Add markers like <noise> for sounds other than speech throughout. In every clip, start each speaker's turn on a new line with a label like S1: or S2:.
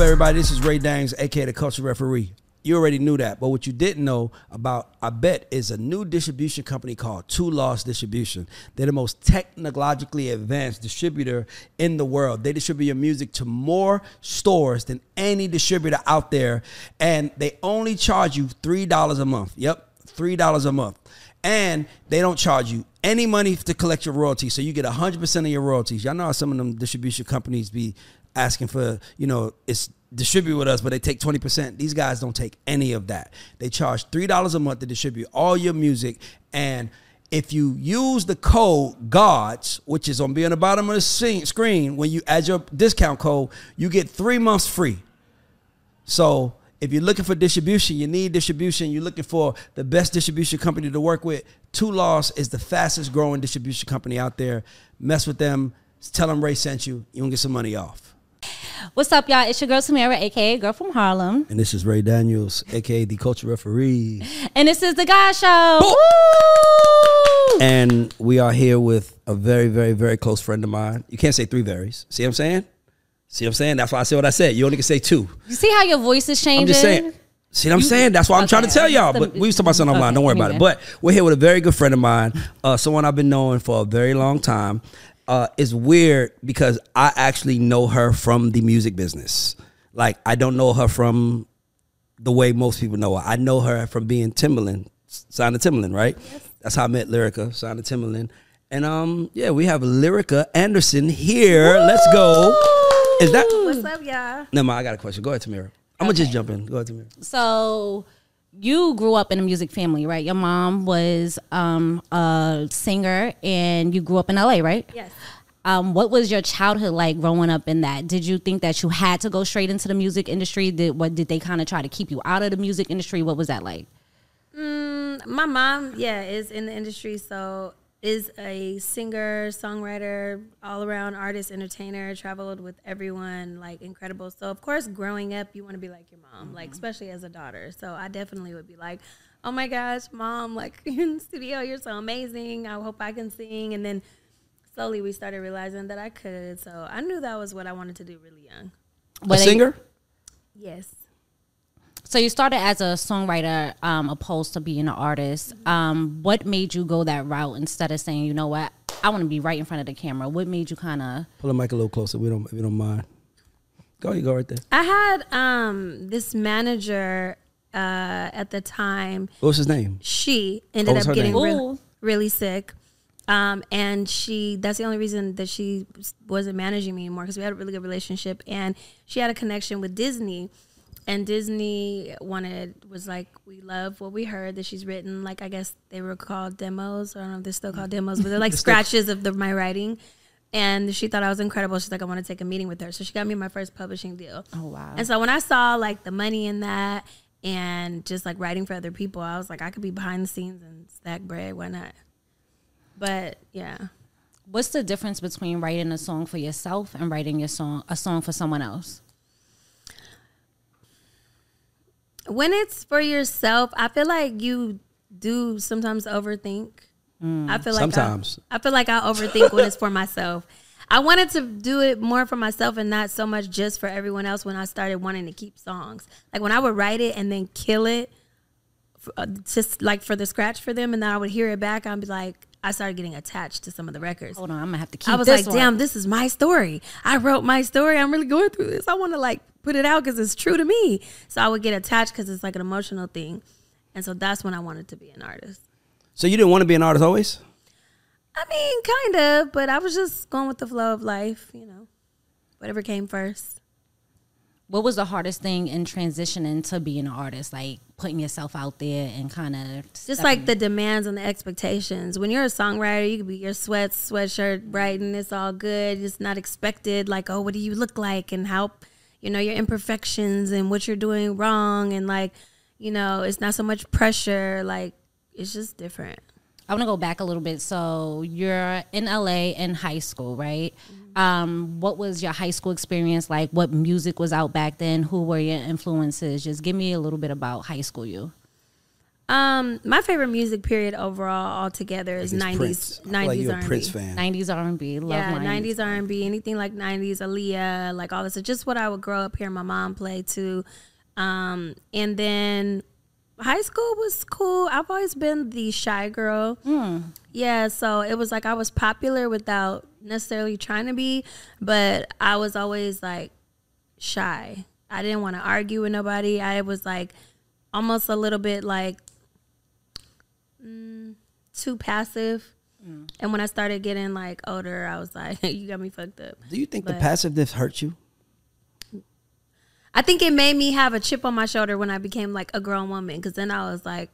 S1: everybody? This is Ray Dangs, aka the Culture Referee. You already knew that, but what you didn't know about I bet is a new distribution company called Two Loss Distribution. They're the most technologically advanced distributor in the world. They distribute your music to more stores than any distributor out there, and they only charge you three dollars a month. Yep, three dollars a month and they don't charge you any money to collect your royalties. So you get 100% of your royalties. Y'all know how some of them distribution companies be asking for, you know, it's distribute with us, but they take 20%. These guys don't take any of that. They charge $3 a month to distribute all your music. And if you use the code GODS, which is on be on the bottom of the scene- screen, when you add your discount code, you get three months free. So if you're looking for distribution, you need distribution, you're looking for the best distribution company to work with, Two Loss is the fastest growing distribution company out there. Mess with them, tell them Ray sent you, you're gonna get some money off.
S2: What's up, y'all? It's your girl Tamara, aka Girl from Harlem,
S1: And this is Ray Daniels, aka the culture referee.
S2: and this is the God Show. Woo!
S1: And we are here with a very, very, very close friend of mine. You can't say three varies. See what I'm saying? See what I'm saying? That's why I said what I said. You only can say two.
S2: You see how your voice is changing?
S1: I'm just saying. See what I'm saying? That's what I'm
S2: Okay.
S1: trying to tell y'all.
S2: The-
S1: But we was talking about something online.
S2: Okay,
S1: Don't worry about it.
S2: anyway.
S1: But we're here with a very good friend of mine, uh, someone I've been knowing for a very long time. Uh, it's weird because I actually know her from the music business. Like I don't know her from the way most people know her. I know her from being Timberland, signed to Timberland, right? That's how I met Lyrica, signed to Timberland. And um, yeah, we have Lyrica Anderson here. Let's go. Is that
S3: What's up, y'all?
S1: no, ma, I got a question. Go ahead, Tamira. I'm gonna just jump in. Go ahead, Tamira.
S2: So you grew up in a music family, right? Your mom was um, a singer, and you grew up in LA, right?
S3: Yes.
S2: Um, what was your childhood like growing up in that? Did you think that you had to go straight into the music industry? Did what did they kind of try to keep you out of the music industry? What was that like?
S3: Mm, my mom, yeah, is in the industry, so is a singer, songwriter, all around artist, entertainer, traveled with everyone, like incredible. So of course, growing up, you want to be like your mom, like especially as a daughter. So I definitely would be like, "Oh my gosh, mom, like <laughs> you're in the studio, you're so amazing. I hope I can sing." And then slowly we started realizing that I could. So I knew that was what I wanted to do really young.
S2: Were
S1: a
S2: they-
S1: singer?
S3: Yes.
S2: So you started as a songwriter, um, opposed to being an artist. Um, what made you go that route instead of saying, you know what, I want to be right in front of the camera? What made you kind of?
S1: Pull the mic a little closer. We don't. We don't mind. Go. You go right there.
S3: I had um, this manager uh, at the time.
S1: What was his name?
S3: She
S1: What
S3: ended
S1: was
S3: up
S1: her
S3: getting
S1: name?
S3: really,
S2: Ooh.
S3: really sick. Um, and she that's the only reason that she wasn't managing me anymore because we had a really good relationship and she had a connection with Disney and Disney wanted was like we love what we heard that she's written like I guess they were called demos I don't know if they're still called demos but they're like scratches of the, my writing and she thought I was incredible she's like I want to take a meeting with her so she got me my first publishing deal
S2: Oh wow!
S3: and so when I saw like the money in that and just like writing for other people, I was like, I could be behind the scenes and stack bread. Why not? But yeah,
S2: What's the difference between writing a song for yourself and writing your song a song for someone else?
S3: when it's for yourself, I feel like you do sometimes overthink. I feel like I-
S1: Sometimes.
S3: I, feel like I overthink when it's for myself. I wanted to do it more for myself and not so much just for everyone else. When I started wanting to keep songs, like when I would write it and then kill it, uh, just like for the scratch for them, and then I would hear it back. I'd be like, I started getting attached to some of the records.
S2: Hold on, I'm gonna have to keep.
S3: I was
S2: this
S3: like,
S2: one.
S3: damn, this is my story. I wrote my story. I'm really going through this. I want to like put it out because it's true to me. So I would get attached because it's like an emotional thing, and so that's when I wanted to be an artist.
S1: So you didn't want to be an artist always?
S3: I mean, kind of, but I was just going with the flow of life, you know, whatever came first.
S2: What was the hardest thing in transitioning to being an artist? Like putting yourself out there and kind of
S3: Just like the demands and the expectations. When you're a songwriter, you could be your sweats, sweatshirt, writing, it's all good. It's not expected, like, oh, what do you look like and how, you know, your imperfections and what you're doing wrong. And like, you know, it's not so much pressure. Like, it's just different.
S2: I want to go back a little bit. So you're in LA in high school, right?
S3: Mm-hmm.
S2: Um, what was your high school experience like? What music was out back then? Who were your influences? Just give me a little bit about high school you.
S3: Um, my favorite music period overall, altogether, is
S1: It's Prince.
S3: nineties.
S1: I feel like
S3: Nineties
S1: you're
S3: R
S1: a
S3: and
S1: Prince
S3: B.
S1: fan.
S2: 90s R&B. Love
S3: Yeah,
S2: 90s.
S3: nineties R and B. Anything like nineties, Aaliyah, like all this. It's just what I would grow up hearing my mom play too. Um, and then high school was cool. I've always been the shy girl. Yeah, so it was like I was popular without necessarily trying to be, but I was always like shy. I didn't want to argue with nobody. I was like almost a little bit like mm, too passive. And when I started getting like older, I was like, <laughs> you got me fucked up.
S1: Do you think the
S3: But-
S1: passiveness hurt you?
S3: I think it made me have a chip on my shoulder when I became like a grown woman because then I was like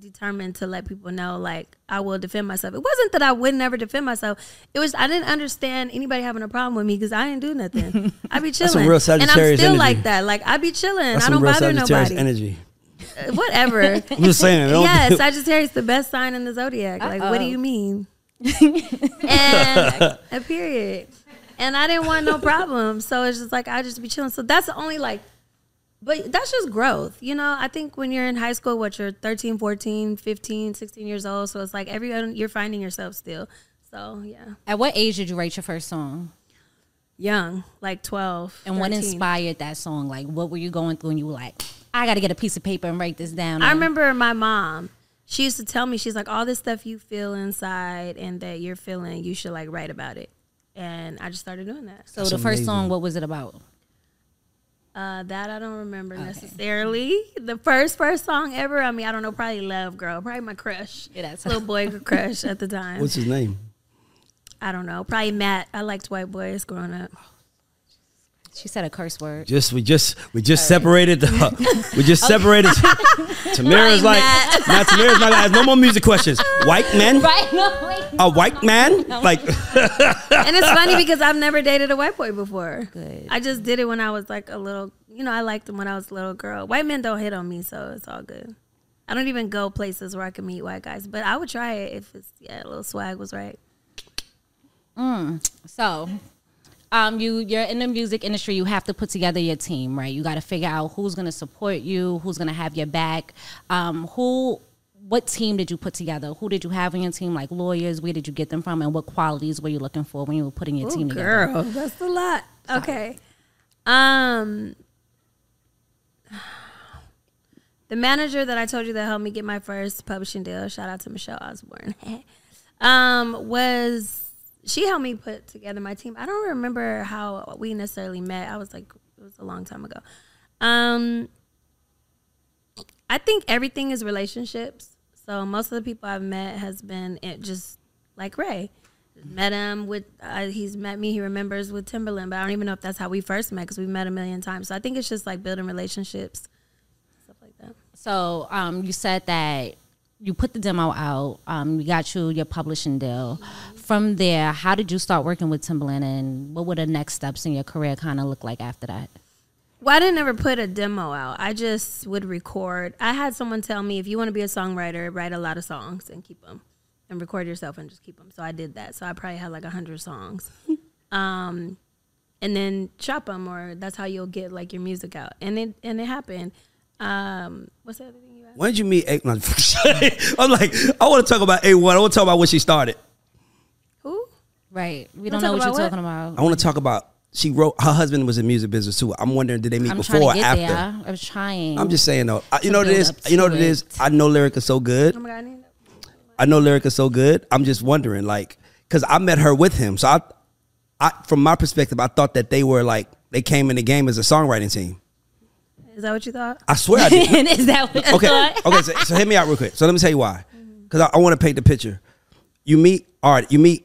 S3: determined to let people know like I will defend myself. It wasn't that I would never defend myself. It was I didn't understand anybody having a problem with me because I didn't do nothing. I be chilling.
S1: some real
S3: and I'm still
S1: Sagittarius energy.
S3: like that. Like I be chilling.
S1: That's
S3: I
S1: some
S3: don't
S1: real
S3: bother
S1: Sagittarius
S3: nobody.
S1: energy.
S3: Uh, Whatever.
S1: I'm just
S3: <laughs>
S1: saying. Don't <laughs>
S3: yeah, Sagittarius the best sign in the zodiac. Like what do
S2: Uh-oh.
S3: you mean?
S2: <laughs>
S3: and a period. And I didn't want no problem. So it's just like I just be chilling. So that's the only like but that's just growth. You know, I think when you're in high school, what you're 13, 14, 15, 16 years old, so it's like every you're finding yourself still. So, yeah.
S2: At what age did you write your first song?
S3: Young, like 12.
S2: And what
S3: 13.
S2: inspired that song? Like, what were you going through and you were like, I got to get a piece of paper and write this down?
S3: I
S2: and-
S3: remember my mom. She used to tell me, she's like, all this stuff you feel inside and that you're feeling, you should like write about it. And I just started doing that.
S2: So
S1: That's
S2: the first
S1: amazing.
S2: song, what was it about?
S3: Uh, that I don't remember necessarily. The first first song ever. I mean, I don't know. Probably Love Girl. Probably my crush.
S2: Yeah, that's- <laughs>
S3: little boy crush at the time.
S1: What's his name?
S3: I don't know. Probably Matt. I liked white boys growing up.
S2: She said a curse word.
S1: Just we just we just separated the we
S3: <laughs>
S1: just separated. Tamira's like now Tamira's not gonna ask no more music questions. White men,
S2: <laughs> Right? <laughs> No, wait.
S1: a white man, like
S3: And it's funny because I've never dated a white boy before.
S2: Good.
S3: I just did it when I was like a little. You know, I liked him when I was a little girl. White men don't hit on me, so it's all good. I don't even go places where I can meet white guys, but I would try it if it's yeah, a little swag was right.
S2: So, um, you you're in the music industry. You have to put together your team, right? You got to figure out who's going to support you, who's going to have your back. Um, who, what team did you put together? Who did you have on your team? Like lawyers, where did you get them from, and what qualities were you looking for when you were putting your
S3: Ooh,
S2: team together?
S3: girl, that's a lot. Okay. Um, the manager that I told you that helped me get my first publishing deal, shout out to Michelle Osborne, <laughs> um, was she helped me put together my team. I don't remember how we necessarily met. I was like, it was a long time ago. Um, I think everything is relationships. So most of the people I've met has been it just like Ray. Met him with uh, he's met me. He remembers with Timberland, but I don't even know if that's how we first met because we've met a million times. So I think it's just like building relationships, stuff like that.
S2: So um, you said that you put the demo out. Um, you got you your publishing deal. From there, how did you start working with Timbaland, and what were the next steps in your career kind of look like after that?
S3: Well, I didn't ever put a demo out. I just would record. I had someone tell me if you want to be a songwriter, write a lot of songs and keep them, and record yourself and just keep them. So I did that. So I probably had like
S1: <laughs>
S3: hundred songs, um, and then chop them, or that's how you'll get like your music out. And it and it happened. Um, what's the other thing you asked?
S1: when did you meet A? <laughs> No, I'm like I want to talk about A one. I want to talk about when she started.
S3: Who?
S2: Right. We
S3: Wanna
S2: don't know what
S3: talk
S2: you're
S3: about
S2: talking about.
S1: I want to talk about she wrote her husband was in music business too. I'm wondering did they meet
S2: I'm
S1: before
S2: trying
S1: or
S2: to get
S1: after?
S2: there. I'm trying.
S1: I'm just saying though. I, you
S2: To
S1: know what it
S2: build
S1: is.
S2: up to
S1: You know what it
S2: it.
S1: is. I know lyric is so good.
S3: Oh my god, I need to-
S1: I know lyric is so good. I'm just wondering, like, because I met her with him, so I, I, from my perspective, I thought that they were like they came in the game as a songwriting team.
S3: Is that what you thought?
S1: I swear I
S2: <laughs>
S1: did.
S2: <laughs> Is that what
S1: <laughs>
S2: you
S1: Okay,
S2: thought?
S1: okay. So, so hit me out real quick. So let me tell you why, because I, I want to paint the picture. You meet, all right. You meet.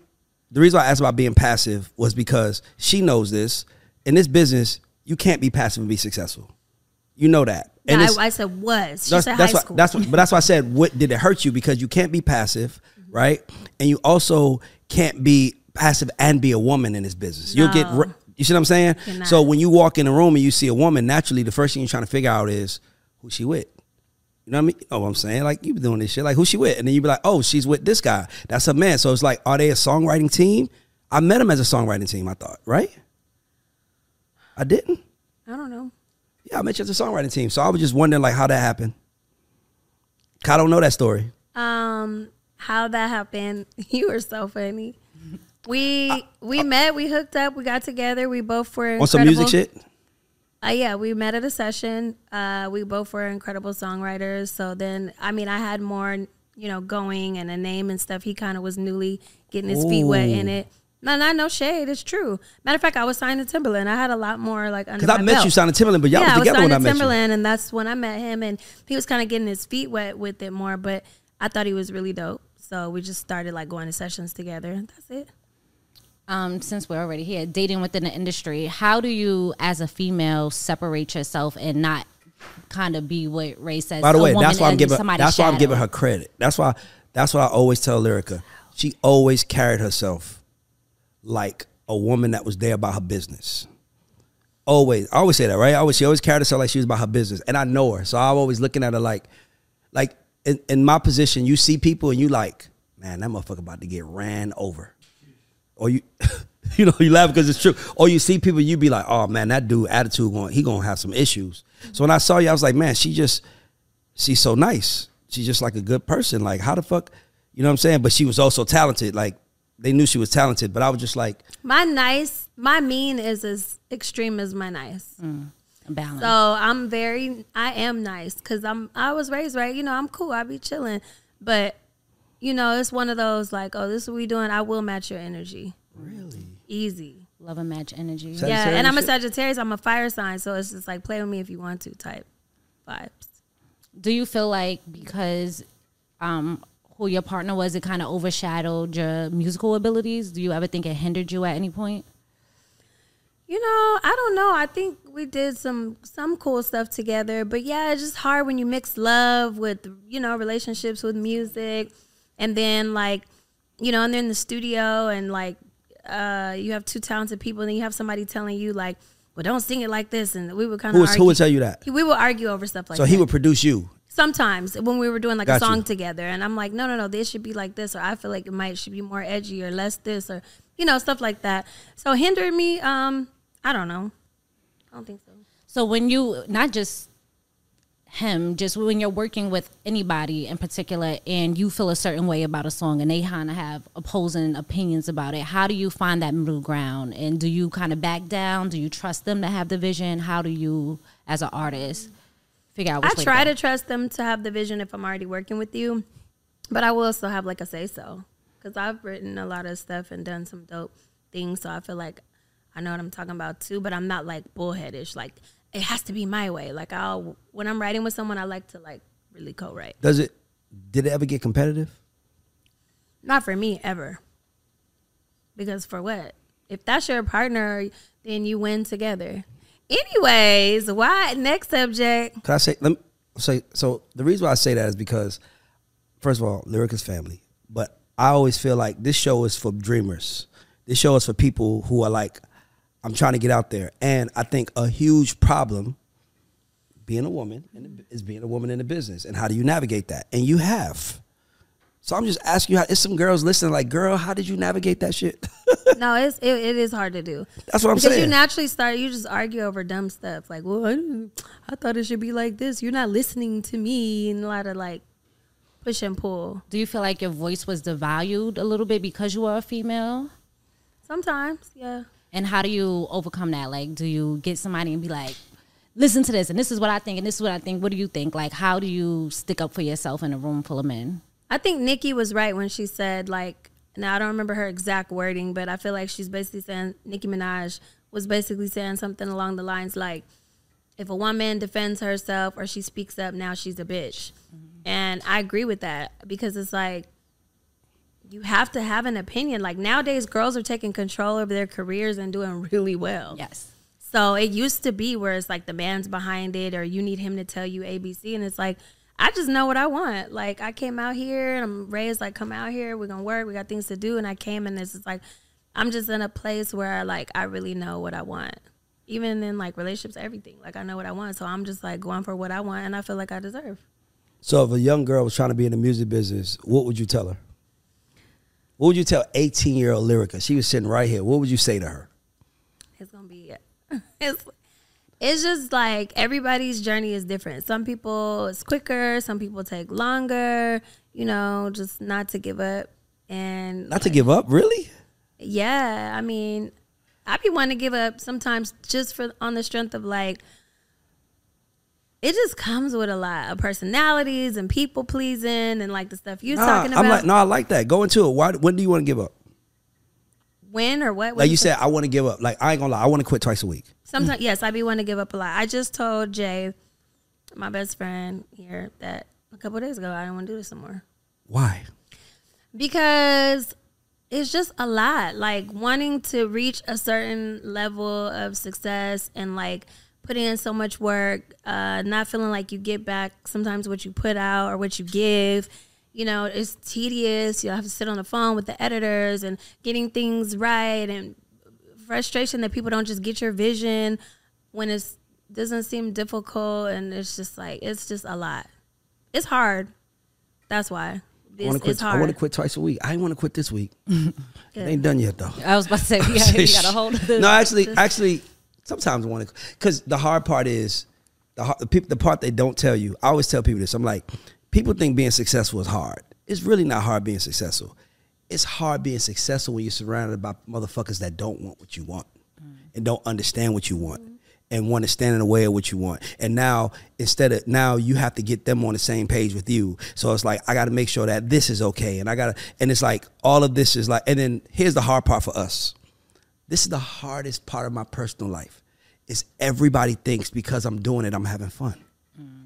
S1: The reason why I asked about being passive was because she knows this. In this business, you can't be passive and be successful. You know that. And
S3: No,
S1: it's-
S3: I, I said was. She
S1: that's,
S3: said
S1: that's
S3: high
S1: why,
S3: school.
S1: That's what, but that's why I said, what did it hurt you? Because you can't be passive, right? And you also can't be passive and be a woman in this business. You'll get,
S3: No.
S1: ra- you see what I'm saying?
S3: Cannot.
S1: So when you walk in a room and you see a woman, naturally, the first thing you're trying to figure out is who she with. You know what I mean? Oh, I'm saying like you be doing this shit. Like who she with? And then you be like, oh, she's with this guy. That's a man. So it's like, are they a songwriting team? I met him as a songwriting team. I thought, right? I didn't.
S3: I don't know.
S1: Yeah, I met you as a songwriting team. So I was just wondering like how that happened. I don't know that story.
S3: Um, how that happened? <laughs> You were so funny. We we met, we hooked up, we got together. We both were
S1: Uh, On some music
S3: incredible-
S1: shit?
S3: Uh, yeah, we met at a session. Uh, we both were incredible songwriters. So then, I mean, I had more, you know, going and a name and stuff. He kind of was newly getting his feet wet in it. No, not no shade. It's true. Matter of fact, I was signed to Timberland. I had a lot more like under
S1: Because I
S3: my
S1: met
S3: belt.
S1: you signing Timberland, but y'all
S3: yeah,
S1: was together
S3: I was
S1: when I
S3: signed to
S1: met you.
S3: Timberland, and that's when I met him. And he was kind of getting his feet wet with it more. But I thought he was really dope. So we just started like going to sessions together. That's it.
S2: um, since we're already here, dating within the industry, how do you, as a female, separate yourself and not kind of be what Ray says?
S1: By the
S2: a
S1: way,
S2: woman
S1: that's why I'm
S2: in
S1: giving
S2: somebody's
S1: that's why I'm
S2: shadow?
S1: giving her credit. That's why that's what I always tell Lyrica. She always carried herself like a woman that was there about her business. Always, I always say that, right? I always she always carried herself like she was about her business, and I know her, so I'm always looking at her like, like in, in my position, you see people and you like, man, that motherfucker about to get ran over, or you. <laughs> You know, you laugh because it's true. Or you see people, you be like, "Oh man, that dude attitude going, he gonna have some issues." So when I saw you, I was like, "Man, she just she's so nice. She's just like a good person. Like, how the fuck, you know what I'm saying? But she was also talented. Like, they knew she was talented, but I was just like,
S3: My nice, my mean is as extreme as my nice.
S2: balance.
S3: So I'm very, I am nice because I'm, I was raised right. You know, I'm cool. I be chilling, but you know, it's one of those like, oh, this is what we doing. I will match your energy. Really easy.
S2: Love and match energy.
S1: So-
S3: Yeah,
S1: Sagittarius
S3: and I'm a
S1: shit?
S3: Sagittarius. I'm a fire sign, so it's just like play with me if you want to type vibes.
S2: Do you feel like because um, who your partner was, it kind of overshadowed your musical abilities? Do you ever think it hindered you at any point?
S3: You know, I don't know. I think we did some some cool stuff together, but yeah, it's just hard when you mix love with you know relationships with music, and then like you know, and they're in the studio and like uh, you have two talented people, and then you have somebody telling you like, well, don't sing it like this, and we would kind
S1: who
S3: of
S1: was,
S3: argue.
S1: who would tell you that?
S3: we would argue over stuff like
S1: So
S3: that.
S1: he would produce you.
S3: sometimes when we were doing like
S1: Got
S3: a song
S1: you.
S3: together and i'm like no no no this should be like this or i feel like it might should be more edgy or less this or you know stuff like that so hinder me um i don't know i don't think so
S2: So when you not just him, just when you're working with anybody in particular, and you feel a certain way about a song, and they kind of have opposing opinions about it, how do you find that middle ground? And do you kind of back down? Do you trust them to have the vision? How do you, as an artist, figure out? Which
S3: i
S2: way
S3: try
S2: go?
S3: to trust them to have the vision if i'm already working with you but i will still have like a say so because i've written a lot of stuff and done some dope things so i feel like i know what i'm talking about too but i'm not like bullheadish like it has to be my way like i'll when i'm writing with someone i like to like really co-write
S1: Does it, did it ever get competitive?
S3: Not for me ever. Because for what? If that's your partner, then you win together. Anyways, why next subject?
S1: Can I say, let me say, so the reason why I say that is because, first of all, Lyrica's family, but I always feel like this show is for dreamers. This show is for people who are like, I'm trying to get out there. And I think a huge problem being a woman in the, bu- is being a woman in the business. And how do you navigate that? And you have. So I'm just asking you how, it's some girls listening like, girl, how did you navigate that shit? <laughs>
S3: no, it's it, it is hard to do.
S1: That's what I'm
S3: because you
S1: saying.
S3: naturally start you just argue over dumb stuff like, well, I, didn't- I thought it should be like this. You're not listening to me, and a lot of like push and pull
S2: Do you feel like your voice was devalued a little bit because you are a female?
S3: sometimes. Yeah.
S2: And how do you overcome that? Like, do you get somebody and be like, listen to this, and this is what I think, and this is what I think. What do you think? Like, how do you stick up for yourself in a room full of men?
S3: I think Nikki was right when she said like now I don't remember her exact wording, but I feel like she's basically saying Nicki Minaj was basically saying something along the lines like if a woman defends herself or she speaks up now she's a bitch. And I agree with that because it's like you have to have an opinion. Like nowadays girls are taking control of their careers and doing really well.
S2: Yes.
S3: So it used to be where it's like the man's behind it or you need him to tell you ABC and it's like I just know what I want. Like I came out here and I'm raised like come out here, we're gonna work, we got things to do and I came and this is like I'm just in a place where like I really know what I want. Even in like relationships, everything. Like I know what I want. So I'm just like going for what I want and I feel like I deserve.
S1: So if a young girl was trying to be in the music business, what would you tell her? What would you tell 18 year old Lyrica? She was sitting right here. What would you say to her?
S3: <laughs> It's gonna be it's it's just like everybody's journey is different. Some people it's quicker, some people take longer, you know, just not to give up. And
S1: Not to give up, really?
S3: yeah, I mean, I be wanting to give up sometimes just for on the strength of like it just comes with a lot of personalities and people pleasing and like the stuff you're
S1: Nah,
S3: talking about.
S1: I'm like, no, I like that. Go into it. Why, when do you want to give up?
S3: When or what?
S1: Like you said, I want to give up. Like I ain't gonna lie, I want to quit twice a week.
S3: Sometimes, yes, I be wanting to give up a lot. I just told Jay, my best friend here, that a couple days ago, I don't want to do this anymore
S1: Why?
S3: because it's just a lot. Like wanting to reach a certain level of success and like putting in so much work, uh, not feeling like you get back sometimes what you put out or what you give. You know, it's tedious. You have to sit on the phone with the editors and getting things right and frustration that people don't just get your vision when it's doesn't seem difficult and it's just like it's just a lot. It's hard. That's why.
S1: I want to
S3: It's,
S1: quit.
S3: it's
S1: I
S3: hard.
S1: want to quit twice a week. I ain't want to quit this
S3: <laughs>
S1: week. it ain't done yet though.
S2: I was about to say, <laughs> we got, we got a hold of this.
S1: No, actually, actually, sometimes I want to because the hard part is the har- the, peop, the part they don't tell you. I always tell people this. I'm like, people think being successful is hard. It's really not hard being successful. It's hard being successful when you're surrounded by motherfuckers that don't want what you want
S2: Mm.
S1: and don't understand what you want. And want to stand in the way of what you want, and now instead of now you have to get them on the same page with you. So it's like I got to make sure that this is okay, and I got to, and it's like all of this is like, and then here's the hard part for us this is the hardest part of my personal life is everybody thinks because i'm doing it i'm having fun
S3: Mm.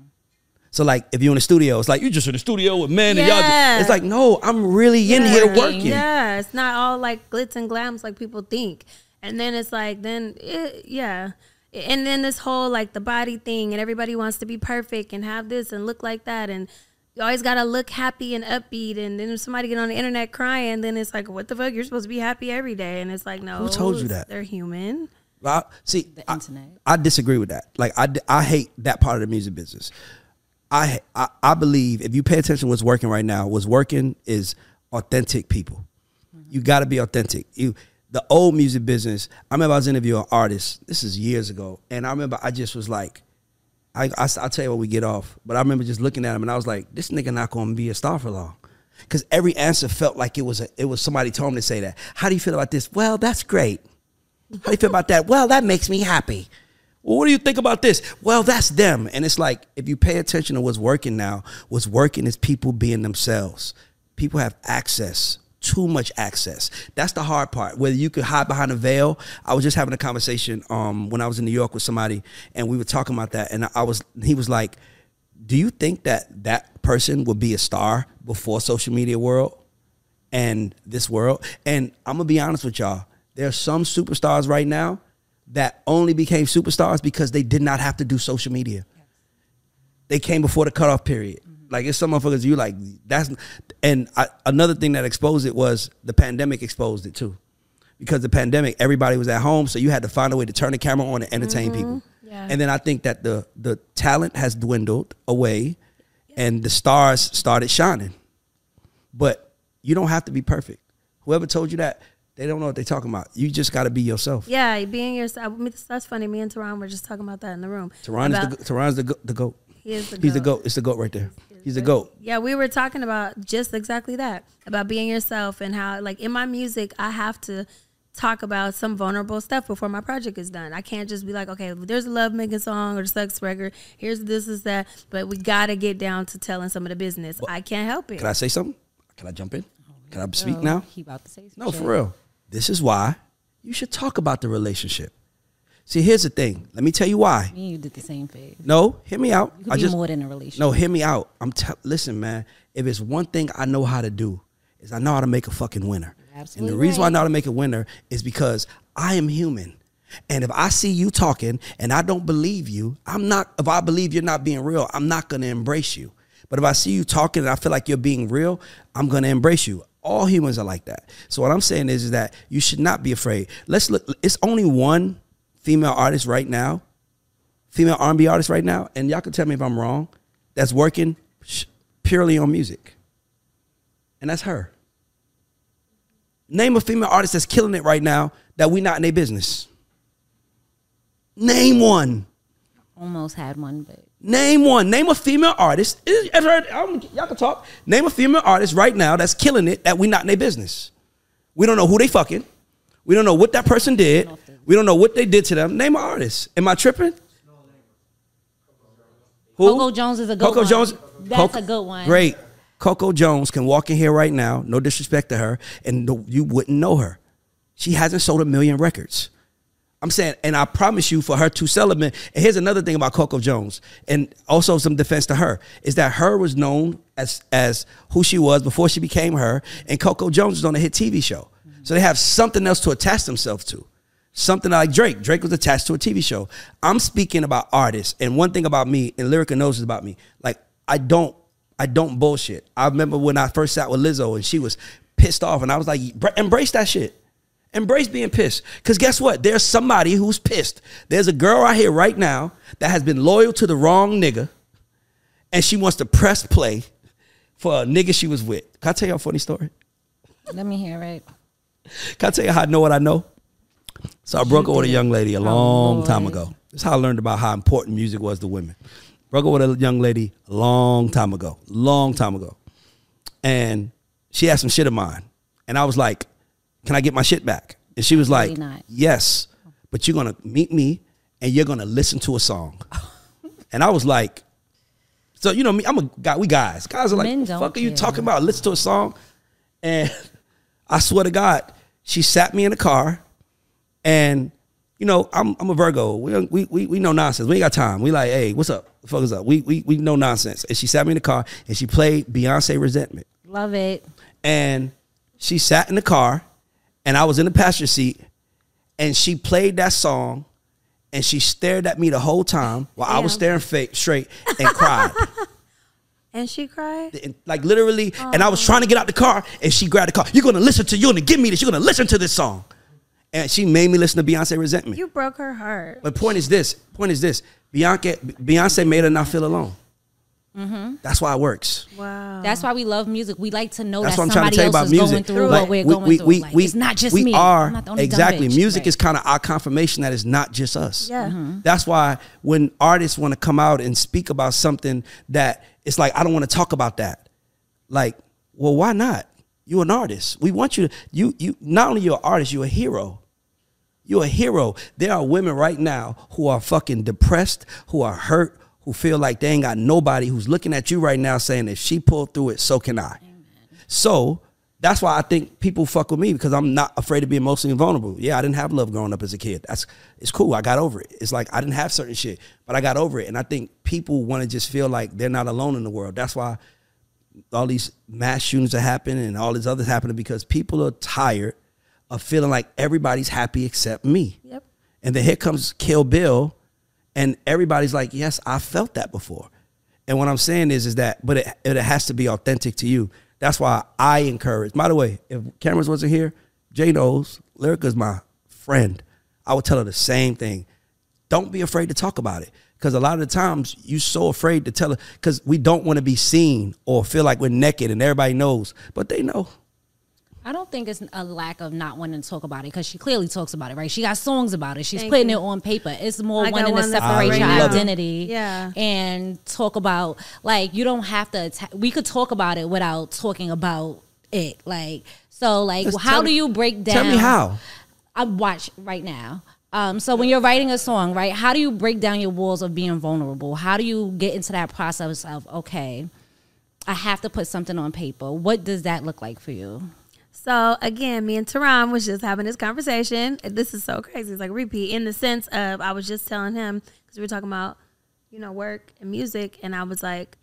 S1: so like if you're in the studio it's like you just in the studio with men and y'all
S3: Yeah.
S1: just, it's like no i'm really in here working
S3: Yeah, it's not all like glitz and glams like people think. And then it's like, then it, yeah, and then this whole like the body thing, and everybody wants to be perfect and have this and look like that, and you always gotta look happy and upbeat. And then if somebody get on the internet crying, then it's like, what the fuck? You're supposed to be happy every day, and it's like, no,
S1: Who told you that?
S3: They're human.
S1: I, see,
S2: The
S1: I-
S2: internet.
S1: I, disagree with that. Like, I, d- I hate that part of the music business. I, I I believe if you pay attention to what's working right now, what's working is authentic people. You got to be authentic. You the old music business. I remember I was interviewing an artist. This is years ago, and I remember I just was like, I, I will tell you what we get off, but I remember just looking at him and I was like, this nigga not gonna be a star for long. Cause every answer felt like it was a, it was somebody told him to say that. How do you feel about this? Well, that's great. How do you feel about that? Well, that makes me happy. Well, what do you think about this? Well, that's them. And it's like, if you pay attention to what's working now, what's working is people being themselves. People have access, too much access. That's the hard part. Whether you could hide behind a veil. I was just having a conversation um, when I was in New York with somebody, and we were talking about that. And I was, he was like, Do you think that that person would be a star before social media world? and this world. And I'm gonna be honest with y'all. There are some superstars right now that only became superstars because they did not have to do social media. They came before the cutoff period. Like it's some motherfuckers you like that's and I, another thing that exposed it was the pandemic exposed it too. Because the pandemic, everybody was at home, so you had to find a way to turn the camera on and entertain people.
S3: Yeah.
S1: And then I think that the the talent has dwindled away and the stars started shining but you don't have to be perfect. Whoever told you that, they don't know what they're talking about. You just got to be yourself.
S3: Yeah, being yourself. I mean, that's funny. Me and Teron were just talking about that in the room.
S1: Teron is
S3: About-
S1: the, go- Teron's the, go- the goat.
S3: He is the
S1: He's the
S3: goat.
S1: goat. It's the goat right there. He's the goat.
S3: Yeah, we were talking about just exactly that about being yourself and how, like, in my music, I have to talk about some vulnerable stuff before my project is done. I can't just be like, okay, there's a love making song or sex record. Here's this is that, but we gotta get down to telling some of the business. I can't help it.
S1: Can I say something? Can I jump in? Can I speak now?
S2: He about to say some
S1: No,
S2: shit.
S1: for real. This is why you should talk about the relationship. See, here's the thing. Let me tell you why.
S2: Me and you did the same thing.
S1: No, hear me out.
S2: You could be more than a relationship.
S1: No, hear me out. I'm t- listen, man. If it's one thing I know how to do, is I know how to make a fucking winner.
S2: Absolutely
S1: and the reason why I
S2: right.
S1: know how to make a winner is because I am human. And if I see you talking and I don't believe you, I'm not. If I believe you're not being real, I'm not gonna embrace you. But if I see you talking and I feel like you're being real, I'm gonna embrace you. All humans are like that. So what I'm saying is, is that you should not be afraid. Let's look. It's only one female artist right now female R&B artist right now, and y'all can tell me if I'm wrong, that's working sh- purely on music. And that's her. Name a female artist that's killing it right now that we not in their business. Name one.
S2: almost had one, but
S1: Name one. Name a female artist. Is- is her- I'm- Y'all can talk. Name a female artist right now that's killing it that we not in their business. We don't know who they fucking. We don't know what that person did. We don't know what they did to them. Name an artist. Am I tripping? Who?
S2: Coco Jones is a good
S1: Coco
S2: one.
S1: Jones.
S2: That's
S1: Coco-
S2: a good one.
S1: Great. Coco Jones can walk in here right now, no disrespect to her, and no, you wouldn't know her. She hasn't sold a million records. I'm saying, and I promise you for her to sell a million. And here's another thing about Coco Jones, and also some defense to her, is that her was known as as who she was before she became her, and Coco Jones was on a hit TV show. So they have something else to attach themselves to. Something like Drake. Drake was attached to a TV show. I'm speaking about artists, and one thing about me, and Lyrica knows this about me, like I don't I don't bullshit. I remember when I first sat with Lizzo and she was pissed off, and I was like, embrace that shit. Embrace being pissed. Because guess what? There's somebody who's pissed. There's a girl out here right now that has been loyal to the wrong nigga and she wants to press play for a nigga she was with. Can I tell you a funny story?
S2: Let me hear it.
S1: Can I tell you how I know what I know? So I broke up with a young lady a long time ago. That's how I learned about how important music was to women. Broke up with a young lady a long time ago, long time ago. And she had some shit of mine. And I was like, Can I get my shit back? And she was like,
S2: not.
S1: Yes, but you're going to meet me and you're going to listen to a song. and I was like, So, you know, me, I'm a guy, we guys. Guys are like,
S2: Men
S1: "The
S2: don't
S1: Fuck are you
S2: care.
S1: talking about? Listen to a song. And <laughs> I swear to God, she sat me in the car and you know, I'm I'm a Virgo. We don't- we we, we know nonsense. We ain't got time. We like, hey, what's up? The fuck is up? We we we know nonsense. And she sat me in the car and she played Beyonce Resentment.
S2: Love it.
S1: And she sat in the car and I was in the passenger seat and she played that song and she stared at me the whole time while I was staring fake, straight and cried.
S2: <laughs>
S3: And she cried.
S1: And, like literally, and I was trying to get out the car, and she grabbed the car. You're gonna listen to, you're gonna give me this, you're gonna listen to this song, and she made me listen to Beyonce Resentment.
S3: You broke her heart.
S1: But point is this. Point is this. Bianca, Beyonce made her not feel alone. That's why it works.
S3: Wow.
S2: That's why we love music. We like to know
S1: That's
S2: that
S1: what I'm trying
S2: somebody
S1: to tell you
S2: else
S1: about
S2: is
S1: music.
S2: going through
S1: Like,
S2: what we're
S1: we-
S2: going
S1: we-
S2: through.
S1: we-
S2: like,
S1: we-
S2: it's not just
S1: we
S2: me.
S1: Are,
S2: I'm not the only dumb
S1: exactly.
S2: bitch.
S1: Music
S2: Right.
S1: is kind of our confirmation that it's not just us.
S3: Yeah.
S2: Mm-hmm.
S3: Mhm.
S1: That's why when artists want to come out and speak about something that it's like I don't want to talk about that. Like, well, why not? You're an artist. We want you to you you not only you're an artist, you're a hero. You're a hero. There are women right now who are fucking depressed, who are hurt, who feel like they ain't got nobody who's looking at you right now saying, if she pulled through it, so can I. So that's why I think people fuck with me because I'm not afraid of being emotionally vulnerable. Yeah, I didn't have love growing up as a kid. That's it's cool. I got over it. It's like I didn't have certain shit, but I got over it. And I think people want to just feel like they're not alone in the world. That's why all these mass shootings are happening and all these others happening because people are tired of feeling like everybody's happy except me.
S3: Yep.
S1: And then here comes Kill Bill, and everybody's like, "Yes, I felt that before." And what I'm saying is, is that, but it it has to be authentic to you. That's why I encourage. By the way, if Cameras wasn't here, Jay knows Lyrica's my friend. I would tell her the same thing. Don't be afraid to talk about it. Because a lot of the times you so afraid to tell her because we don't want to be seen or feel like we're naked and everybody knows, but they know.
S2: I don't think it's a lack of not wanting to talk about it because she clearly talks about it, right? She got songs about it. She's
S3: Thank
S2: putting
S3: you.
S2: it on paper. It's more
S3: I got
S2: wanting to
S3: one that's out
S2: separate
S1: right
S2: your
S1: now.
S2: identity,
S3: Yeah.
S2: and talk about like you don't have to. atta- we could talk about it without talking about it, like so. Like,
S1: Just
S2: how
S1: tell
S2: do
S1: me-
S2: you break down?
S1: tell me how.
S2: I watch right now. Um, so when you're writing a song, right, how do you break down your walls of being vulnerable? How do you get into that process of okay, I have to put something on paper. What does that look like for you?
S3: So again, me and Teron was just having this conversation. This is so crazy. It's like a repeat in the sense of I was just telling him because we were talking about you know work and music, and I was like,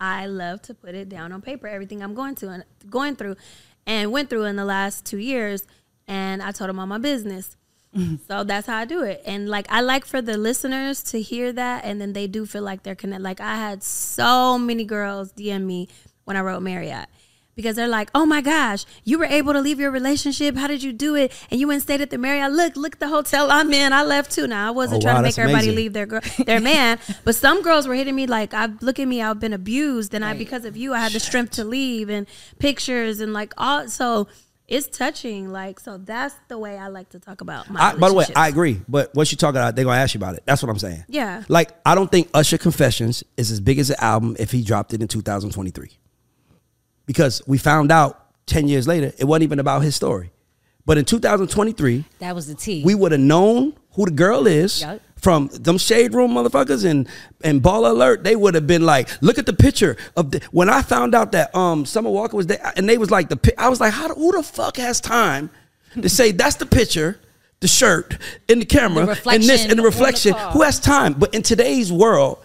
S3: I love to put it down on paper everything I'm going to and going through, and went through in the last two years. And I told him all my business. So that's how I do it. And like I like for the listeners to hear that and then they do feel like they're connected. Like I had so many girls DM me when I wrote Marriott because they're like, "Oh my gosh, you were able to leave your relationship. How did you do it? And you went and stayed at the Marriott. Look, look at the hotel I'm in. I left too. Now I wasn't
S1: Oh,
S3: trying
S1: wow,
S3: to
S1: that's
S3: make everybody
S1: amazing.
S3: leave their girl, their man, but some girls were hitting me like, "I look at me. I've been abused, and I because of you, I had the strength to leave." And pictures and like all so it's touching. Like so, that's the way I like to talk about my.
S1: I, by the way,
S3: relationships.
S1: I agree. But once you talk about, it, they're gonna ask you about it. That's what I'm saying.
S3: Yeah.
S1: Like I don't think Usher Confessions is as big as an album if he dropped it in 2023, because we found out 10 years later it wasn't even about his story. But in 2023,
S2: That was the T.
S1: we would have known who the girl is
S2: Yup.
S1: from them shade room motherfuckers and and ball alert. They would have been like, look at the picture of the, when I found out that um Summer Walker was there, and they was like the pi- I was like, how the- who the fuck has time to say <laughs> that's the picture. The shirt in the camera,
S2: The
S1: and this, and the
S2: reflection on the
S1: reflection.
S2: car.
S1: Who has time? But in today's world,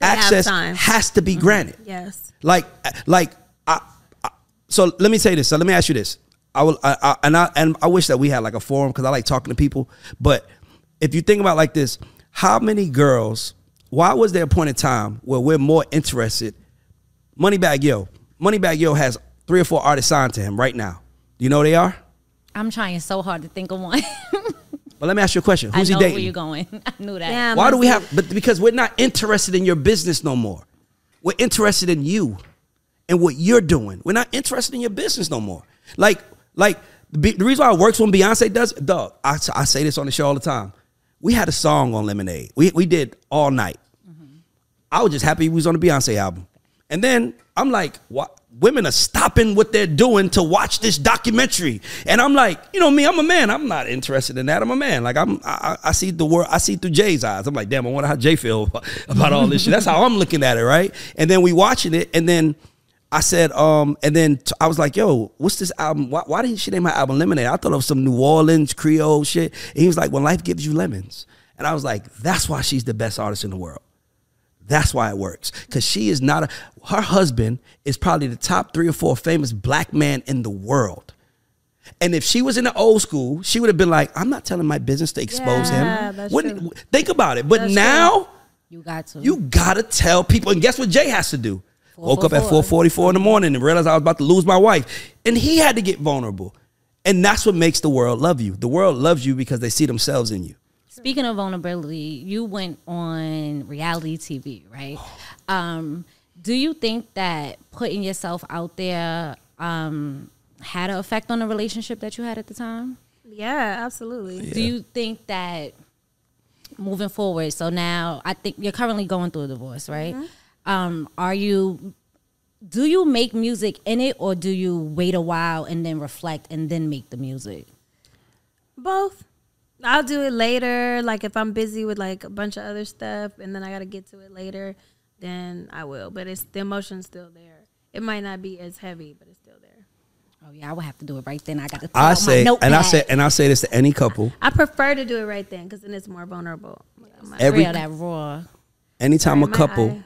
S3: have
S1: access
S3: time.
S1: has to be
S2: Mm-hmm.
S1: granted.
S3: Yes.
S1: Like, like, I, I, so let me say this. So let me ask you this. I will, I, I, and I, and I wish that we had like a forum because I like talking to people. But if you think about it like this, how many girls? Why was there a point in time where we're more interested? Moneybag Yo, Moneybag Yo has three or four artists signed to him right now. Do you know who they are?
S2: I'm trying so hard to think of one. <laughs>
S1: But let me ask you a question.
S2: I
S1: Who's
S2: know
S1: he dating?
S2: where you're going. <laughs> I knew that.
S3: Damn,
S1: Why do we
S3: that's-
S1: have? But because we're not interested in your business no more. We're interested in you and what you're doing. We're not interested in your business no more. Like, like be- the reason why it works when Beyonce does, dog. I, I say this on the show all the time. We had a song on Lemonade. We we did all night. I was just happy we was on the Beyonce album. And then I'm like, what? Women are stopping what they're doing to watch this documentary. And I'm like, you know me, I'm a man. I'm not interested in that. I'm a man. Like I'm, I, I I see the world. I see through Jay's eyes. I'm like, damn. I wonder how Jay feel <laughs> about all this shit. That's how I'm looking at it, right? And then we watching it, and then I said, um, and then t- I was like, yo, what's this album? Why, why didn't she name my album Lemonade? I thought it was some New Orleans Creole shit. And he was like, when life gives you lemons. And I was like, that's why she's the best artist in the world. That's why it works. Because she is not a, her husband is probably the top three or four famous black man in the world. And if she was in the old school, she would have been like, I'm not telling my business to expose
S3: Yeah,
S1: him.
S3: that's
S1: Wouldn't-
S3: true.
S1: Think about it. But
S3: That's
S1: now,
S2: You got to.
S1: you gotta tell people. And guess what Jay has to do?
S2: Four
S1: Woke
S2: for
S1: up at
S2: four.
S1: 444 in the morning and realized I was about to lose my wife. And he had to get vulnerable. And that's what makes the world love you. The world loves you because they see themselves in you.
S2: Speaking of vulnerability, you went on reality TV, right?
S1: Oh.
S2: Um, do you think that putting yourself out there um, had an effect on the relationship that you had at the time?
S3: Yeah, absolutely.
S2: Do you think that moving forward, so now I think you're currently going through a divorce, right? Um, are you do you make music in it or do you wait a while and then reflect and then make the music?
S3: Both. I'll do it later. Like if I'm busy with like a bunch of other stuff, and then I gotta get to it later, then I will. But it's the emotion's still there. It might not be as heavy, but it's still there.
S2: Oh yeah, I would have to do it right then. I got to
S1: I say, and I say,
S2: said
S1: and I say this to any couple.
S3: I prefer to do it right then because then it's more vulnerable. I'm like,
S1: Every
S2: real that raw.
S1: anytime a
S3: my
S1: couple,
S3: eye.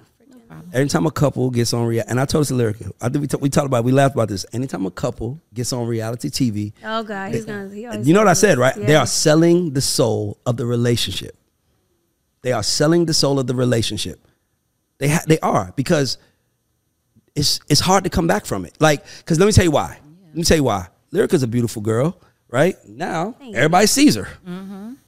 S1: Every time a couple gets on reality, and I told this to Lyrica, I think we, t- we talked about, it, we laughed about this. Anytime a couple gets on reality TV,
S3: Oh God, he's gonna. He always
S1: you know what I
S3: says this.
S1: said, right? They
S3: Yeah.
S1: are selling the soul of the relationship. They are selling the soul of the relationship. They ha- they are because it's it's hard to come back from it. Like, cause let me tell you why. Let me tell you why. Lyrica's a beautiful girl, right? Now
S3: Thank you.
S1: everybody sees her.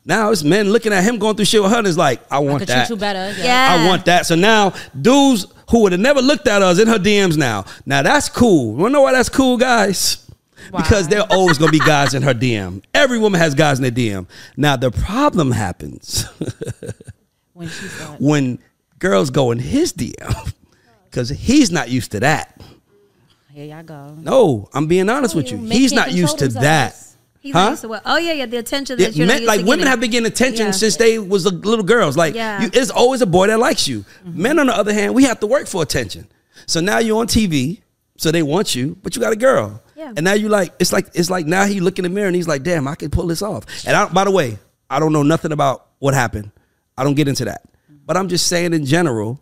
S1: Now it's men looking at him going through shit with her, and it's like, I
S2: I
S1: want
S2: could
S1: that.
S2: treat you better. Yeah.
S3: Yeah.
S1: I want that. So now dudes who would have never looked at us in her DMs now. Now that's cool. Wanna know why that's cool, guys? Because there are always gonna be guys in her DM. Every woman has guys in their DM. Now the problem happens <laughs>
S2: When she said,
S1: when girls go in his <laughs> DM because he's not used to that.
S2: "Here y'all go."
S1: No, I'm being honest with you.
S2: Men
S1: He's
S2: can't
S1: not used to
S2: control
S1: that.
S2: themselves.
S3: He's
S1: Huh?
S3: used to what? Oh yeah, yeah. The attention
S1: Yeah,
S3: that you're not
S1: men-
S3: used
S1: like
S3: to
S1: women
S3: getting.
S1: have been getting attention
S3: Yeah.
S1: since they was the little girls. Like
S3: Yeah.
S1: you, it's always a boy that likes you. Men on the other hand, we have to work for attention. So now you're on TV, so they want you, but you got a girl.
S3: Yeah.
S1: And now you like it's like it's like now he look in the mirror and he's like, damn, I can pull this off. And I, by the way, I don't know nothing about what happened. I don't get into that. But I'm just saying in general,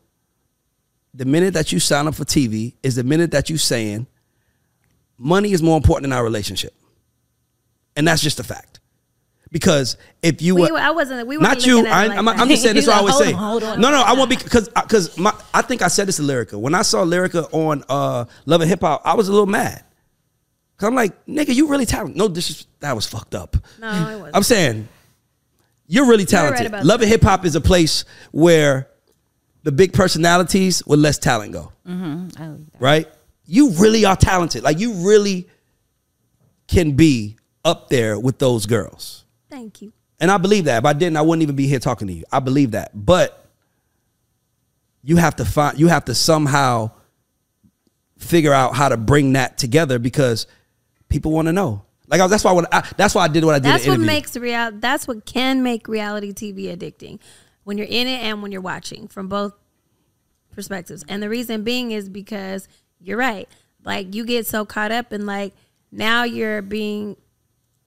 S1: the minute that you sign up for TV is the minute that you saying money is more important in our relationship. And that's just a fact. Because if you
S3: We,
S1: were,
S3: I wasn't. We were
S1: not you, I,
S3: Like
S1: I'm,
S3: that.
S1: I'm just saying this. Is
S3: <laughs>
S1: what I always
S2: Hold
S1: say.
S2: on, hold on.
S1: No, no, I won't be because because my I think I said this to Lyrica when I saw Lyrica on uh, Love and Hip Hop. I was a little mad because I'm like, nigga, you really talented. No, this is, that was fucked up.
S3: No, it wasn't.
S1: I'm saying you're really talented.
S3: about
S1: Love
S3: that.
S1: and Hip Hop is a place where the big personalities with less talent go
S2: I like that.
S1: right? You really are talented. Like you really can be up there with those girls.
S3: Thank you.
S1: And I believe that. If I didn't, I wouldn't even be here talking to you. I believe that. But you have to find you have to somehow figure out how to bring that together because people want to know. Like I, that's why I, wanna- I that's why I did what I did.
S3: That's
S1: in the
S3: what
S1: interview.
S3: makes real. That's what can make reality TV addicting, when you're in it and when you're watching from both perspectives. And the reason being is because you're right. Like you get so caught up in like now you're being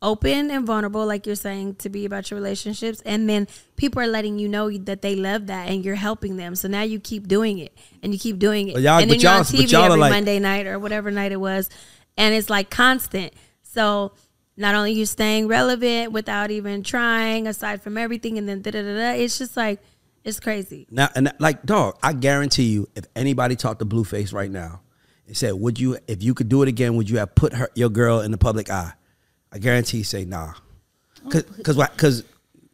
S3: open and vulnerable, like you're saying to be about your relationships, and then people are letting you know that they love that, and you're helping them. So now you keep doing it, and you keep doing it,
S1: But y'all-
S3: and then
S1: but
S3: you're on
S1: y'all- but
S3: TV
S1: y'all are
S3: every
S1: like-
S3: Monday night or whatever night it was, and it's like constant. So not only you staying relevant without even trying, aside from everything, and then da da da da. It's just like it's crazy.
S1: Now, and like, dog, I guarantee you, if anybody talked to Blueface right now and said, "Would you, if you could do it again, would you have put her, your girl, in the public eye?" I guarantee you say nah, because because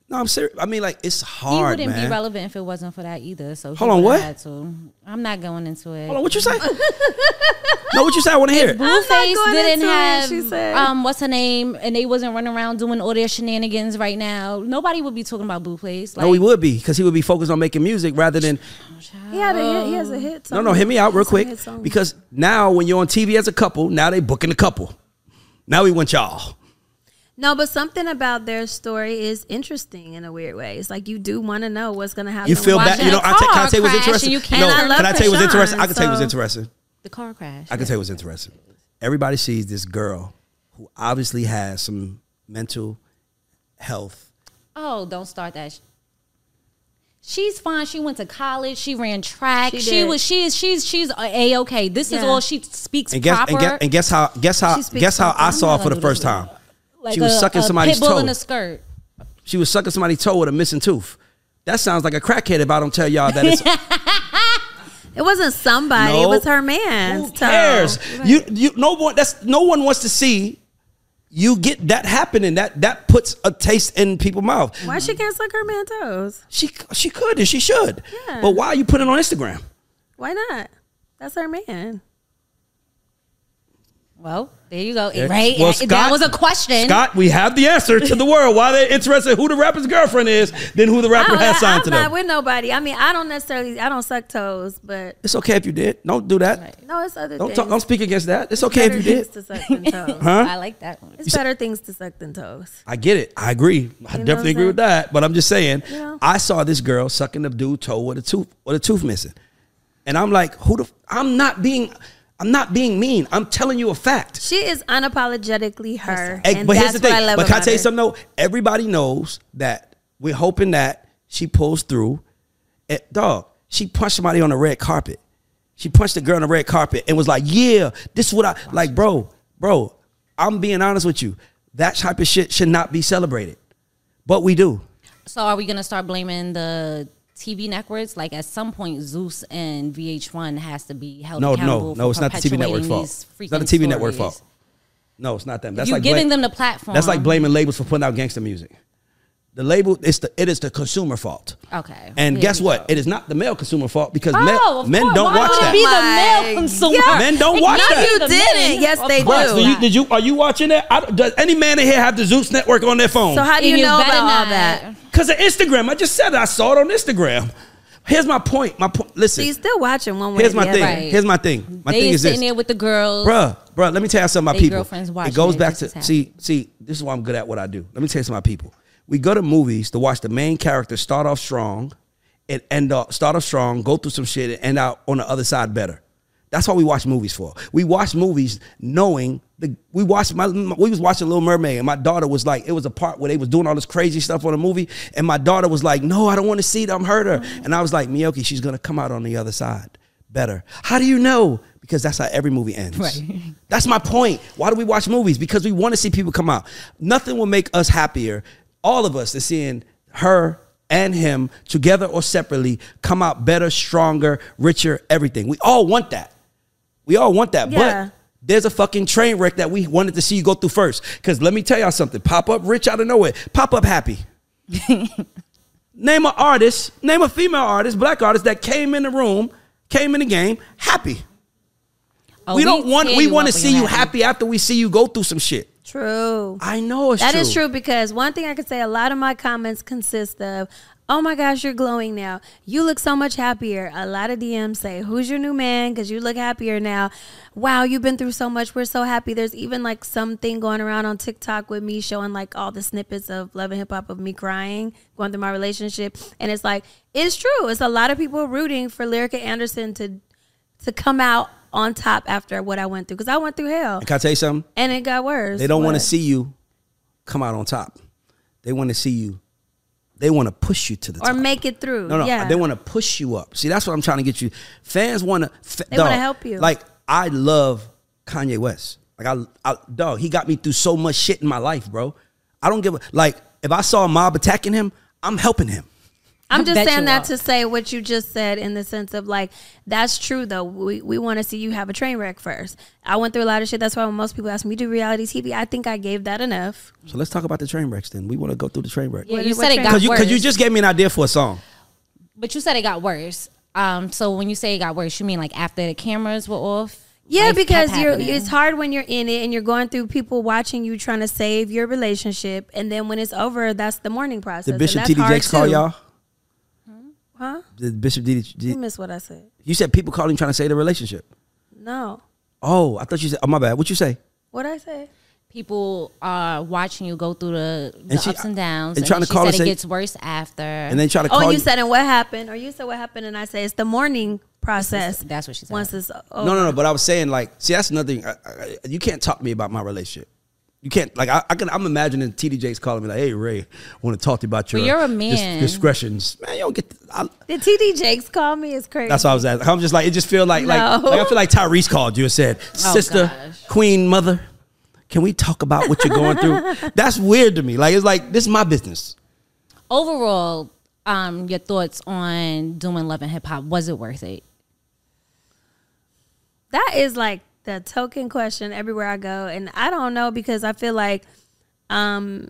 S1: no, I'm serious. I mean, like, it's
S2: Oh, He
S1: hard,
S2: wouldn't
S1: man.
S2: be relevant if it wasn't for that either. So he
S1: Hold on,
S2: would've
S1: what?
S2: Had to. I'm not going into it.
S1: Hold on, what you say?
S2: <laughs>
S1: no, what you say? I want to hear.
S3: Oh
S1: it.
S2: Blueface
S3: going
S2: didn't
S3: into it,
S2: have
S3: she said.
S2: um what's her name, and they wasn't running around doing all their shenanigans right now. Nobody would be talking about Blueface. Like,
S1: No, he would be because he would be focused on making music rather than
S3: He had a hit, he has a hit. Song.
S1: no, no. Hear me out
S3: He
S1: real
S3: has a
S1: quick
S3: hit song.
S1: because now when you're on TV as a couple, now they booking a couple. Now we want y'all.
S3: No, but something about their story is interesting in a weird way. It's like you do want to know what's going to happen.
S1: You feel bad.
S2: Watch
S1: You
S2: that
S1: know, I t- can I
S2: car
S1: tell you what's
S2: crash
S1: interesting?
S2: and you can't
S1: no,
S3: And I love
S1: can I tell you what's
S3: Krishan,
S1: interesting? I can tell you what's
S3: so-
S1: interesting.
S2: the car crash.
S1: I can tell you what's interesting. Everybody sees this girl who obviously has some mental health.
S2: Oh, don't start that. sh- She's fine. She went to college. She ran track.
S3: She
S2: She,
S3: did.
S2: was. She's. She's. She's a okay. This is
S3: Yeah.
S2: all she speaks
S1: And guess
S2: proper.
S1: and guess and guess how guess how
S3: She speaks
S1: guess how
S3: proper.
S1: I
S3: I'm
S1: saw
S2: not
S1: her for
S2: gonna
S1: the
S2: do
S1: first
S2: this.
S1: time.
S2: like
S1: she was
S2: a-
S1: sucking
S2: a
S1: somebody's
S2: pit bull
S1: toe.
S2: in a skirt.
S1: She was sucking somebody's toe with a missing tooth. That sounds like a crackhead if I don't tell y'all that
S2: <laughs>
S1: it's
S3: It wasn't somebody.
S1: No.
S3: It was her man.
S1: Who cares? You you no one that's no one wants to see you get that happening. That that puts a taste in people's mouth.
S3: Why she can't suck her man toes?
S1: She she could and she should.
S3: Yeah.
S1: But why are you putting it on Instagram?
S3: Why not? That's her man.
S2: Well, there you go.
S1: Yeah.
S2: Right.
S1: Well,
S2: that
S1: Scott-
S2: was a question.
S1: Scott, we have the answer to the world. Why they're interested in who the rapper's girlfriend is than who the rapper
S3: I
S1: has
S3: don't, I'm
S1: signed to
S3: not
S1: them.
S3: with nobody. I mean, I don't necessarily. I don't suck toes, but
S1: It's okay if you did. Don't do that.
S3: no, it's other
S1: Don't
S3: things.
S1: talk, don't speak against that. It's okay if
S3: better
S1: you did.
S3: things to suck
S1: <laughs>
S3: than toes.
S2: I like that one.
S3: It's better things to suck than toes.
S1: I get it. I agree. I
S3: what
S1: definitely
S3: I'm
S1: agree with
S3: saying?
S1: that. But I'm just saying,
S3: Yeah.
S1: I saw this girl sucking a dude toe with a tooth with a tooth missing, and I'm like, who the? F- I'm not being. I'm not being mean. I'm telling you a fact.
S3: She is unapologetically her,
S1: Hey,
S3: and
S1: but
S3: that's
S1: here's the thing.
S3: what I love
S1: but can I
S3: about
S1: tell you
S3: her.
S1: something though? Everybody knows that we're hoping that she pulls through. And, dog, she punched somebody on the red carpet. She punched a girl on the red carpet and was like, "Yeah, this is what I like, bro, bro." I'm being honest with you. That type of shit should not be celebrated, but we do.
S2: So are we gonna start blaming the TV networks? Like at some point, Zeus and VH1 has to be held
S1: No,
S2: Oh, accountable.
S1: no, no.
S2: for
S1: It's not the TV network
S2: perpetuating
S1: fault.
S2: these
S1: It's not the
S2: freaking
S1: TV network
S2: stories.
S1: fault. No, it's not them. That's
S2: You're
S1: like
S2: giving
S1: bla-
S2: them the platform.
S1: That's like blaming labels for putting out gangster music. The label it's the it is the consumer fault.
S2: Okay.
S1: And
S2: There
S1: guess
S2: you
S1: what?
S2: go.
S1: It is not the male consumer fault because men,
S2: Oh, of
S1: men
S2: course.
S1: don't
S2: Why
S1: watch
S2: would it
S1: that.
S2: Be
S3: My
S2: the male consumer.
S3: God.
S1: Men don't watch
S2: Ignore
S1: that.
S2: the
S3: No, you
S2: men.
S3: didn't. Yes,
S2: Of
S3: they
S2: course
S1: Russ,
S3: do.
S1: do you, did you are you watching that? I, don't- does any man in here have the Zeus network on their phone?
S3: So how do you,
S2: And
S3: know
S2: better
S3: about all
S2: not.
S3: that?
S1: Because of Instagram. I just said it. I saw it on Instagram. Here's my point. My point. Listen.
S3: So you still watching one way.
S1: here's
S3: or
S1: my
S3: the
S1: thing.
S3: other.
S2: Right.
S1: Here's my thing. My
S2: they
S1: thing is
S2: sitting
S1: this.
S2: there with the girls.
S1: bruh, bruh. Let me tell you something about
S2: They
S1: people.
S2: girlfriends watching
S1: it goes
S2: it.
S1: back
S2: This
S1: to
S2: is
S1: see, see. This is why I'm good at what I do. Let me tell you something about people. We go to movies to watch the main character start off strong, and end up start off strong, go through some shit, and end out on the other side better. That's what we watch movies for. We watch movies knowing the we watched my we was watching Little Mermaid and my daughter was like it was a part where they was doing all this crazy stuff on the movie and my daughter was like no I don't want to see it I'm hurt her
S2: Mm-hmm.
S1: and I was like Miyoki she's gonna come out on the other side better. How do you know? Because that's how every movie ends.
S2: Right.
S1: <laughs> That's my point. Why do we watch movies? Because we want to see people come out. Nothing will make us happier, all of us, than seeing her and him together or separately come out better, stronger, richer, everything. We all want that. We all want that.
S3: Yeah.
S1: But there's a fucking train wreck that we wanted to see you go through first. Because let me tell y'all something pop up rich out of nowhere, pop up happy. name an artist, name a female artist, black artist that came in the room, came in the game happy
S2: Oh,
S1: we don't want
S2: tear
S1: we
S2: you
S1: want to
S2: up when
S1: see
S2: you're
S1: you happy after we see you go through some shit.
S3: True.
S1: I know it's
S3: That
S1: true.
S3: is true because one thing I could say a lot of my comments consist of, oh my gosh, you're glowing now. You look so much happier. A lot of DMs say, who's your new man? Because you look happier now. Wow, you've been through so much. We're so happy. There's even like something going around on TikTok with me showing like all the snippets of Love and Hip Hop of me crying, going through my relationship. And it's like, it's true. It's a lot of people rooting for Lyrica Anderson to to come out on top after what I went through. Because I went through hell.
S1: And Can I tell you something?
S3: And it got worse.
S1: They don't want to
S3: What?
S1: see you come out on top. They want to see you. They want to push you to the
S3: or
S1: top.
S3: make it through.
S1: no, no,
S3: yeah.
S1: they want to push you up. See, that's what I'm trying to get you. Fans want to.
S3: They wanna help you.
S1: Like I love Kanye West. Like I, I, dog, he got me through so much shit in my life, bro. I don't give a like. If I saw a mob attacking him, I'm helping him.
S2: I
S3: I'm just
S2: bet you
S3: saying that
S2: are.
S3: to say what you just said in the sense of like that's true though. We we want to see you have a train wreck first. I went through a lot of shit. That's why when most people ask me do reality TV, I think I gave that enough.
S1: So let's talk about the train wrecks. Then we want to go through the train wreck.
S2: Yeah,
S3: What-
S2: you
S3: what
S2: said it
S3: train-
S2: got
S1: Cause you,
S2: worse.
S1: cause you just gave me an idea for a song.
S2: but you said it got worse. Um, so when you say it got worse, you mean like after the cameras were off?
S3: Yeah,
S2: Life kept
S3: because you're
S2: happening.
S3: it's hard when you're in it and you're going through people watching you trying to save your relationship, and then when it's over, that's the mourning process.
S1: Did
S3: and
S1: Bishop
S3: that's
S1: T.D.
S3: hard,
S1: Jakes call
S3: too.
S1: y'all?
S3: Huh?
S1: Did Bishop T.D.
S3: You missed what I said.
S1: You said people calling trying to save the relationship.
S3: No,
S1: Oh, I thought you said. Oh, my bad. What you say?
S3: what I say?
S2: people are watching you go through the, the
S1: she-
S2: ups and downs,
S1: and trying to
S2: she
S1: call
S2: said
S1: and
S2: it
S1: say-
S2: gets worse after.
S1: And they try to
S3: Oh,
S1: call
S3: you said and what happened, or you said what happened, and I say it's the mourning process.
S2: that's what she said.
S3: Once it's over.
S1: No, no, no. But I was saying like, see, that's another thing. I, I, you can't talk to me about my relationship. You can't like I, I can. I'm imagining T.D. Jakes calling me like, "Hey Ray, want to talk to you about your
S2: Well, you're a
S1: dis-
S2: man.
S1: discretions." Man, you don't get. th- I,
S3: Did TD Jakes call me? It's crazy.
S1: that's what I was asking. I'm just like it just feel like like,
S3: No.
S1: like I feel like Tyrese called you and said,
S2: Oh,
S1: "Sister,
S2: gosh.
S1: Queen, Mother, can we talk about what you're going through?" That's weird to me. Like it's like this is my business.
S2: Overall, um, your thoughts on doing love and hip hop? Was it worth it?
S3: That is like the token question everywhere I go, and I don't know because I feel like um,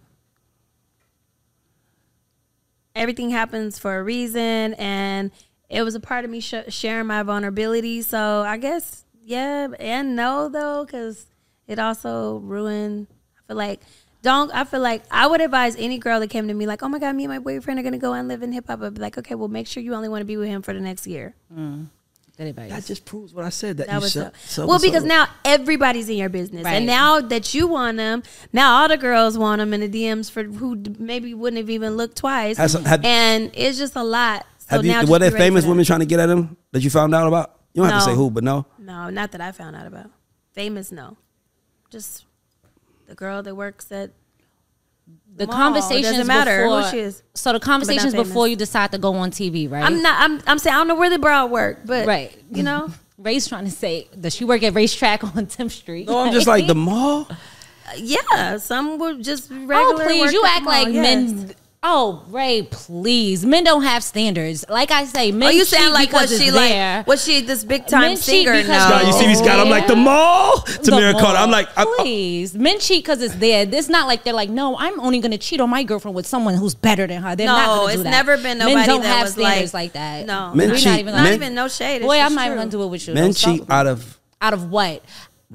S3: everything happens for a reason, and it was a part of me sh- sharing my vulnerability. So I guess yeah and no though, because it also ruined. I feel like. Don't I feel like I would advise any girl that came to me like, oh my god, me and my boyfriend are gonna go and live in hip hop. I'd be like, okay, well, make sure you only want to be with him for the next year.
S2: Good advice.
S1: That just proves what I said. That, you
S3: That was
S1: so,
S3: so, well because now everybody's in your business,
S2: Right.
S3: and now that you want them, now all the girls want them in the DMs for who d- maybe wouldn't have even looked twice,
S1: Has- have-
S3: and it's just a lot. So
S1: have
S3: now
S1: you
S3: just
S1: were
S3: be
S1: there
S3: ready
S1: famous
S3: for that.
S1: women trying to get at him that you found out about? You don't have to
S3: No.
S1: say who, but no.
S3: No, not that I found out about. Famous, no, just the girl that works at
S2: the
S3: Mall,
S2: conversations
S3: doesn't matter who
S2: before,
S3: she is.
S2: So the conversations
S3: famous.
S2: before you decide to go on TV, right?
S3: I'm not. I'm. I'm saying I don't know where the broad work, but
S2: Right.
S3: you know, <laughs>
S2: Ray's trying to say, does she work at racetrack <laughs> on 10th Street?
S1: No,
S2: <laughs>
S1: I'm just like the mall.
S3: yeah, some were just
S2: Oh,
S3: regular.
S2: please,
S3: work
S2: you
S3: at the
S2: act
S3: mall,
S2: like
S3: yes.
S2: men. Oh, Ray, please. Men don't have standards. Like I say, men.
S3: Are Oh, you
S2: cheat
S3: saying like was
S2: because it's
S3: she
S2: there.
S3: like was she this big time
S2: Men cheat
S3: singer?
S2: because
S3: No,
S2: they-
S1: you see these guys. I'm like the mall. Tamir
S2: The
S1: Carter. I'm like, I, I,
S2: please, men cheat because it's there. It's not like they're like, no, I'm only gonna cheat on my girlfriend with someone who's better than her. They're not
S3: No,
S2: gonna do
S3: it's
S2: that.
S3: never been nobody
S2: men don't
S3: that
S2: have
S3: was
S2: standards
S3: like-
S2: like, that.
S3: No.
S1: Men
S2: We're
S1: cheat.
S2: Not even,
S3: not
S1: men-
S3: even no shade. It's
S2: boy, I'm
S3: just
S2: not even
S3: true.
S2: gonna do it with you.
S1: men
S2: Don't stop
S1: cheat
S2: with me.
S1: out of
S2: out of what?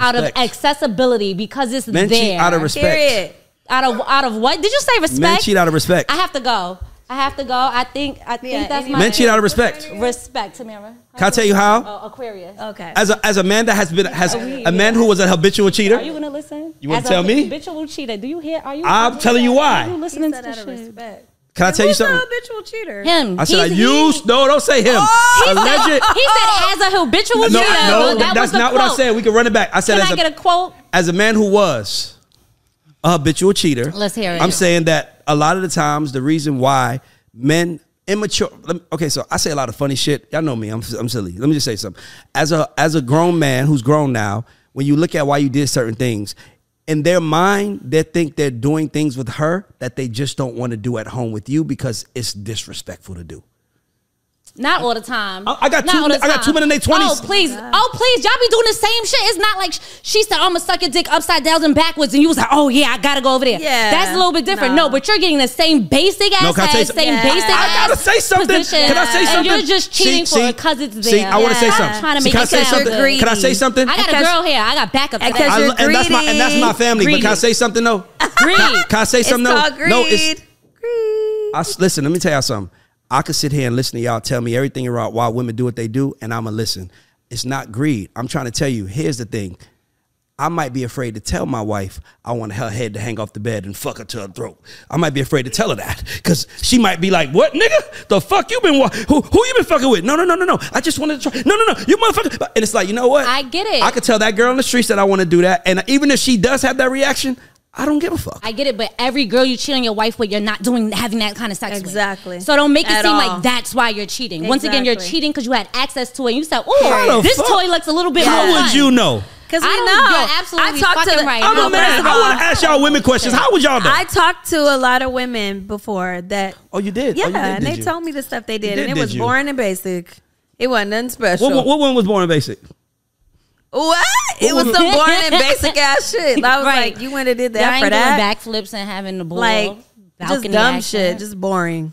S2: Out of
S1: Respect.
S2: accessibility because it's
S1: men
S2: there.
S1: cheat out of respect.
S3: Period.
S2: Out of out of what? Did you say respect?
S1: Men cheat out of respect.
S2: I have to go. I have to go. I think I think that's my
S1: Men cheat out of respect.
S2: respect, Tamara.
S1: Can I tell you how?
S2: Oh, Aquarius.
S3: Okay.
S1: As a, as a man that has been has a man who was a habitual
S2: Are
S1: cheater.
S2: you gonna listen?
S1: You wanna
S2: As a
S1: tell me?
S2: Habitual cheater. Do you hear? Are you?
S1: I'm
S2: are
S1: telling you why.
S2: Are you
S3: He
S2: listening to
S3: said out
S2: this
S3: of
S2: shit?
S3: respect.
S1: Can I tell you
S3: Who's the
S1: something?
S3: habitual cheater?
S2: Him.
S1: I said I
S2: He's-
S1: used.
S2: He,
S1: No, don't say him.
S2: he
S1: Alleged.
S2: <laughs> said, he said as a habitual
S1: No, no,
S2: cheater. that was
S1: that's
S2: the
S1: not what I
S2: quote.
S1: said. We can run it back. I said
S2: Can
S1: as
S2: I get a quote?
S1: as a man who was a habitual cheater,
S2: Let's hear it.
S1: I'm saying that a lot of the times the reason why men immature. Let me, okay, so I say a lot of funny shit. Y'all know me. I'm I'm silly. Let me just say something. As a as a grown man who's grown now, when you look at why you did certain things. In their mind, they think they're doing things with her that they just don't want to do at home with you because it's disrespectful to do.
S2: Not all the time.
S1: I- I got
S2: Not
S1: two
S2: all the
S1: min- I got
S2: time.
S1: two men in their 20s.
S2: Oh please, oh please, y'all be doing the same shit. It's not like sh- she said, "I'm gonna suck your dick upside down and backwards," and you was like, "Oh yeah, I gotta go over there."
S3: Yeah.
S2: that's a little bit different. No,
S3: No.
S2: but you're getting the same basic ass,
S1: No, can I tell you
S2: ass
S1: something?
S2: same
S3: Yeah.
S2: basic.
S1: I gotta
S2: ass
S1: say something.
S2: position,
S1: Can I say something?
S2: And you're just
S1: See,
S2: cheating for
S1: see,
S2: it because it's there.
S1: See, I want to say
S3: Yeah.
S1: something.
S2: Trying to
S1: See,
S2: make
S1: can I
S2: it
S1: say
S2: sound
S1: something?
S3: good.
S1: Can I say
S3: Greedy.
S1: something?
S2: I got a
S3: Because-
S2: girl here. I got backup. to
S3: Because
S2: that.
S1: I
S3: you're
S1: lo- and that's my and that's my
S3: greedy.
S1: family. But can I
S3: Greedy.
S1: say something
S3: <laughs>
S1: though?
S2: Greed.
S1: Can I say
S3: It's
S1: something though?
S3: called greed.
S1: No, it's
S3: greed.
S1: I s listen, let me tell y'all something. I could sit here and listen to y'all tell me everything about why women do what they do, and I'ma listen. It's not greed. I'm trying to tell you, here's the thing. I might be afraid to tell my wife I want her head to hang off the bed and fuck her to her throat. I might be afraid to tell her that because she might be like, "What nigga? The fuck you been? Wa- who who you been fucking with? No, no, no, no, no. I just wanted to try. No, no, no. You motherfucker." But- And it's like, you know what?
S2: I get it.
S1: I could tell that girl on the streets that I want to do that, and even if she does have that reaction, I don't give a fuck.
S2: I get it, but every girl you cheat on your wife with, you're not doing having that kind of sex with.
S3: Exactly.
S2: So don't make it
S3: At
S2: seem
S3: all.
S2: like that's why you're cheating. Once again, you're
S3: Exactly.
S2: cheating because you had access to it. and You said,
S1: How
S2: "Oh,
S1: the
S2: this
S1: fuck-
S2: toy looks a little bit."
S1: How
S2: more
S1: would
S2: fun."
S1: you know?
S3: Because we
S2: I don't-
S3: know.
S2: you're absolutely
S3: I talk to
S2: fucking
S3: the,
S2: right.
S1: I'm
S2: Well,
S1: a
S2: first
S1: man.
S2: of
S1: I
S2: all-
S1: want to ask y'all women questions. How would y'all know?
S3: I talked to a lot of women before that.
S1: Oh, you did? Oh,
S3: Yeah,
S1: you did,
S3: and
S1: did
S3: they
S1: you?
S3: told me the stuff they did,
S1: did,
S3: and it
S1: did
S3: was
S1: you?
S3: boring and basic. It wasn't nothing special.
S1: what, what,
S3: What?
S1: what woman was born in basic?
S3: It was
S1: What
S3: some
S2: woman-
S3: boring and basic ass shit. I was
S2: Right.
S3: like, you went and did
S2: Y'all
S3: that
S2: ain't
S3: for
S2: doing
S3: that,
S2: backflips and having the ball.
S3: like just
S2: balcony
S3: dumb
S2: action.
S3: shit, just boring,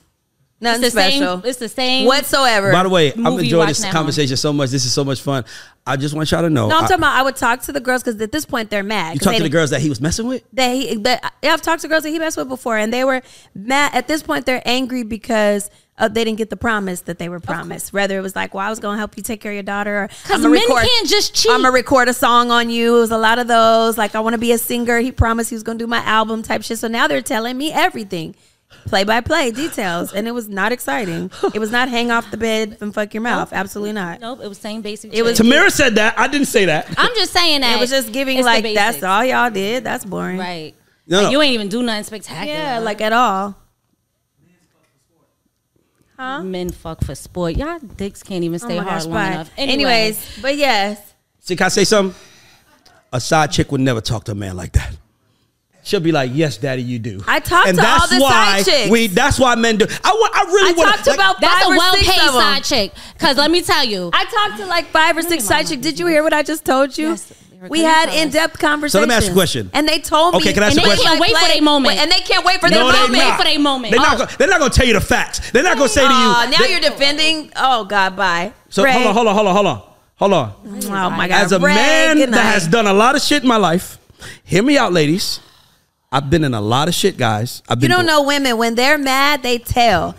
S3: nothing
S2: It's the same-
S3: special.
S2: it's the same-
S3: whatsoever.
S1: By the way, I've
S2: Movie
S1: enjoyed
S2: watch
S1: this
S2: now.
S1: conversation so much. This is so much fun. I just want y'all to know.
S3: no, I'm
S1: I-
S3: talking about. I would talk to the girls because at this point they're mad.
S1: you
S3: 'cause
S1: talked
S3: they-
S1: to the girls that he was messing with.
S3: that he that yeah, I've talked to girls that he messed with before, and they were mad. At this point, they're angry because uh, they didn't get the promise that they were promised. Rather, it was like, "Well, I was going to help you take care of your daughter." Because
S2: men can't just cheat.
S3: I'm gonna record a song on you. It was a lot of those. Like, I want to be a singer. He promised he was going to do my album type shit. So now they're telling me everything. Play by play details, and it was not exciting. It was not hang off the bed and fuck your mououth. Absolutely not.
S2: Nope, it was same basic.
S3: It was-
S2: shit.
S1: Tamira said that. I didn't say that.
S2: I'm just saying that
S3: It was just giving
S2: it's the
S3: like that's
S2: basics.
S3: all y'all did. That's boring,
S2: Right.
S1: No,
S2: Like,
S1: no.
S2: You ain't even do nothing spectacular.
S3: Yeah, like at all.
S1: Mm-hmm.
S2: men fuck for sport. Y'all dicks can't even stay
S3: Oh my
S2: hard
S3: gosh,
S2: long
S3: bye.
S2: enough. Anyway.
S3: Anyways, but yes,
S1: See, can I say something? A side chick would never talk to a man like that. She'll be like, "Yes, daddy, you do."
S3: I talked
S1: and
S3: to all
S1: that's
S3: the side
S1: why
S3: chicks.
S1: We. That's why men do. I want. I really
S3: I
S1: want.
S3: talked about
S2: That's a
S3: five or
S2: well
S3: six
S2: paid
S3: of 'em.
S2: side chick. Cause let me tell you,
S3: I talked to like five or six side chicks. Did you hear what I just told you?
S2: Yes, they were
S3: we
S2: good
S3: had
S2: fellas.
S3: in depth conversations.
S1: So let me ask you a question.
S3: And they told me.
S1: Okay, can I ask
S3: and
S1: you a
S3: they
S1: question?
S2: They can't wait for
S3: like,
S2: their moment.
S3: And they can't wait
S2: No,
S3: for their
S2: they
S3: moment.
S2: not. for they moment.
S1: They're
S2: Oh.
S1: not. Gonna, they're not gonna tell you the facts. They're not gonna say to you.
S3: Aw, now
S1: they-
S3: you're defending. Oh God, bye.
S1: So
S3: Ray.
S1: hold on, hold on, hold on, hold on, hold on.
S3: Oh my God,
S1: As a
S3: Ray,
S1: man
S3: good
S1: that
S3: night.
S1: has done a lot of shit in my life, hear me out, ladies. I've been in a lot of shit, guys. I've
S3: You
S1: been
S3: don't
S1: through-
S3: know women when they're mad, they tell.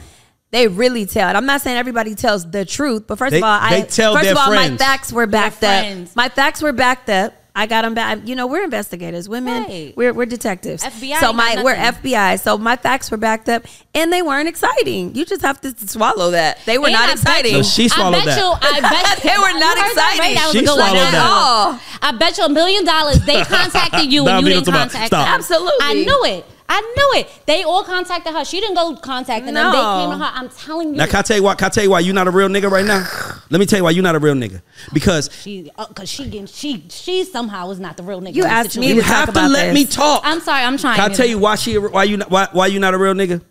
S3: They really tell. And I'm not saying everybody tells the truth, but first
S1: They-
S3: of all, I
S1: they tell
S3: first
S1: their
S3: of all, my
S1: friends.
S3: facts were backed
S2: Their
S3: up.
S2: friends.
S3: My facts were backed up. I got them back. You know, we're investigators. Women,
S2: Right.
S3: we're, we're detectives.
S2: FBI
S3: So
S2: ain't
S3: my
S2: got
S3: we're
S2: nothing.
S3: FBI. So my facts were backed up, and they weren't exciting. You just have to swallow that they were
S2: And
S3: not
S2: I bet
S3: exciting.
S1: No, she swallowed
S2: I bet
S1: that.
S2: you. I bet
S3: <laughs> They were
S2: You
S3: not
S2: heard that,
S3: exciting.
S2: That was
S1: She
S2: a good
S1: swallowed
S2: one.
S1: that. At
S3: all.
S2: I bet you a million dollars
S1: <laughs>
S2: they contacted you and
S1: That'll
S2: you
S1: be
S2: didn't
S1: the tomorrow.
S2: contact
S1: Stop.
S2: them.
S3: Absolutely.
S2: I knew it. I knew it. They all contacted her. She didn't go contacting them. They
S3: No.
S2: came to her. I'm telling you.
S1: Now, can I tell you why? Can I tell you why you're not a real nigga right now? Let me tell you why you're not a real nigga. Because
S2: she, uh, cause she getting, she, she somehow is not the real nigga.
S3: You
S2: in the
S3: asked me
S2: situation.
S1: you
S3: to talk
S1: have to
S3: about
S1: let
S3: this.
S1: me talk.
S2: I'm sorry. I'm trying.
S1: Can I
S2: to.
S1: tell you why she why you not- why why you not a real nigga?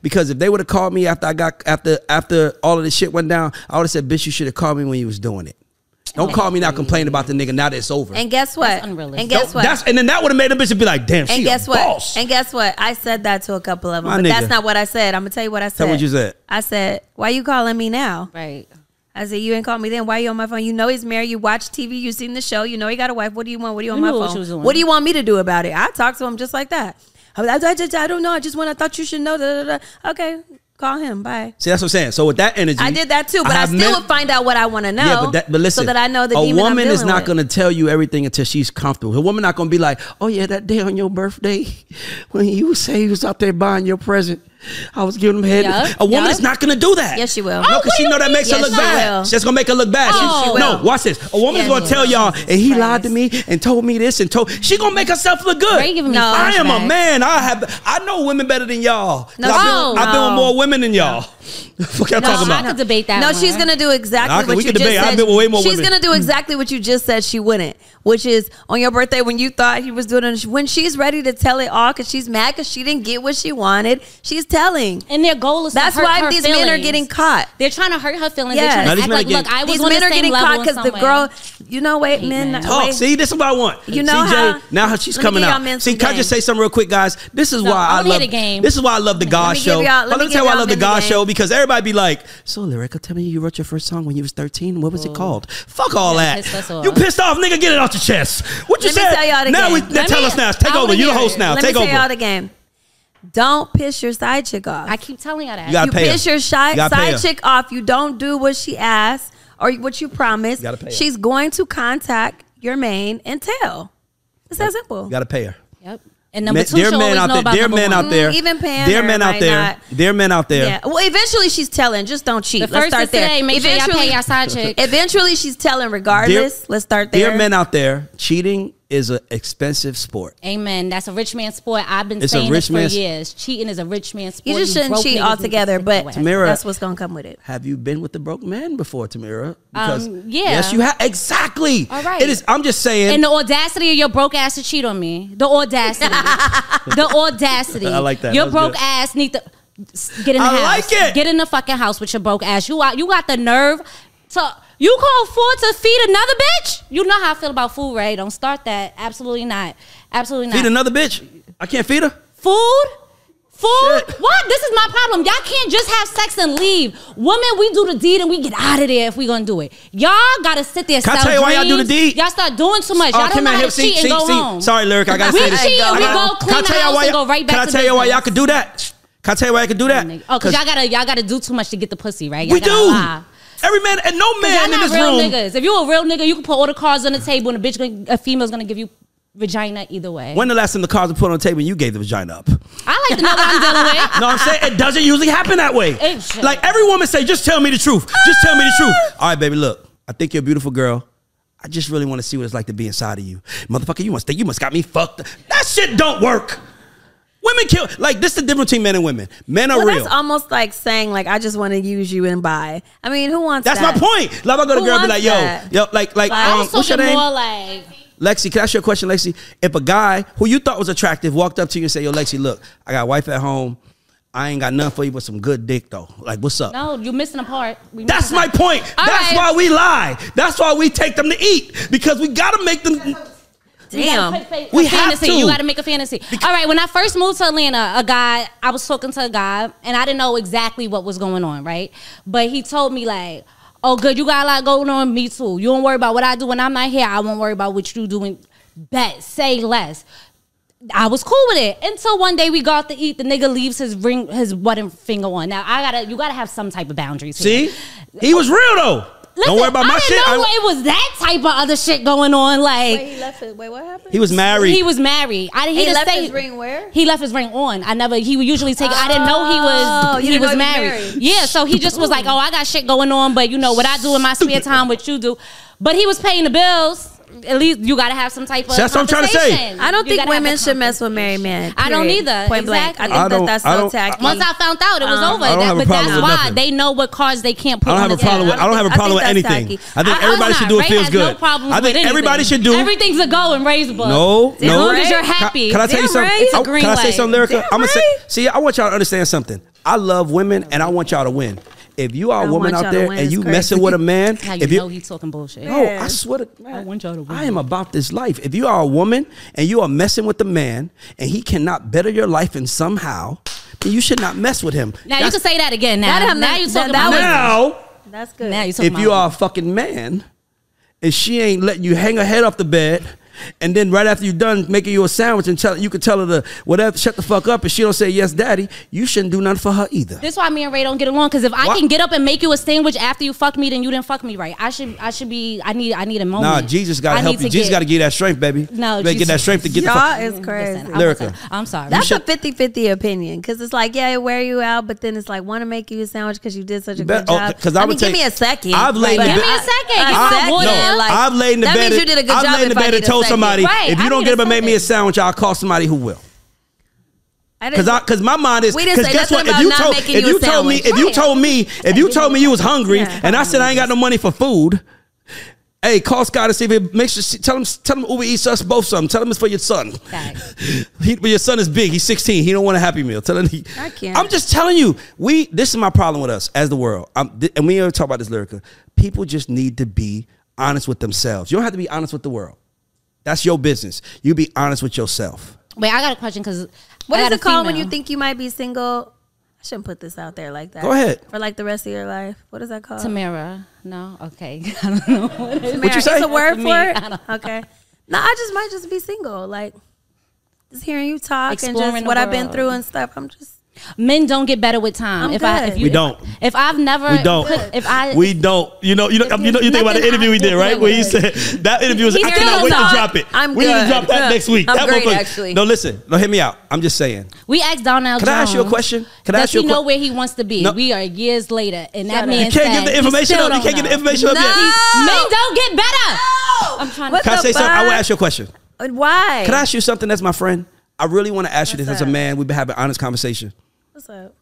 S1: Because if they would have called me after I got after after all of this shit went down, I would have said, "Bitch, you should have called me when you was doing it. Don't call me now
S3: mm.
S1: complaining about the nigga now that it's over."
S3: And guess what?
S2: That's unrealistic.
S3: And guess
S1: Don't-
S3: what?
S1: That's, and then that would have made a bitch be like, "Damn, she
S3: And guess
S1: a
S3: what?
S1: boss."
S3: And guess what? I said that to a couple of them,
S1: My
S3: but
S1: nigga.
S3: that's not what I said. I'm gonna tell you what I said.
S1: Tell me what you said.
S3: I said, "Why you calling me now?"
S2: Right.
S3: I said, "You ain't called me then. Why you on my phone? You know he's married. You watch TV. You seen the show. You know he got a wife. What do you want? What do you on
S2: You
S3: my
S2: knew what
S3: phone?
S2: you was doing.
S3: What do you want me to do about it?" I talked to him just like that. I, was, I, I just, I don't know. I just want. I thought you should know. Da, da, da. Okay, call him. Bye.
S1: See, that's what I'm saying. So with that energy,
S3: I did that too, but I,
S1: have
S3: still
S1: men-
S3: would find out what I want to know.
S1: Yeah, but, that, but listen,
S3: so that I know the
S1: a
S3: demon
S1: woman
S3: I'm
S1: is not
S3: going
S1: to tell you everything until she's comfortable. A woman not going to be like, "Oh yeah, that day on your birthday, when you say you was out there buying your present, I was giving him head."
S2: Yeah,
S1: a woman
S2: yeah.
S1: is not going to do that.
S3: Yes, she will.
S1: No,
S3: Oh,
S1: because she
S2: what
S1: know
S2: do
S1: that
S2: you
S1: makes her
S3: mean?
S1: look
S3: Yes, she
S1: bad.
S3: will. Oh,
S1: She's gonna make her look bad. She-
S2: Yes, she
S1: no,
S3: will.
S1: watch this. A woman's
S3: Yes,
S1: gonna
S3: she
S1: tell
S3: will.
S1: y'all, and he lied to me
S3: Christ.
S1: and told me this and told. She gonna make herself look good.
S2: Ray giving me
S1: I am a
S2: flashbacks.
S1: man. I have. I know women better than y'all. 'Cause
S3: No,
S1: I've,
S2: no,
S1: been, I've been
S3: no.
S1: with more women than y'all. <laughs> The fuck y'all
S2: No,
S1: talking
S2: I
S1: about?
S2: could debate that.
S3: no,
S2: one.
S3: she's gonna do
S1: I
S3: exactly
S1: can-
S3: what
S1: we
S3: you
S1: can
S3: just
S1: debate. I've
S3: said.
S1: been with way more
S3: she's
S1: women.
S3: gonna do exactly what you just said she wouldn't, which is on your birthday when you thought you was doing it. When she's ready to tell it all, because she's mad because she didn't get what she wanted, she's telling.
S2: And their goal is
S3: That's
S2: to hurt
S3: why
S2: her
S3: these
S2: feelings.
S3: men are getting caught.
S2: They're trying to hurt her feelings.
S3: Yes.
S2: They're
S3: Now,
S2: trying to
S1: these
S2: act
S1: men
S2: like,
S1: are getting-
S2: look, I was
S3: These
S2: on
S3: men
S2: the
S3: are
S2: same
S3: getting
S2: level
S3: caught
S2: in
S3: because
S2: some
S3: the
S2: way.
S3: girl, you know, wait, men.
S2: men.
S1: Talk.
S3: wait.
S1: See, this is what I want.
S3: You know
S1: CJ,
S3: how-
S1: now she's
S3: Let me
S1: coming
S3: give y'all
S1: out.
S3: men
S1: See,
S3: some
S1: can I just
S3: game.
S1: say something real quick, guys? This is
S2: No,
S1: why
S2: I
S1: I
S2: only
S1: love
S2: hit a game.
S1: This is why I love the God
S3: me give
S1: Show.
S3: y'all-
S1: But
S3: let me
S1: let me
S3: give
S1: tell you why I
S3: y'all
S1: love the
S3: men the
S1: God
S3: game.
S1: Show because everybody be like, "So, Lyrica, tell me you wrote your first song when you was 13. What was it called? Fuck all
S2: Yeah,
S1: that.
S2: pissed us off.
S1: You pissed off, nigga. Get it off your chest. What you
S3: Let me
S1: said?
S3: tell y'all the
S1: now
S3: game.
S1: we now
S2: Let
S1: tell
S2: me-
S1: us now.
S2: I
S1: Take
S2: wanna
S1: over. You the
S2: hear
S1: host
S2: it.
S1: now.
S3: Let
S1: Take
S3: me tell y'all
S1: over.
S3: the game. Don't piss your side chick off.
S2: I keep telling her that.
S1: You gotta
S3: you
S1: pay her.
S3: piss your shy,
S1: You gotta pay her.
S3: side chick off. You don't do what she asks or what you promise.
S1: You gotta pay her.
S3: She's going to contact your main and tell. It's that simple.
S1: You gotta pay her.
S2: yep. And number
S1: Men-
S2: two, she'll always
S1: out
S2: know
S1: there,
S2: about
S1: dear
S2: number
S1: men
S2: one.
S1: out there,
S3: Mm, even paying
S1: dear
S3: her
S1: men out
S3: might
S1: there,
S3: not.
S1: dear men out there.
S3: yeah. Well, eventually she's telling. Just don't cheat.
S2: The
S3: Let's
S2: first
S3: start
S2: is
S3: there.
S2: today. Make sure y'all
S3: eventually,
S2: pay your side
S3: <laughs>
S2: chick.
S3: eventually she's telling. Regardless, let's start there.
S1: Dear men out there, cheating is an expensive sport.
S2: Amen. That's a rich man sport. I've been
S1: It's a
S2: saying
S1: rich
S2: this for
S1: man's-
S2: years. Cheating is a rich man sport.
S3: you just shouldn't
S2: broke
S3: cheat
S2: niggas need to
S3: altogether.
S2: stick
S3: But
S2: with.
S1: Tamara-
S3: that's what's gonna come with it.
S1: Have you been with the broke man before, Tamira? Because
S2: Um, yeah.
S1: yes, you have. Exactly.
S2: All right.
S1: It is. I'm just saying.
S2: and the audacity of your broke ass to cheat on me.
S1: <laughs>
S2: The audacity. the audacity.
S1: I like that.
S2: Your
S1: That was
S2: broke
S1: good.
S2: ass need to get in the
S1: I
S2: house.
S1: like it.
S2: Get in the fucking house with your broke ass. You out, you got the nerve to you call four to feed another bitch? You know how I feel about food, right? Don't start that. Absolutely not. Absolutely not.
S1: feed another bitch. I can't feed her.
S2: Food? Food?
S1: Shit.
S2: What? This is my problem. Y'all can't just have sex and leave. Women, we do the deed and we get out of there if we gonna do it. Y'all gotta sit there.
S1: Can I
S2: sell
S1: tell you why y'all do the
S2: dreams.
S1: deed?
S2: Y'all start doing too much.
S1: Oh,
S2: y'all don't
S1: come
S2: know
S1: out
S2: how
S1: here.
S2: to
S1: See,
S2: cheat
S1: see,
S2: and go
S1: see.
S2: home.
S1: Sorry, Lyric. I gotta
S2: We
S1: say this.
S2: cheat and we
S1: Can I- can
S2: go
S1: I
S2: clean
S1: tell
S2: the
S1: y'all
S2: house
S1: why
S2: and
S1: y'all-
S2: go right
S1: Can
S2: back
S1: I
S2: to
S1: tell y'all why y'all
S2: business.
S1: could do that? Can I tell you why y'all could do that?
S2: Oh, cause y'all gotta y'all gotta do too much to get the pussy, right? Y'all
S1: we do.
S2: gotta lie.
S1: Every man and no
S2: Y'all
S1: man in
S2: not
S1: this
S2: real
S1: room.
S2: niggas. If you a real nigga, you can put all the cards on the table and a bitch gonna, a female's gonna give you vagina either way.
S1: When the last time the cards were put on the table and you gave the vagina up?
S2: I like to know what I'm dealing with.
S1: No, I'm saying it doesn't usually happen that way.
S2: It should.
S1: Like every woman say, just tell me the truth. Just tell me the
S3: Ah.
S1: truth. All right, baby, look. I think you're a beautiful girl. I just really want to see what it's like to be inside of you. Motherfucker, you must think you must got me fucked. up. That shit don't work. Women kill like this is the difference between men and women. Men are
S3: Well,
S1: real.
S3: that's almost like saying like I just want to use you and buy. I mean, who wants
S1: That's
S3: that?
S1: my point. Like I go to
S3: Who
S1: girl and be
S3: wants
S1: like, yo,
S3: that?
S1: yo, like like
S2: I
S1: um, <laughs>
S2: was
S1: what's your
S2: talking
S1: name?
S2: more like
S1: Lexi, can I ask you a question, Lexi? If a guy who you thought was attractive walked up to you and said, Yo, Lexi, look, I got a wife at home. I ain't got nothing for you but some good dick though. Like, what's up?
S2: no, you missing a part. We
S1: That's
S2: missing a
S1: my
S2: part.
S1: point.
S2: All
S1: That's
S2: right.
S1: why we lie. That's why we take them to eat because we gotta make them.
S2: You gotta
S3: Damn.
S2: put fa-
S1: We
S2: a
S1: have
S2: fantasy.
S1: to.
S2: You got to make a fantasy. All right. When I first moved to Atlanta, a guy I was talking to a guy, and I didn't know exactly what was going on, right? But he told me like, "Oh, good, you got a lot going on. Me too. You don't worry about what I do when I'm not here. I won't worry about what you doing. Bet, say less." I was cool with it until one day we go out to eat. The nigga leaves his ring, his wedding finger on. Now I gotta, you gotta have some type of boundaries. here.
S1: See, he was real though.
S2: Listen,
S1: Don't worry about
S2: I
S1: my
S2: didn't
S1: shit.
S2: Know
S1: I-
S2: it was that type of other shit going on. Like
S3: Wait, he left it. Wait, what happened?
S1: he was married.
S2: he was married. I didn't. He,
S3: He
S2: didn't
S3: left
S2: say-
S3: his ring where?
S2: He left his ring on. I never. He would usually take. it. I didn't know he
S3: Oh,
S2: was.
S3: you
S2: he
S3: didn't
S2: was
S3: know he was
S2: married.
S3: married.
S2: Yeah. So he just was like, "Oh, I got shit going on, but you know what I do in my spare time, what you do." But he was paying the bills. At least you got to have some type of.
S1: That's what I'm trying to say.
S2: conversation.
S3: I don't
S2: You
S3: think
S2: gotta have
S3: women
S2: a
S3: should mess with
S2: conversation.
S3: married men.
S2: I don't
S3: period.
S2: either.
S3: Point blank.
S1: I
S2: Exactly.
S3: I
S1: don't-
S3: think that that's
S1: I
S3: so
S1: don't-
S3: tacky.
S2: Once I found out, it was
S3: Um,
S2: over.
S1: I don't
S2: That-
S1: have a
S2: but
S1: problem
S2: that's
S1: with
S2: why
S1: nothing.
S2: they know what cards they can't put.
S1: I
S2: on
S1: don't have a
S2: the
S1: problem
S2: table.
S1: with. I don't have a
S3: I think-
S1: problem with
S3: I think that's
S1: anything.
S3: tacky.
S1: I think
S3: I-
S1: everybody
S2: Us
S1: should
S2: not.
S1: do what
S2: Ray
S1: feels
S2: has no
S1: good.
S2: problems
S1: I
S2: with
S1: think everybody
S2: anything.
S1: should do.
S2: Everything's a go in Ray's book.
S1: No,
S2: As
S1: no.
S2: long as you're
S3: Can-
S1: Can,
S2: happy.
S1: can I tell you
S3: Damn,
S1: something?
S3: Ray, it's a
S1: I-
S3: green
S1: can I say
S3: light.
S1: something, Lyrica?
S3: Damn,
S1: I'm gonna say.
S3: Ray.
S1: See, I want y'all to understand something. I love women, and I want y'all to win. If you are a
S3: I
S1: woman
S3: want
S1: out
S3: y'all to
S1: there
S3: win,
S1: and
S3: it's
S1: you
S3: crazy.
S1: messing with a man,
S2: Now you
S1: if you
S2: know he's talking bullshit.
S1: No, I
S3: Yeah.
S1: swear to man, I
S2: want y'all to win.
S1: am about this life. If you are a woman and you are messing with a man and he cannot better your life in somehow, then you should not mess with him.
S2: Now you can
S1: That's-
S2: say that again. Now,
S3: That I'm
S2: now
S3: not-
S2: you talking
S3: that- that
S2: about
S3: was-
S1: now,
S3: That's good.
S2: now you talking
S1: if
S2: about
S1: you are a fucking man and she ain't letting you hang her head off the bed, and then right after you're done making you a sandwich and tell you can tell her to whatever, shut the fuck up, and she don't say yes, daddy, you shouldn't do nothing for her either.
S2: This why me and Ray don't get along. Cause if I
S1: Why-
S2: can get up and make you a sandwich after you fuck me, then you didn't fuck me right. I should I should be I need I need a moment.
S1: Nah, Jesus gotta
S2: I
S1: help
S2: need
S1: you.
S2: to
S1: Jesus
S2: get-
S1: gotta give you that strength, baby.
S2: No,
S1: you better get that
S2: Jesus.
S1: strength to get the fuck.
S3: Y'all is crazy.
S2: Listen,
S1: Lyrica.
S2: I'm, I'm sorry.
S3: That's
S1: should-
S3: a 50 50 opinion because it's like, yeah, it wear you out, but then it's like, want to make you a sandwich because you did such a
S1: Bet-
S3: good job.
S1: oh, 'cause I
S3: I
S1: would
S3: mean, give
S1: take-
S3: me a second.
S1: I've laid
S3: Like,
S1: in the
S2: Give me a
S1: bed-
S2: second.
S3: I-
S2: Give
S3: I-
S2: me
S1: I,
S2: a water.
S1: no,
S3: like,
S1: I've laid in the
S3: that
S1: bed.
S3: means you did a good
S1: I've
S3: job
S1: laid in
S3: if
S1: the
S3: I
S1: bed and
S3: need a
S1: told
S3: second.
S1: somebody,
S2: Right,
S1: if you
S2: I
S1: don't
S2: need
S1: get
S2: a
S1: up and make me a
S2: second.
S1: sandwich, I'll call somebody who will.
S3: I
S1: Cause, I, cause my mind is,
S3: We didn't
S1: cause
S3: say
S1: guess what?
S3: nothing
S1: If
S3: about
S1: you
S3: not
S1: told,
S3: making
S1: if
S3: you a
S1: you told me,
S3: sandwich.
S1: if you
S3: Right.
S1: told me, if you told me you was hungry,
S3: Yeah.
S1: and I said I ain't got no money for food, hey, call Scott and see if it makes you. Tell him, tell him Uber Eats us both something. Tell him it's for your son.
S2: Facts.
S1: <laughs> He, but your son is big. He's 16. He don't want a happy meal. Tell him. He,
S3: I can't.
S1: I'm just telling you. We. This is my problem with us as the world. i and we ever talk about this lyrical. People just need to be honest with themselves. You don't have to be honest with the world. That's your business. You be honest with yourself.
S2: Wait, I got a question because
S3: What
S2: I
S3: is
S2: got
S3: it
S2: a
S3: called when
S2: female.
S3: you think you might be single? I shouldn't put this out there like that.
S1: Go ahead.
S3: For like the rest of your life. What is that called?
S2: Tamara? No, okay,
S3: <laughs>
S2: I don't know. What it
S1: What'd
S2: is.
S1: you
S3: Mary,
S1: say?
S3: It's a word
S2: To
S3: for
S2: me, I
S3: it.
S2: don't
S3: Okay. No, I just might just be single. Like just hearing you talk and
S2: Exploring
S3: just
S2: the
S3: what I've been
S2: world.
S3: through and stuff. I'm just
S2: Men don't get better with time.
S3: I'm
S2: if I, if
S3: good.
S2: you,
S1: We don't.
S2: If I've never,
S1: We don't.
S2: could- If I,
S1: we don't. You know. You know. You know. You think about the
S2: Nothing
S1: interview we did,
S2: I-
S1: right? Where you said that interview was.
S2: He's
S1: I cannot
S2: good.
S1: wait to
S2: No,
S1: drop it.
S3: I'm
S1: we need to
S3: good.
S1: drop that
S3: Good.
S1: next week.
S4: I'm
S1: That
S4: great,
S1: motherfucker-
S4: actually.
S1: No, listen. No, hear me out. I'm just saying.
S2: we asked Donnell.
S1: Can I ask you a
S2: Jones,
S1: question? Can I
S2: does
S1: ask you
S2: he
S1: a que-
S2: know where he wants to be?
S1: No.
S2: We are years later, and that
S3: up.
S2: man
S3: You
S1: You can't
S2: said
S1: give the
S2: he
S1: information
S2: still
S1: up. You
S2: don't
S1: can't give the
S2: know.
S1: information up yet.
S2: Men don't get better. I'm trying to.
S3: What
S1: Can I
S3: the
S1: say something? I will
S3: fuck?
S1: ask you a question.
S3: And uh, Why?
S1: Can I ask you something that's my friend? I really want to ask you
S3: What's
S1: this as a
S3: that?
S1: man. We've been having honest conversation.
S3: What's up?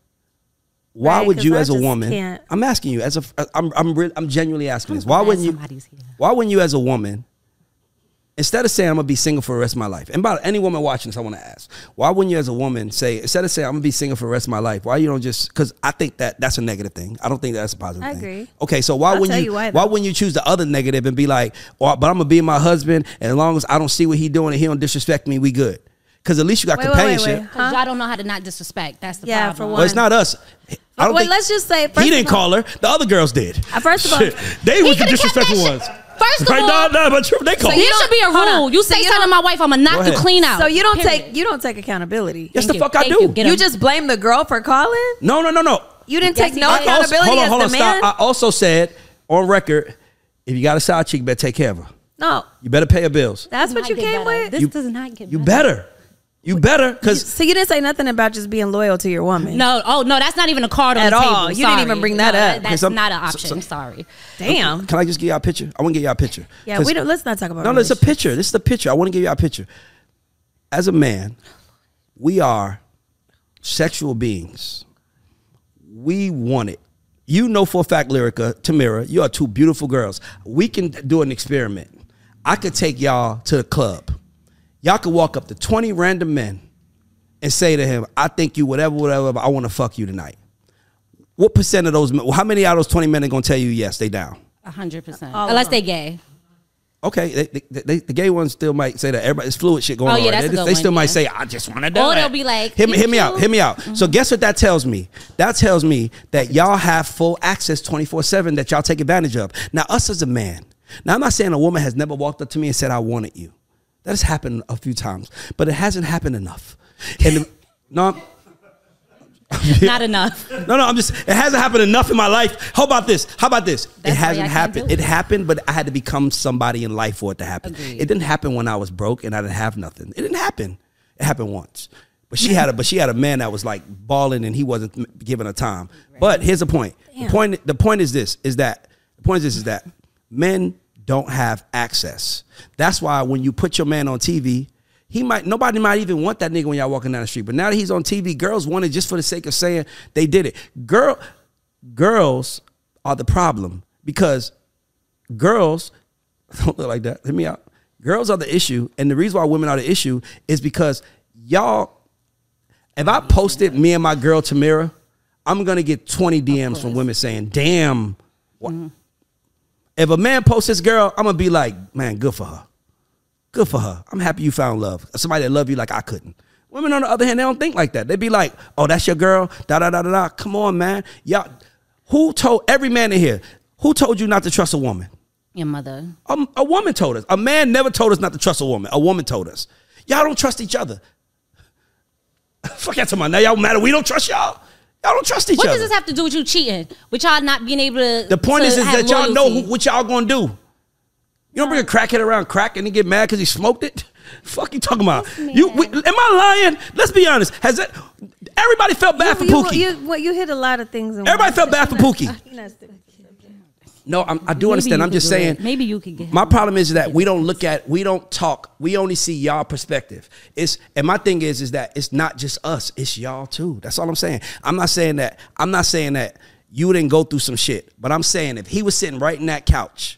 S1: Why
S3: Right,
S1: would
S3: 'cause
S1: you,
S3: I
S1: as a
S3: just
S1: woman,
S3: can't.
S1: I'm asking you as a, uh, I'm, I'm, re- I'm genuinely asking this. Why
S2: glad
S1: wouldn't you?
S2: somebody's here.
S1: Why wouldn't you, as a woman, instead of saying I'm gonna be single for the rest of my life, and by any woman watching this, I want to ask, why wouldn't you, as a woman, say instead of saying I'm gonna be single for the rest of my life, why you don't just? Because I think that that's a negative thing. I don't think that's a positive.
S3: I
S1: thing.
S3: agree.
S1: Okay, so why
S3: I'll
S1: wouldn't
S3: tell
S1: you?
S3: you
S1: why,
S3: why, though.
S1: wouldn't you choose the other negative and be like, oh, but I'm gonna be my husband, and as long as I don't see what he doing and he don't disrespect me, we good. Because at least you got
S3: Wait, wait, wait,
S1: companionship.
S3: wait.
S2: 'Cause Y'all don't know how to not disrespect. That's the
S3: Yeah, for
S2: problem.
S1: Well, it's
S3: One.
S1: not us. I don't
S3: Well,
S1: think-
S3: let's just say, first
S1: he
S3: of
S1: didn't
S3: all-
S1: call her. The other girls did.
S3: Uh, first of all-
S1: Shit, <laughs> they
S2: He
S1: was the
S2: coulda kept
S1: disrespectful
S2: that
S1: ones.
S2: shit- First of
S1: right?
S2: all-
S1: no, no, but true, they called.
S2: There should be a
S3: Hold on.
S2: rule. You
S3: So
S2: say
S3: you
S2: something to
S3: don't-
S2: my wife, I'ma knock you
S1: Oh. ahead.
S2: clean out.
S3: So you don't
S2: Period.
S3: take you don't take accountability.
S1: Yes, the
S2: Thank
S1: fuck
S2: you.
S1: I
S2: Thank
S1: do.
S2: you. Get
S1: You
S2: him.
S3: You just blame the girl for calling.
S1: No, no, no, no.
S3: You didn't
S2: Yes,
S3: take
S2: he
S3: no
S2: did.
S1: I also,
S3: accountability
S1: hold on, hold on,
S3: as the man.
S1: stop. I also said on record, if you got a side chick, you better take care of her.
S3: no,
S1: You better pay her bills.
S3: that's
S2: Does
S3: what
S2: not
S3: you
S2: get
S3: came
S2: better.
S3: with.
S2: This
S1: You-
S2: does not get
S1: You
S2: better.
S1: better. You better, because
S3: So you didn't say nothing about just being loyal to your woman.
S2: No, oh no, that's not even a card on
S3: At
S2: the
S3: all.
S2: table.
S3: You didn't
S2: Sorry.
S3: even bring that
S2: No,
S3: up.
S2: That's
S1: Okay, so-
S2: not an
S1: so-
S2: option.
S1: so-
S2: Sorry.
S3: damn.
S1: can I just give y'all a picture? I want to give y'all a picture.
S3: Yeah,
S1: 'Cause-
S3: we don't. Let's not talk about.
S1: No, no, it's a picture. This is the picture. I want to give y'all a picture. As a man, we are sexual beings. We want it. You know for a fact, Lyrica, Tamira, you are two beautiful girls. We can do an experiment. I could take y'all to the club. Y'all could walk up to 20 random men and say to him, I think you whatever, whatever, but I want to fuck you tonight. What percent of those men, how many out of those 20 men are going to tell you yes, they down?
S2: hundred percent.
S3: All of
S2: Unless
S3: them.
S2: they gay.
S1: Okay, they, they, they, the gay ones still might say that everybody it's fluid shit going
S2: Oh,
S1: on.
S2: yeah,
S1: right?
S2: that's
S1: they,
S2: a
S1: just-
S2: good
S1: they
S2: one,
S1: still might
S2: yeah.
S1: say, "I just want to do
S2: Or
S1: it."
S2: they'll be like,
S1: "Hit me,
S2: "You Mm-hmm.
S1: hit me out,
S2: cute."
S1: hit me out." So guess what that tells me? That tells me that y'all have full access twenty four seven that y'all take advantage of. Now us as a man, now I'm not saying a woman has never walked up to me and said, "I wanted you." That has happened a few times, but it hasn't happened enough. And the- <laughs> no, I'm-
S2: Not enough.
S1: no, no. I'm just. It hasn't happened enough in my life. How about this? How about this? it
S2: That's why
S1: hasn't
S2: I can't
S1: happened.
S2: do
S1: It
S2: it.
S1: happened, but I had to become somebody in life for it to happen.
S2: Agreed.
S1: It didn't happen when I was broke and I didn't have nothing. It didn't happen. It happened once. But she had a but she had a man that was like balling and he wasn't m- giving her time. But here's the point. The point the point is this is that the point is this is that men don't have access. That's why when you put your man on TV, he might nobody might even want that nigga when y'all walking down the street. But now that he's on TV, girls want it just for the sake of saying they did it. Girl girls are the problem because girls <laughs> don't look like that. Hit me out. Girls are the issue, and the reason why women are the issue is because y'all. If I posted me and my girl Tamira, I'm gonna get 20 DMs from women saying, "Damn." wha- If a man posts his girl, I'm gonna be like, "Man, good for her. Good for her. I'm happy you found love. Somebody that loved you like I couldn't." Women on the other hand, they don't think like that. They be like, "Oh, that's your girl." Da da da da da. Come on, man. Y'all, who told every man in here? Who told you not to trust a woman?
S2: Your mother.
S1: A, a woman told us. A man never told us not to trust a woman. A woman told us. Y'all don't trust each other. <laughs> Fuck that to my now. Y'all matter. We don't trust y'all. Y'all don't trust each
S2: What
S1: other.
S2: does this have to do with you cheating? With y'all not being able to
S1: the point
S2: to
S1: is, is
S2: have
S1: that y'all know
S2: loyalty?
S1: who, what y'all gonna do. You don't bring a crackhead around crack and he get mad because he smoked it. <laughs> Fuck you talking about? You we, am I lying? Let's be honest. Has that everybody felt bad
S3: You,
S1: for
S3: you,
S1: Pookie?
S2: <laughs>
S3: you, well, you hit a lot of things. In
S1: everybody
S3: one.
S1: felt bad for Pookie.
S3: Nothing.
S1: No, I'm, I do
S2: Maybe
S1: understand.
S2: you
S1: I'm
S2: could
S1: just
S2: do it.
S1: saying.
S2: Maybe you could get
S1: My
S2: help.
S1: problem is that we don't look at, we don't talk. We only see y'all perspective. It's and my thing is, is that it's not just us. It's y'all too. That's all I'm saying. I'm not saying that. I'm not saying that you didn't go through some shit. But I'm saying if he was sitting right in that couch,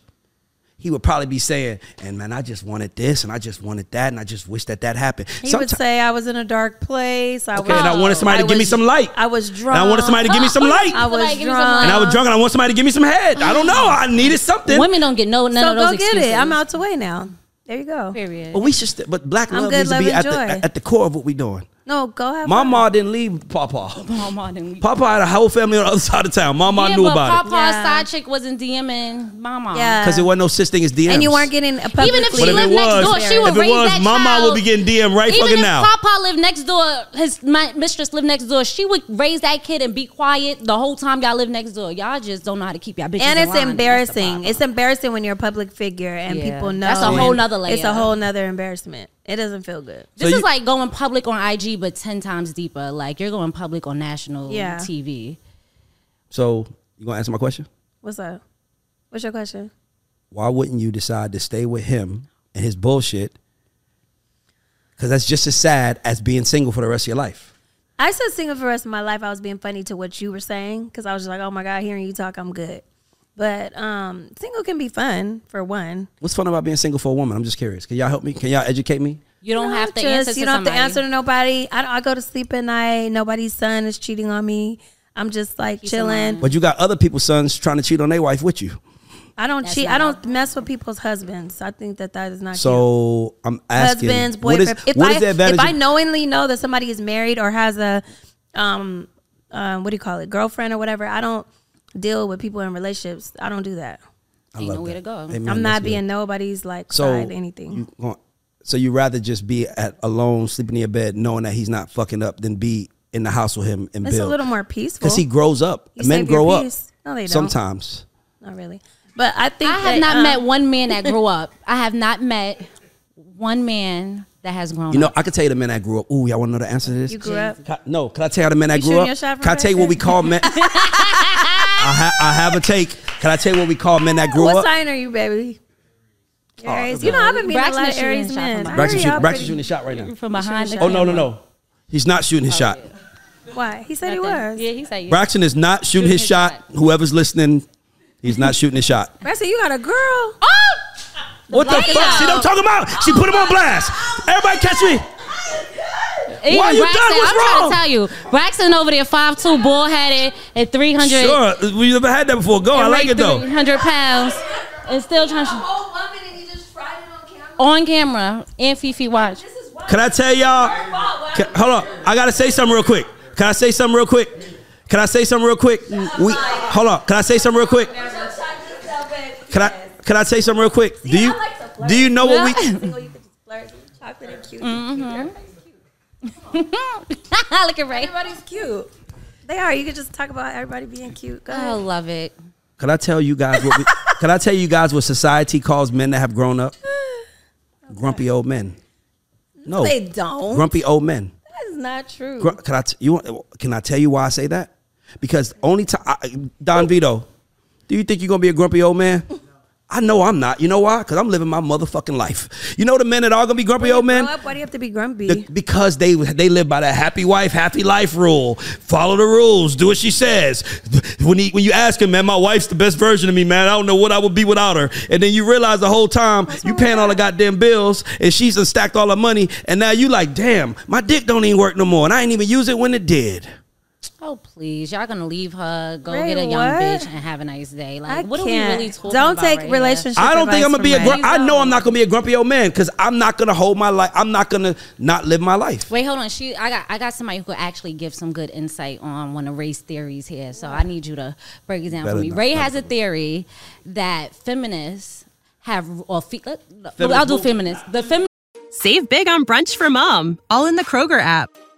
S1: he would probably be saying, "And man, I just wanted this, and I just wanted that, and I just wish that that happened."
S3: He would
S1: Someti-
S3: say I was in a dark place. I
S1: Okay, and I wanted somebody to
S3: I
S1: give me
S3: was-
S1: some light.
S3: I was drunk.
S1: And I wanted somebody to give me some light.
S3: <laughs> I was
S2: Like, give me some
S3: drunk.
S1: and I was
S2: light.
S1: drunk, and I want somebody to give me some head. I don't know. I needed something.
S2: Women don't get no none
S3: So
S2: of those
S3: go get
S2: excuses.
S3: it. I'm out the way now. There you go.
S2: Period.
S1: But we should. St- but black
S3: I'm
S1: love
S3: good,
S1: needs to
S3: love,
S1: be
S3: and
S1: at the,
S3: joy.
S1: at the core of what we're doing.
S3: No, go have
S1: My
S3: fun.
S1: mom didn't leave Papa.
S2: Mama didn't-
S1: Papa had a whole family on the other side of town. My mom
S2: yeah,
S1: knew
S2: but
S1: about it.
S2: Papa's
S3: Yeah.
S2: side chick wasn't DMing Mama.
S3: Yeah.
S1: Because it wasn't no such thing as DMs.
S3: and you weren't getting a publicly.
S2: Even if she
S1: But if it
S2: lived next door,
S1: was,
S2: she would
S1: if it
S2: raise
S1: was,
S2: that
S1: my mom
S2: child.
S1: would be getting DM right
S2: Even
S1: fucking
S2: if
S1: now.
S2: Papa lived next door, his my mistress lived next door. She would raise that kid and be quiet the whole time y'all live next door. Y'all just don't know how to keep y'all bitches.
S3: and
S2: in
S3: it's
S2: line.
S3: embarrassing.
S2: That's
S3: It's
S2: the problem.
S3: embarrassing when you're a public figure and
S2: Yeah.
S3: people know.
S2: That's a whole
S3: and
S2: nother
S3: It's a
S2: layer.
S3: whole nother embarrassment. It doesn't feel good.
S2: this
S1: So you-
S2: is like going public on IG, but ten times deeper. Like you're going public on national
S3: Yeah.
S2: TV.
S1: So you gonna answer my question?
S3: What's up? What's your question?
S1: Why wouldn't you decide to stay with him and his bullshit? Because that's just as sad as being single for the rest of your life.
S3: I said single for the rest of my life. I was being funny to what you were saying because I was just like, oh my god, hearing you talk, I'm good. But um, single can be fun for one.
S1: What's fun about being single for a woman? I'm just curious. Can y'all help me? Can y'all educate me?
S2: You don't
S3: No,
S2: have to
S3: just-
S2: answer.
S3: You
S2: to
S3: don't
S2: somebody.
S3: have to answer to nobody. I, don't- I go to sleep at night. Nobody's son is cheating on me. I'm just like
S2: Peace of
S3: chilling.
S1: But you got other people's sons trying to cheat on their wife with you.
S3: I don't
S2: That's
S3: cheat.
S2: not
S3: I don't mess with people's husbands. I think that that is not cute.
S1: So I'm asking,
S3: husbands,
S1: what
S3: boyfriends.
S1: is,
S3: if
S1: what
S3: I
S1: is the advantage?
S3: if I
S1: of-
S3: knowingly know that somebody is married or has a um um what do you call it girlfriend or whatever, I don't deal with people in relationships. I don't do that.
S1: I
S2: Ain't
S1: love
S2: no way
S1: that.
S2: to go.
S1: Amen.
S3: I'm
S1: Mm, That's
S3: not
S1: good.
S3: being nobody's like
S1: so
S3: side anything.
S1: You gon- so you rather just be at alone, sleeping in your bed, knowing that he's not fucking up, than be in the house with him and
S3: it's
S1: build.
S3: a little more peaceful.
S1: because he grows up.
S3: You
S1: Men
S3: save your
S1: grow up
S3: peace. No, they don't.
S1: sometimes.
S3: not really. But I think
S2: I have
S3: that,
S2: not
S3: um,
S2: met one man that grew up. I have not met one man that has grown
S1: You know,
S2: up.
S1: I could tell you the men that grew up. Ooh, y'all want to know the answer to this?
S3: You grew up.
S1: Can- no, can I tell you the men that
S3: You
S1: grew
S3: shooting
S1: up?
S3: your shot from
S1: Can I
S3: back
S1: tell you what we
S3: there?
S1: call men? I,
S3: <laughs>
S1: ha- <laughs> I have a take. Can I tell you what we call men that grew
S3: what
S1: up? Oh,
S3: sign are you, baby? You're Aries. You know, I've been meeting a
S2: Braxton
S3: lot of
S2: shooting
S3: Aries
S2: his shot
S3: men.
S2: from
S3: I
S2: behind.
S1: Braxton
S3: heard
S1: shoot, Braxton's
S3: y'all pretty-
S1: shooting his shot right now.
S2: from behind the
S1: Oh no, no,
S2: camera.
S1: no. He's not shooting
S3: Oh,
S1: his shot.
S3: Why? He said he was.
S2: Yeah, he said yeah.
S1: Braxton is not shooting his shot. Whoever's listening, he's not shooting his <laughs> shot.
S3: Braxton, you got a girl.
S2: Oh,
S1: What the
S2: Blackout.
S1: fuck? She don't talk about. She put him on blast. Everybody catch me.
S2: Even
S1: Why you done?
S2: Braxton,
S1: What's
S2: I'm trying
S1: wrong?
S2: to tell you, Braxton over there, five two, bald headed, at three hundred.
S1: Sure, we never had that before. Go, I like it though.
S2: Three hundred pounds, and still trying to Oh.
S4: whole woman and you just fried it on camera.
S2: on camera and Fifi watch. <laughs>
S4: This is wild.
S1: Can I tell y'all? Ca- hold on, I gotta say something real quick. Can I say something real quick? Can I say something real quick? We hold on. Can I say something real quick? Can I? Can I say something real quick? Do you do you know what we?
S3: Chocolate and cute.
S2: Mm-hmm. Look at Ray.
S3: Everybody's cute. They are. You could just talk about everybody being cute. Go
S2: I
S1: Oh.
S3: ahead.
S2: love it.
S1: <laughs> Can I tell you guys <laughs> what? We, can I tell you guys what society calls men that have grown up? Grumpy old men. No,
S3: They don't.
S1: grumpy old men.
S3: That is not true.
S1: Gr- Can I t- you want- can I tell you why I say that? Because only time Don Vito, do you think you're gonna be a grumpy old man? I know I'm not. You know why? Because I'm living my motherfucking life. You know the men that are gonna be grumpy old men.
S3: Grow up, why do you have to be grumpy?
S1: The- because they they live by that happy wife, happy life rule. Follow the rules. Do what she says. When he, when you ask him, man, my wife's the best version of me, man. I don't know what I would be without her. And then you realize the whole time you paying all the goddamn bills, and she's done stacked all her money, and now you like, damn, my dick don't even work no more, and I ain't even use it when it did.
S2: Oh please, y'all gonna leave her, go
S3: Ray,
S2: get a young
S3: what?
S2: bitch, and have a nice day. Like,
S3: I
S2: what are
S3: can't.
S2: we really talking
S3: don't
S2: about?
S3: take
S2: right here?
S3: relationship.
S1: I don't think I'm gonna be a.
S3: grumpy.
S1: Gr- I know I'm not gonna be a grumpy old man because I'm not gonna hold my life. I'm not gonna not live my life.
S2: Wait, hold on. She, I got, I got somebody who could actually give some good insight on one of Ray's theories here. So I need you to break it down
S1: Better
S2: for me.
S1: not.
S2: Ray has a theory that feminists have, or fe- let- I'll
S1: Feminist
S2: do
S1: who?
S2: feminists. The feminists.
S5: Save big on brunch for mom, all in the Kroger app.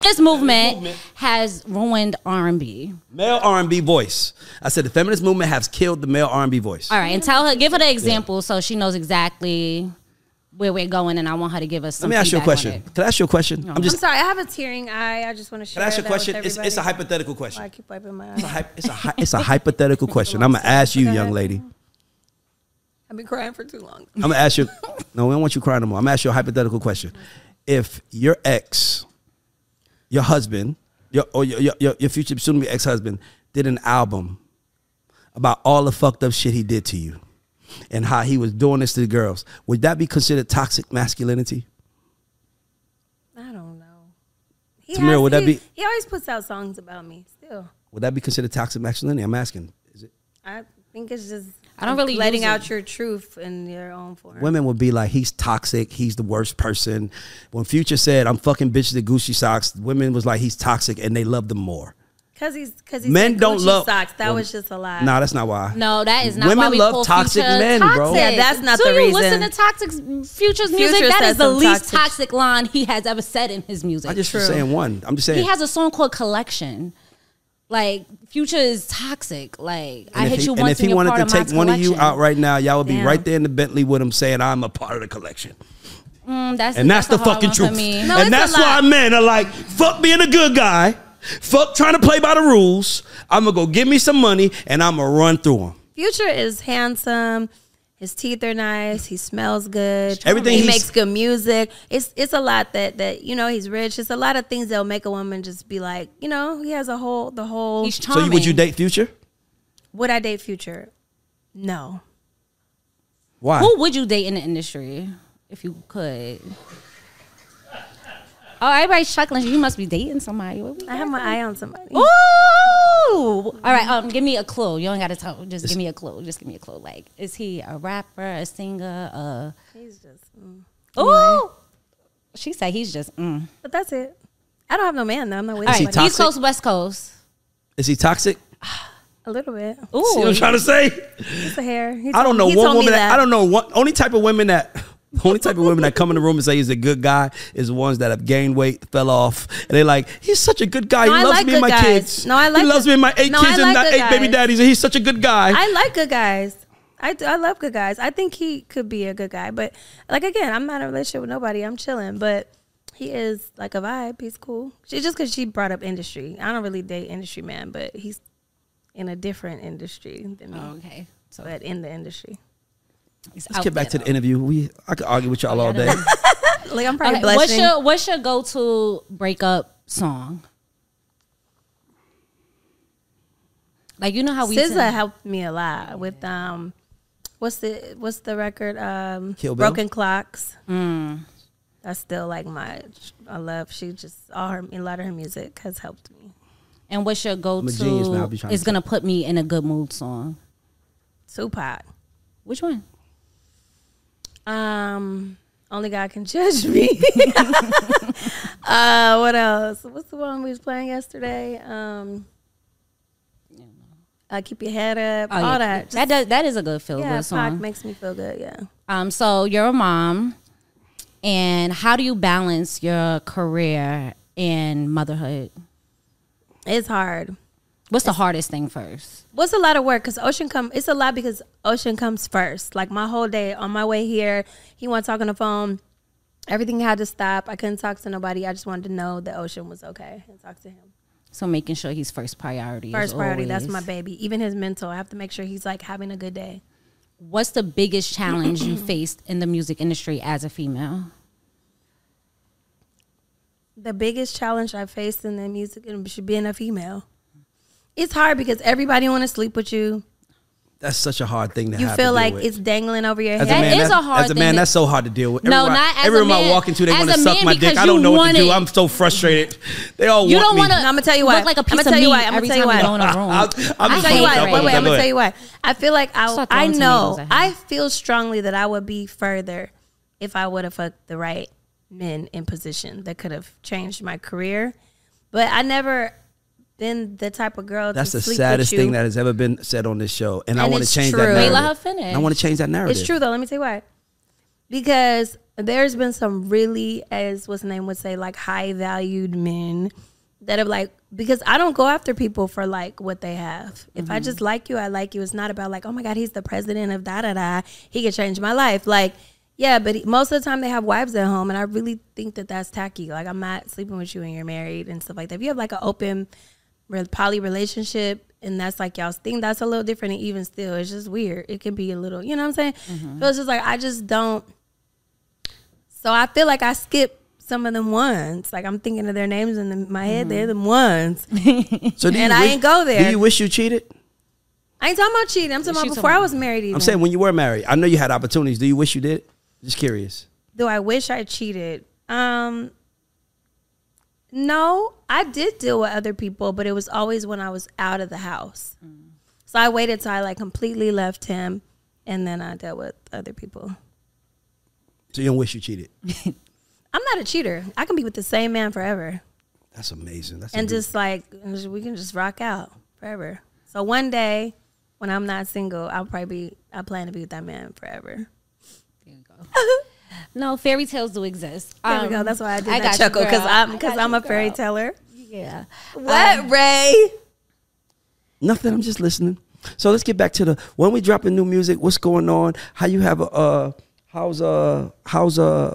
S2: This movement has ruined R&B.
S1: Male R&B voice. I said the feminist movement has killed the male R&B voice.
S2: All right, and tell her, give her the example so she knows exactly where we're going, and I want her to give us.
S1: Let
S2: Some
S1: me ask you a
S2: feedback on
S1: question.
S2: it.
S1: Can I ask you a question? I'm
S3: I'm
S1: just.
S3: sorry, I have a tearing eye. I just want to
S1: Can
S3: share.
S1: I ask you a
S3: that with
S1: question? It's, it's a
S3: everybody.
S1: hypothetical
S3: Why I
S1: question.
S3: keep wiping my
S1: It's a
S3: eye.
S1: hy- It's a,
S3: <laughs>
S1: hy- it's a hypothetical question. I'm gonna ask you, young lady.
S3: I've been crying for too long.
S1: I'm gonna ask
S3: <laughs>
S1: you. No, we don't want you crying no more. I'm gonna ask you a hypothetical question. If your ex, your husband, your or your your- your, your future soon to be ex husband did an album about all the fucked up shit he did to you and how he was doing this to the girls, would that be considered toxic masculinity?
S3: I don't know. He
S1: Tamira,
S3: has-
S1: would that
S3: he-
S1: be-
S3: He always puts out songs about me. Still,
S1: Would that be considered toxic masculinity? I'm asking. Is it,
S3: I think it's just.
S2: I don't really
S3: letting
S2: use it.
S3: out your truth in your own form.
S1: women would be like, he's toxic. He's the worst person. When Future said, I'm fucking bitches to Gucci socks, women was like, he's toxic, and they loved him more.
S3: Because he's because he's
S1: Men don't love
S3: socks. That
S1: Well,
S3: was just a lie.
S1: Nah, that's not why.
S2: Uh, No, that is not
S1: Women
S2: why we
S1: love
S2: pull
S1: toxic
S2: Future
S1: men,
S2: toxic.
S1: bro.
S3: Yeah, that's not
S2: Do
S3: the
S2: you
S3: reason.
S2: listen to Toxic Future's music?
S3: Future
S2: that
S3: says
S2: is the
S3: some
S2: least
S3: toxic-
S2: toxic line he has ever said in his music.
S1: I just
S3: True.
S1: was saying one. I'm just saying.
S2: He has a song called Collection. Like Future is toxic. Like I
S1: and if
S2: hit
S1: he-
S2: you
S1: and
S2: once,
S1: if he
S2: you're
S1: wanted
S2: part
S1: to
S2: of my
S1: take one of you
S2: collection.
S1: out right now, y'all would be
S3: Damn.
S1: right there in the Bentley with him saying, "I'm a part of the collection,"
S2: Mm, that's,
S1: and that's, the
S2: a hard
S1: fucking
S2: one for
S1: truth.
S2: me.
S3: No,
S1: and
S3: it's a
S1: that's why
S3: lot.
S1: men are like, "Fuck being a good guy, fuck trying to play by the rules. I'm gonna go give me some money and I'm gonna run through them."
S3: Future is handsome. His teeth are nice. He smells good.
S1: Everything
S3: he
S1: he's-
S3: makes good music. It's it's a lot that that you know he's rich. It's a lot of things that'll make a woman just be like you know he has a whole the whole.
S2: He's
S1: So,
S2: charming.
S1: you, would you date Future?
S3: would I date Future? No.
S1: Why?
S2: Who would you date in the industry if you could? Oh, everybody's chuckling. You must be dating somebody. What we-
S3: I have my eye on somebody.
S2: Ooh! All right. Um, give me a clue. You don't got to tell. Just give me a clue. Just give me a clue. Like, is he a rapper, a singer?
S3: He's just. mm.
S2: Uh, ooh. She said he's just. Mm.
S3: But that's it. I don't have no man though. I'm not with
S2: All
S1: he
S2: right.
S3: anybody.
S1: toxic?
S2: East Coast, West Coast.
S1: Is he toxic?
S3: a little bit.
S2: Ooh.
S1: See what I'm trying to say?
S3: It's the hair. He
S1: I
S3: told-
S1: don't know
S3: he
S1: one
S3: told me
S1: woman that, I don't know one only type of women that <laughs> only type of women that come in the room and say he's a good guy is the ones that have gained weight, fell off, and they're like, he's such a good guy.
S3: No,
S1: he
S3: I
S1: loves
S3: like
S1: me and
S3: good
S1: my
S3: guys.
S1: kids.
S3: No, I like
S1: He loves
S3: good-
S1: me and my eight
S3: No,
S1: kids
S3: I
S1: and
S3: like
S1: not
S3: good
S1: eight baby
S3: guys.
S1: daddies, and he's such a good guy.
S3: I like good guys. I do. I love good guys. I think he could be a good guy, but like again, I'm not in a relationship with nobody. I'm chilling, but he is like a vibe. He's cool. She just because she brought up industry. I don't really date industry man, but he's in a different industry than me.
S2: Oh, Okay. So
S3: But in the industry,
S2: he's
S1: Let's
S2: out
S1: get back to
S2: there,
S1: the interview. We I could argue with y'all all
S3: <laughs>
S1: day.
S3: like I'm
S2: though.
S3: probably
S2: Okay,
S3: blushing.
S2: What's your What's your go to breakup song? Like you know how we
S3: SZA
S2: sing-
S3: helped me a lot with um, what's the what's the record? Um,
S1: Kill Bill?
S3: Broken Clocks.
S2: Mm.
S3: That's still like my I love. She just all her a lot of her music has helped me.
S2: and what's your go
S1: a genius now, I'll be
S2: to
S1: trying
S2: is
S1: to-
S2: gonna put me in a good mood song.
S3: Tupac.
S2: Which one?
S3: Um, only God can judge me. <laughs> uh, what else? What's the one we was playing yesterday? Um, uh, keep your head up. all
S2: Oh, yeah.
S3: that.
S2: that does, that is a good feel
S3: yeah,
S2: good
S3: Pac
S2: song.
S3: makes me feel good. Yeah.
S2: Um, so you're a mom, and how do you balance your career and motherhood?
S3: It's hard.
S2: What's the hardest thing first?
S3: What's a lot of work because Ocean come. It's a lot because Ocean comes first. Like my whole day on my way here, he wasn't talking on the phone. Everything had to stop. I couldn't talk to nobody. I just wanted to know that Ocean was okay and talk to him.
S2: So making sure he's first priority. is
S3: First priority. That's my
S2: always-
S3: baby. Even his mental. I have to make sure he's like having a good day.
S2: What's the biggest challenge you faced in the music industry as a female?
S3: The biggest challenge I faced in the music industry being a female. It's hard because everybody want to sleep with you.
S1: That's such a hard thing to
S3: You
S1: have to
S3: feel
S1: deal
S3: like
S1: with.
S3: it's dangling over your
S1: As
S3: head.
S1: a man,
S2: is
S1: that's-
S2: a hard
S1: As a
S2: thing
S1: man,
S2: to-
S1: that's so hard to deal with.
S2: No,
S1: Everyone-
S2: not as a
S1: everyone I
S2: man.
S1: walk into, they
S2: As
S1: want to
S2: a
S1: suck
S2: man
S1: my dick.
S2: because
S1: I don't
S2: you
S1: know what
S2: want
S1: to do.
S2: it.
S1: I'm so frustrated. They all
S2: You
S1: want
S2: don't
S1: me.
S2: want to.
S3: I'ma tell you why.
S2: Look like a
S3: I'ma
S2: piece
S3: tell
S2: of
S3: you
S2: meat
S3: why. I'ma
S2: every
S3: tell you
S2: time
S3: why.
S2: go in a room.
S1: I'll- I'm
S3: I'll
S1: just
S3: tell
S1: fucked
S3: you why.
S1: up.
S3: Wait, wait, <laughs> I'm
S1: Go
S3: gonna
S1: ahead.
S3: tell you why. I feel like I,
S2: Start
S3: I
S2: throwing
S3: know,
S2: tomatoes at him.
S3: I feel strongly that I would be further if I would have fucked the right men in position that could have changed my career. But I never been the type of girl.
S1: That's
S3: to
S1: the
S3: sleep
S1: saddest
S3: with you.
S1: thing that has ever been said on this show, and, I
S3: And
S1: want to
S3: it's
S1: change
S3: true.
S1: that.
S3: Wait,
S1: narrative.
S2: let her finish.
S1: I want to change that narrative.
S3: It's true though. Let me tell you why. because there's been some really, as what's the name would say, like high valued men that have like because I don't go after people for like what they have. If I just like you, I like you. It's not about like oh my god, he's the president of da da da. He could change my life. Like yeah, but he- most of the time they have wives at home, and I really think that that's tacky. Like I'm not sleeping with you and you're married and stuff like that. If you have like an open re- poly relationship and that's like y'all's thing that's a little different and even still it's just weird it can be a little you know what i'm saying but it's just like i just don't so i feel like i skip some of them ones like i'm thinking of their names in the, my head they're the ones
S1: So do
S3: And I ain't go there.
S1: Do you wish you cheated?
S3: i ain't talking about cheating i'm talking about
S2: She's
S3: before i
S2: talking-
S3: was married even.
S1: I'm saying when you were married. I know you had opportunities. Do you wish you did? Just curious.
S3: do I wish I cheated? Um no, I did deal with other people, but it was always when I was out of the house. So I waited till I like completely left him and then I dealt with other people.
S1: So you don't wish you cheated.
S3: I'm not a cheater. I can be with the same man forever.
S1: That's amazing. That's
S3: and
S1: amazing.
S3: just like we can just rock out forever. So one day when I'm not single, I'll probably be I plan to be with that man forever.
S2: No, fairy tales do exist.
S3: <laughs> There we
S2: Um,
S3: go. That's why I did
S2: I
S3: that
S2: got you,
S3: chuckle because
S2: girl.
S3: I'm
S2: I
S3: because
S2: got
S3: I'm
S2: you,
S3: a fairy
S2: girl.
S3: teller.
S2: Yeah.
S3: What, Ray?
S1: Nothing. I'm just listening. So let's get back to the when we dropping new music. What's going on? How you have a uh, how's uh how's uh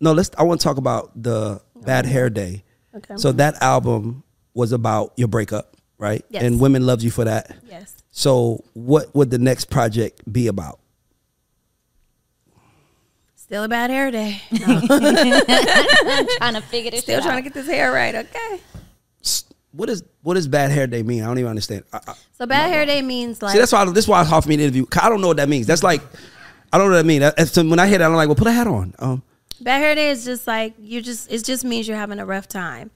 S1: no. Let's. I want to talk about the Bad Hair Day.
S3: Okay.
S1: So that album was about your breakup, right?
S3: Yes.
S1: And women loved you for that.
S3: Yes.
S1: So what would the next project be about?
S3: Still a bad hair day.
S2: Trying to figure this
S3: Still
S2: shit
S3: trying to
S2: out.
S3: get this hair right. Okay.
S1: What is what does Bad Hair Day mean? I don't even understand. I, I,
S3: So bad hair day means like
S1: See, that's why this is why it's hard for me to interview. 'cause I don't know what that means. That's like, I don't know what that means. That's- so when I hear that, I'm like, well, put a hat on. Um,
S3: bad hair day is just like you just it just means you're having a rough time,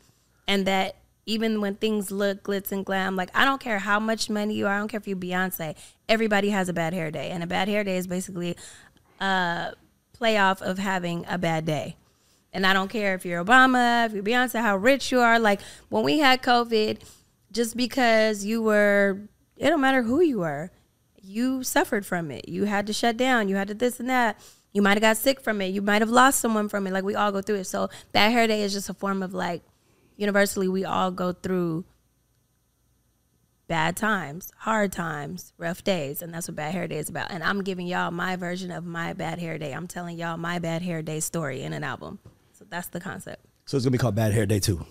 S3: and that even when things look glitz and glam, like I don't care how much money you are, I don't care if you're Beyonce, everybody has a bad hair day, and a bad hair day is basically a playoff of having a bad day. And I don't care if you're Obama, if you're Beyonce, how rich you are. Like when we had COVID, just because you were, it don't matter who you were, you suffered from it. You had to shut down. You had to this and that. You might have got sick from it. You might have lost someone from it. Like we all go through it. So that hair day is just a form of like, universally, we all go through bad times, hard times, rough days, and that's what bad hair day is about. And I'm giving y'all my version of my bad hair day. I'm telling y'all my bad hair day story in an album. So that's the concept.
S1: so it's gonna be called Bad Hair Day too.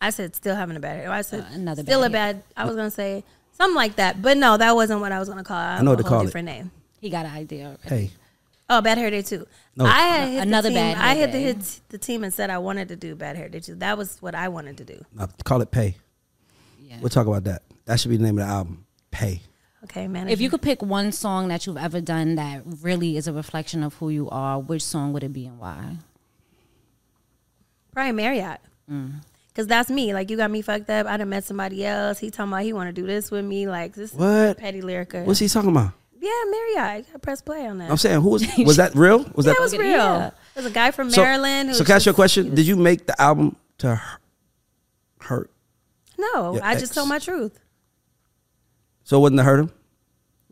S3: I said still having a bad hair. I said
S2: Uh, another
S3: still
S2: bad
S3: a bad. I was gonna say something like that, but no, that wasn't what I was gonna call. it. I
S1: know what
S3: a
S1: to
S3: whole
S1: call it.
S3: different name.
S2: He got an idea. already.
S1: Hey,
S3: Oh, bad hair day too. I had hit
S2: Another
S3: the team,
S2: Bad Hair
S3: I had
S2: Day.
S3: to hit the team and said I wanted to do bad hair day too. That was what I wanted to do.
S1: uh, call it Pay. We'll talk about that. That should be the name of the album. Pay.
S3: Okay, man.
S2: If you could pick one song that you've ever done that really is a reflection of who you are, which song would it be and why?
S3: Probably Marriott.
S2: Mm.
S3: Cause that's me. Like you got me fucked up. I done met somebody else. He talking about he want to do this with me. Like this is
S1: What?
S3: petty lyrica.
S1: What's he talking about?
S3: yeah, Marriott. I press play on that.
S1: I'm saying,
S3: <laughs>
S1: who was was that real? Was
S3: that
S1: that
S3: was real.
S2: Yeah.
S3: There's a guy from
S1: So-
S3: Maryland. Who
S1: So,
S3: was
S1: can I ask you a
S3: just-
S1: question? Did you make the album to her? hurt?
S3: No,
S1: Your
S3: I
S1: ex.
S3: just told my truth.
S1: So it wasn't to hurt him.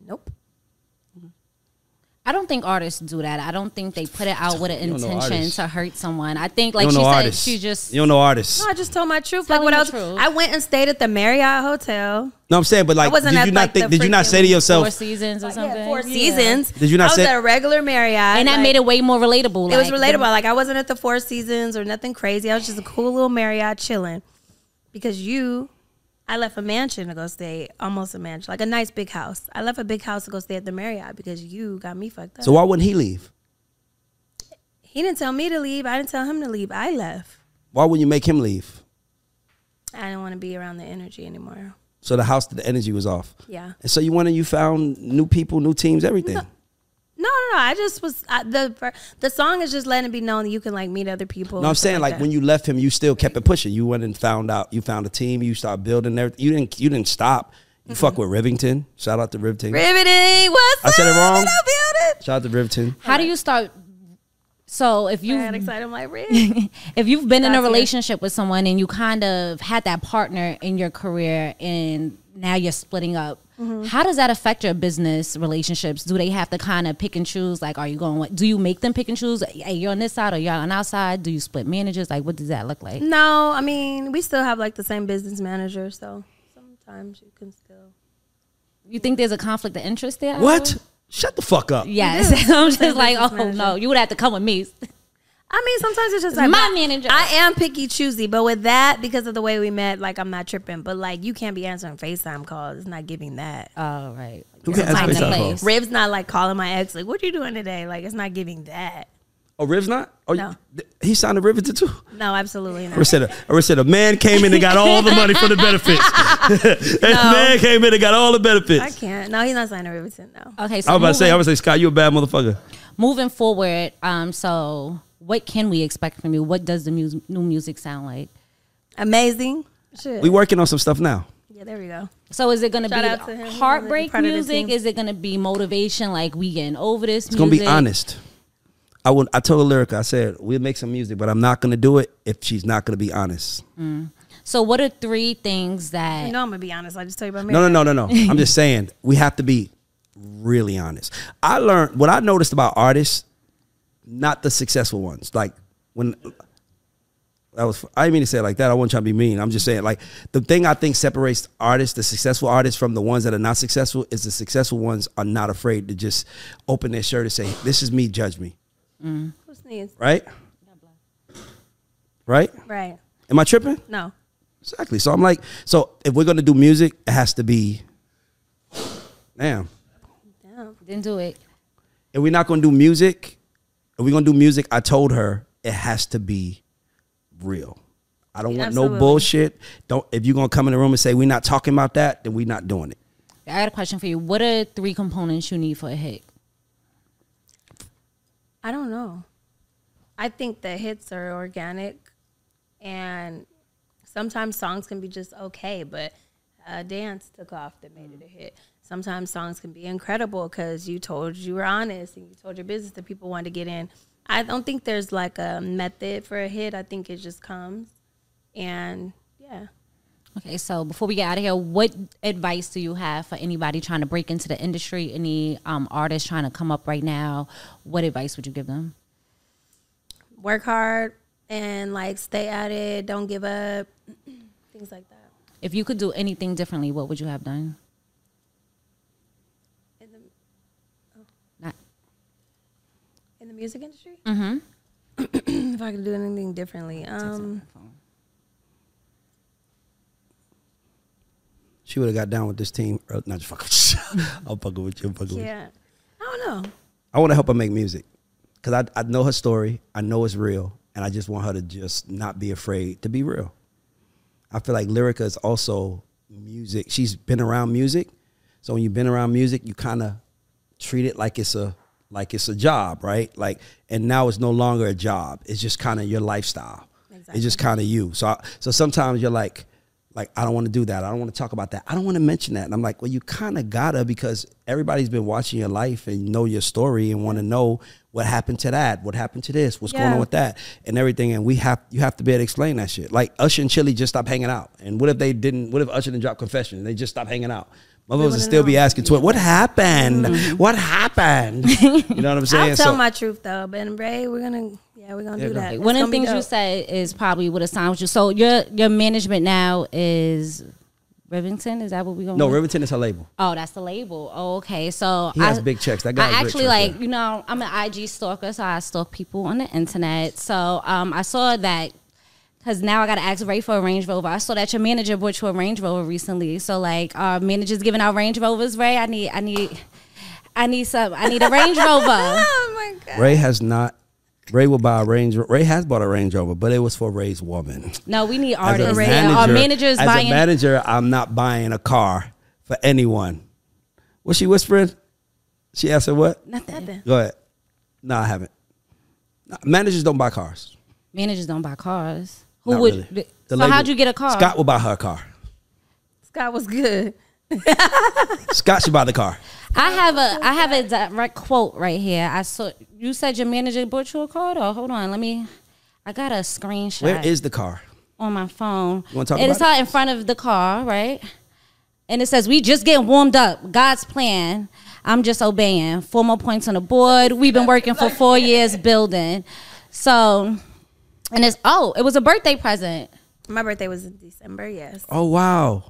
S3: Nope.
S2: I don't think artists do that. I don't think they put it out with an
S1: You don't know
S2: intention
S1: artists.
S2: to hurt someone. I think,
S1: you
S2: like
S1: don't
S2: she
S1: know
S2: said,
S1: artists.
S2: she just.
S1: you don't know artists.
S3: No, I just told my truth.
S2: Telling
S3: like what
S2: the
S3: I was.
S2: truth.
S3: I went and stayed at the Marriott hotel.
S1: No, I'm saying, but like,
S3: wasn't
S1: did
S3: at,
S1: you not
S3: like,
S1: think?
S3: the
S1: Did you not
S3: freaking
S1: say to yourself,
S2: Four seasons or something.
S3: Four
S2: Yeah.
S3: Seasons.
S1: Did you not
S3: I was
S1: say-
S3: at a regular Marriott,
S2: And that
S3: like-
S2: made it way more relatable.
S3: It was
S2: like,
S3: relatable. Like I wasn't at the Four Seasons or nothing crazy. I was just a cool little Marriott chilling. Because you, I left a mansion to go stay, almost a mansion, like a nice big house. I left a big house to go stay at the Marriott because you got me fucked up.
S1: so why wouldn't he leave?
S3: he didn't tell me to leave. I didn't tell him to leave. I left.
S1: Why wouldn't you make him leave?
S3: I didn't want to be around the energy anymore.
S1: So the house, the energy was off.
S3: Yeah.
S1: And so you went and you found new people, new teams, everything.
S3: No, no, no. I just was I, the fir- the song is just letting it be known that you can like meet other people.
S1: No, I'm saying like when you left him, you still kept it pushing. You went and found out. You found a team. You started building everything. You didn't. You didn't stop.
S3: Mm-hmm.
S1: You fuck with Rivington. Shout out to Rivington.
S3: riveting. What's
S1: I said it
S3: up?
S1: wrong?
S3: Little beauty?
S1: Shout out to Rivington.
S2: How do you start So if you
S3: I got excited. I'm like, really?
S2: <laughs> if you've been in a
S3: Gotcha.
S2: relationship with someone and you kind of had that partner in your career and now you're splitting up,
S3: Mm-hmm.
S2: how does that affect your business relationships? Do they have to kind of pick and choose? Like, are you going? with- Do you make them pick and choose? Hey, you're on this side or you're on outside? Do you split managers? Like, what does that look like?
S3: no, I mean, we still have like the same business manager, so sometimes you can still.
S2: You think there's a conflict of interest there?
S1: What? Shut the fuck up.
S2: Yes, <laughs> I'm just like,
S3: business
S2: oh
S3: manager.
S2: no, you would have to come with me.
S3: I mean, sometimes it's just like
S2: my
S3: but
S2: manager.
S3: I am picky, choosy, but with that, because of the way we met, like I'm not tripping. But like, you can't be answering Facetime calls. It's not giving that.
S2: All right.
S1: <laughs> Who can
S2: Time
S1: ask
S2: and
S1: FaceTime
S2: place.
S1: calls?
S3: Rib's not like calling my ex, like, what you doing today? Like, it's not giving that.
S1: Oh, Riv's not? Oh,
S3: No.
S1: you th- he signed a Riveter too.
S3: No, absolutely
S1: Rivers
S3: not.
S1: said, a, Rivers said a man came in and got all the money for the benefits.
S3: <laughs>
S1: a man came in and got all the benefits.
S3: I can't. No, he's not signing Riverton. No.
S2: Okay, so
S1: I was about to say, I
S2: moving-
S1: was like, Scott, you a bad motherfucker.
S2: moving forward um so what can we expect from you what does the mus- new music sound like
S3: Amazing. Shit.
S1: We working on some stuff now.
S3: yeah, there we go.
S2: so is it gonna
S3: Shout out to him.
S2: be
S3: He's
S2: heartbreak
S3: part of the
S2: music
S3: team.
S2: is it gonna be motivation like we getting over this
S1: It's gonna be honest. I would. I told Lyrica, I said we'll make some music, but I'm not gonna do it if she's not gonna be honest.
S2: so what are three things that
S3: You know, I'm going to be honest. I just tell you about me.
S1: No, no, no, no, no. I'm just saying we have to be really honest. I learned what I noticed about artists, not the successful ones. Like when that was, I didn't mean to say it like that. I wasn't trying to be mean. I'm just saying like the thing I think separates artists, the successful artists, from the ones that are not successful is the successful ones are not afraid to just open their shirt and say, "This is me. Judge me."
S3: Who sneezed?
S1: Right? Right?
S3: Right.
S1: Am I tripping?
S3: No.
S1: Exactly. So I'm like, so if we're gonna do music, it has to be. Damn.
S2: didn't do it
S1: if we're not gonna do music, if we're gonna do music, I told her it has to be real. I don't want
S3: Absolutely.
S1: no bullshit. Don't if you're gonna come in the room and say we're not talking about that, then we're not doing it.
S2: i got a question for you what are three components you need for a hit
S3: I don't know. I think the hits are organic, and sometimes songs can be just okay, but a dance took off that made it a hit. Sometimes songs can be incredible because you told you were honest and you told your business that people wanted to get in. I don't think there's like a method for a hit. I think it just comes, and yeah.
S2: okay so before we get out of here what advice do you have for anybody trying to break into the industry any um artists trying to come up right now what advice would you give them
S3: work hard and like stay at it. Don't give up. <clears throat> Things like that.
S2: if you could do anything differently what would you have done
S3: In the oh.
S2: Not-
S3: in the music industry. Mm-hmm. <clears throat> if I could do anything differently, um,
S1: She would have got down with this team. Or, not just fucking. <laughs> I'm fucking with you. I'm fucking with you.
S3: yeah, I don't know.
S1: I want to help her make music because I I know her story. I know it's real, and I just want her to just not be afraid to be real. I feel like Lyrica is also music. She's been around music, so when you've been around music, you kind of treat it like it's a like it's a job, right? Like, and now it's no longer a job. It's just kind of your lifestyle. It's just kind of you. So, I, so sometimes you're like, like I don't want to do that. I don't want to talk about that. I don't want to mention that. And I'm like, well, you kind of gotta because everybody's been watching your life and know your story and want to know what happened to that, what happened to this, what's going
S3: Yeah.
S1: on with that that and everything. And we have you have to be able to explain that shit. Like Usher and Chili just stopped hanging out. And what if they didn't? What if Usher didn't drop Confession and they just stopped hanging out? Motherfuckers would
S3: wouldn't
S1: still be
S3: know.
S1: asking Twitter, what happened? What happened? You know what I'm saying?
S3: I'll tell
S1: So-
S3: my truth though, but in Bray, we're gonna yeah, we're gonna do that.
S2: One
S3: It's
S2: of the
S3: gonna be
S2: things you
S3: dope.
S2: said is probably what assigned with you. So your your management now is Rivington. Is that what we going?
S1: no,
S2: with?
S1: Rivington is her label.
S2: Oh, that's the label. Oh, okay. So
S1: He has big checks. That guy
S2: I
S1: is rich
S2: actually
S1: right
S2: like,
S1: there.
S2: you know, I'm an IG stalker, so I stalk people on the internet. So um, I saw that because now I got to ask Ray for a Range Rover. I saw that your manager bought you a Range Rover recently. So like, our managers giving out Range Rovers, Ray. I need, I need, I need some. I need a Range
S3: <laughs>
S2: Rover.
S3: <laughs> Oh my god.
S1: Ray has not. Ray will buy a Range. Ray has bought a Range Rover, but it was for Ray's woman.
S2: No, we need
S1: As a
S2: artists. Yeah, uh, Our managers
S1: as
S2: buying.
S1: a manager, I'm not buying a car for anyone. Was she whispering? She asked her what?
S2: nothing.
S1: Go ahead. No, I haven't. Nah, Managers don't buy cars.
S2: Managers don't buy cars. Who
S1: Not
S2: would?
S1: really. The
S2: So
S1: label-
S2: how'd you get a car?
S1: Scott will buy her a car.
S3: Scott was good.
S1: Scott should buy the
S2: <laughs>
S1: car.
S2: I have a I have a direct quote right here. I saw you said your manager bought you a car. Or hold on, let me. I got a screenshot
S1: Where is the car?
S2: on my phone.
S1: You wanna talk
S2: and
S1: about
S2: it's out
S1: it?
S2: in front of the car, right? And it says, "We just getting warmed up. God's plan. I'm just obeying. Four more points on the board. We've been working for four years building. So, and it's oh, it was a birthday present.
S3: My birthday was in December. Yes.
S1: Oh wow.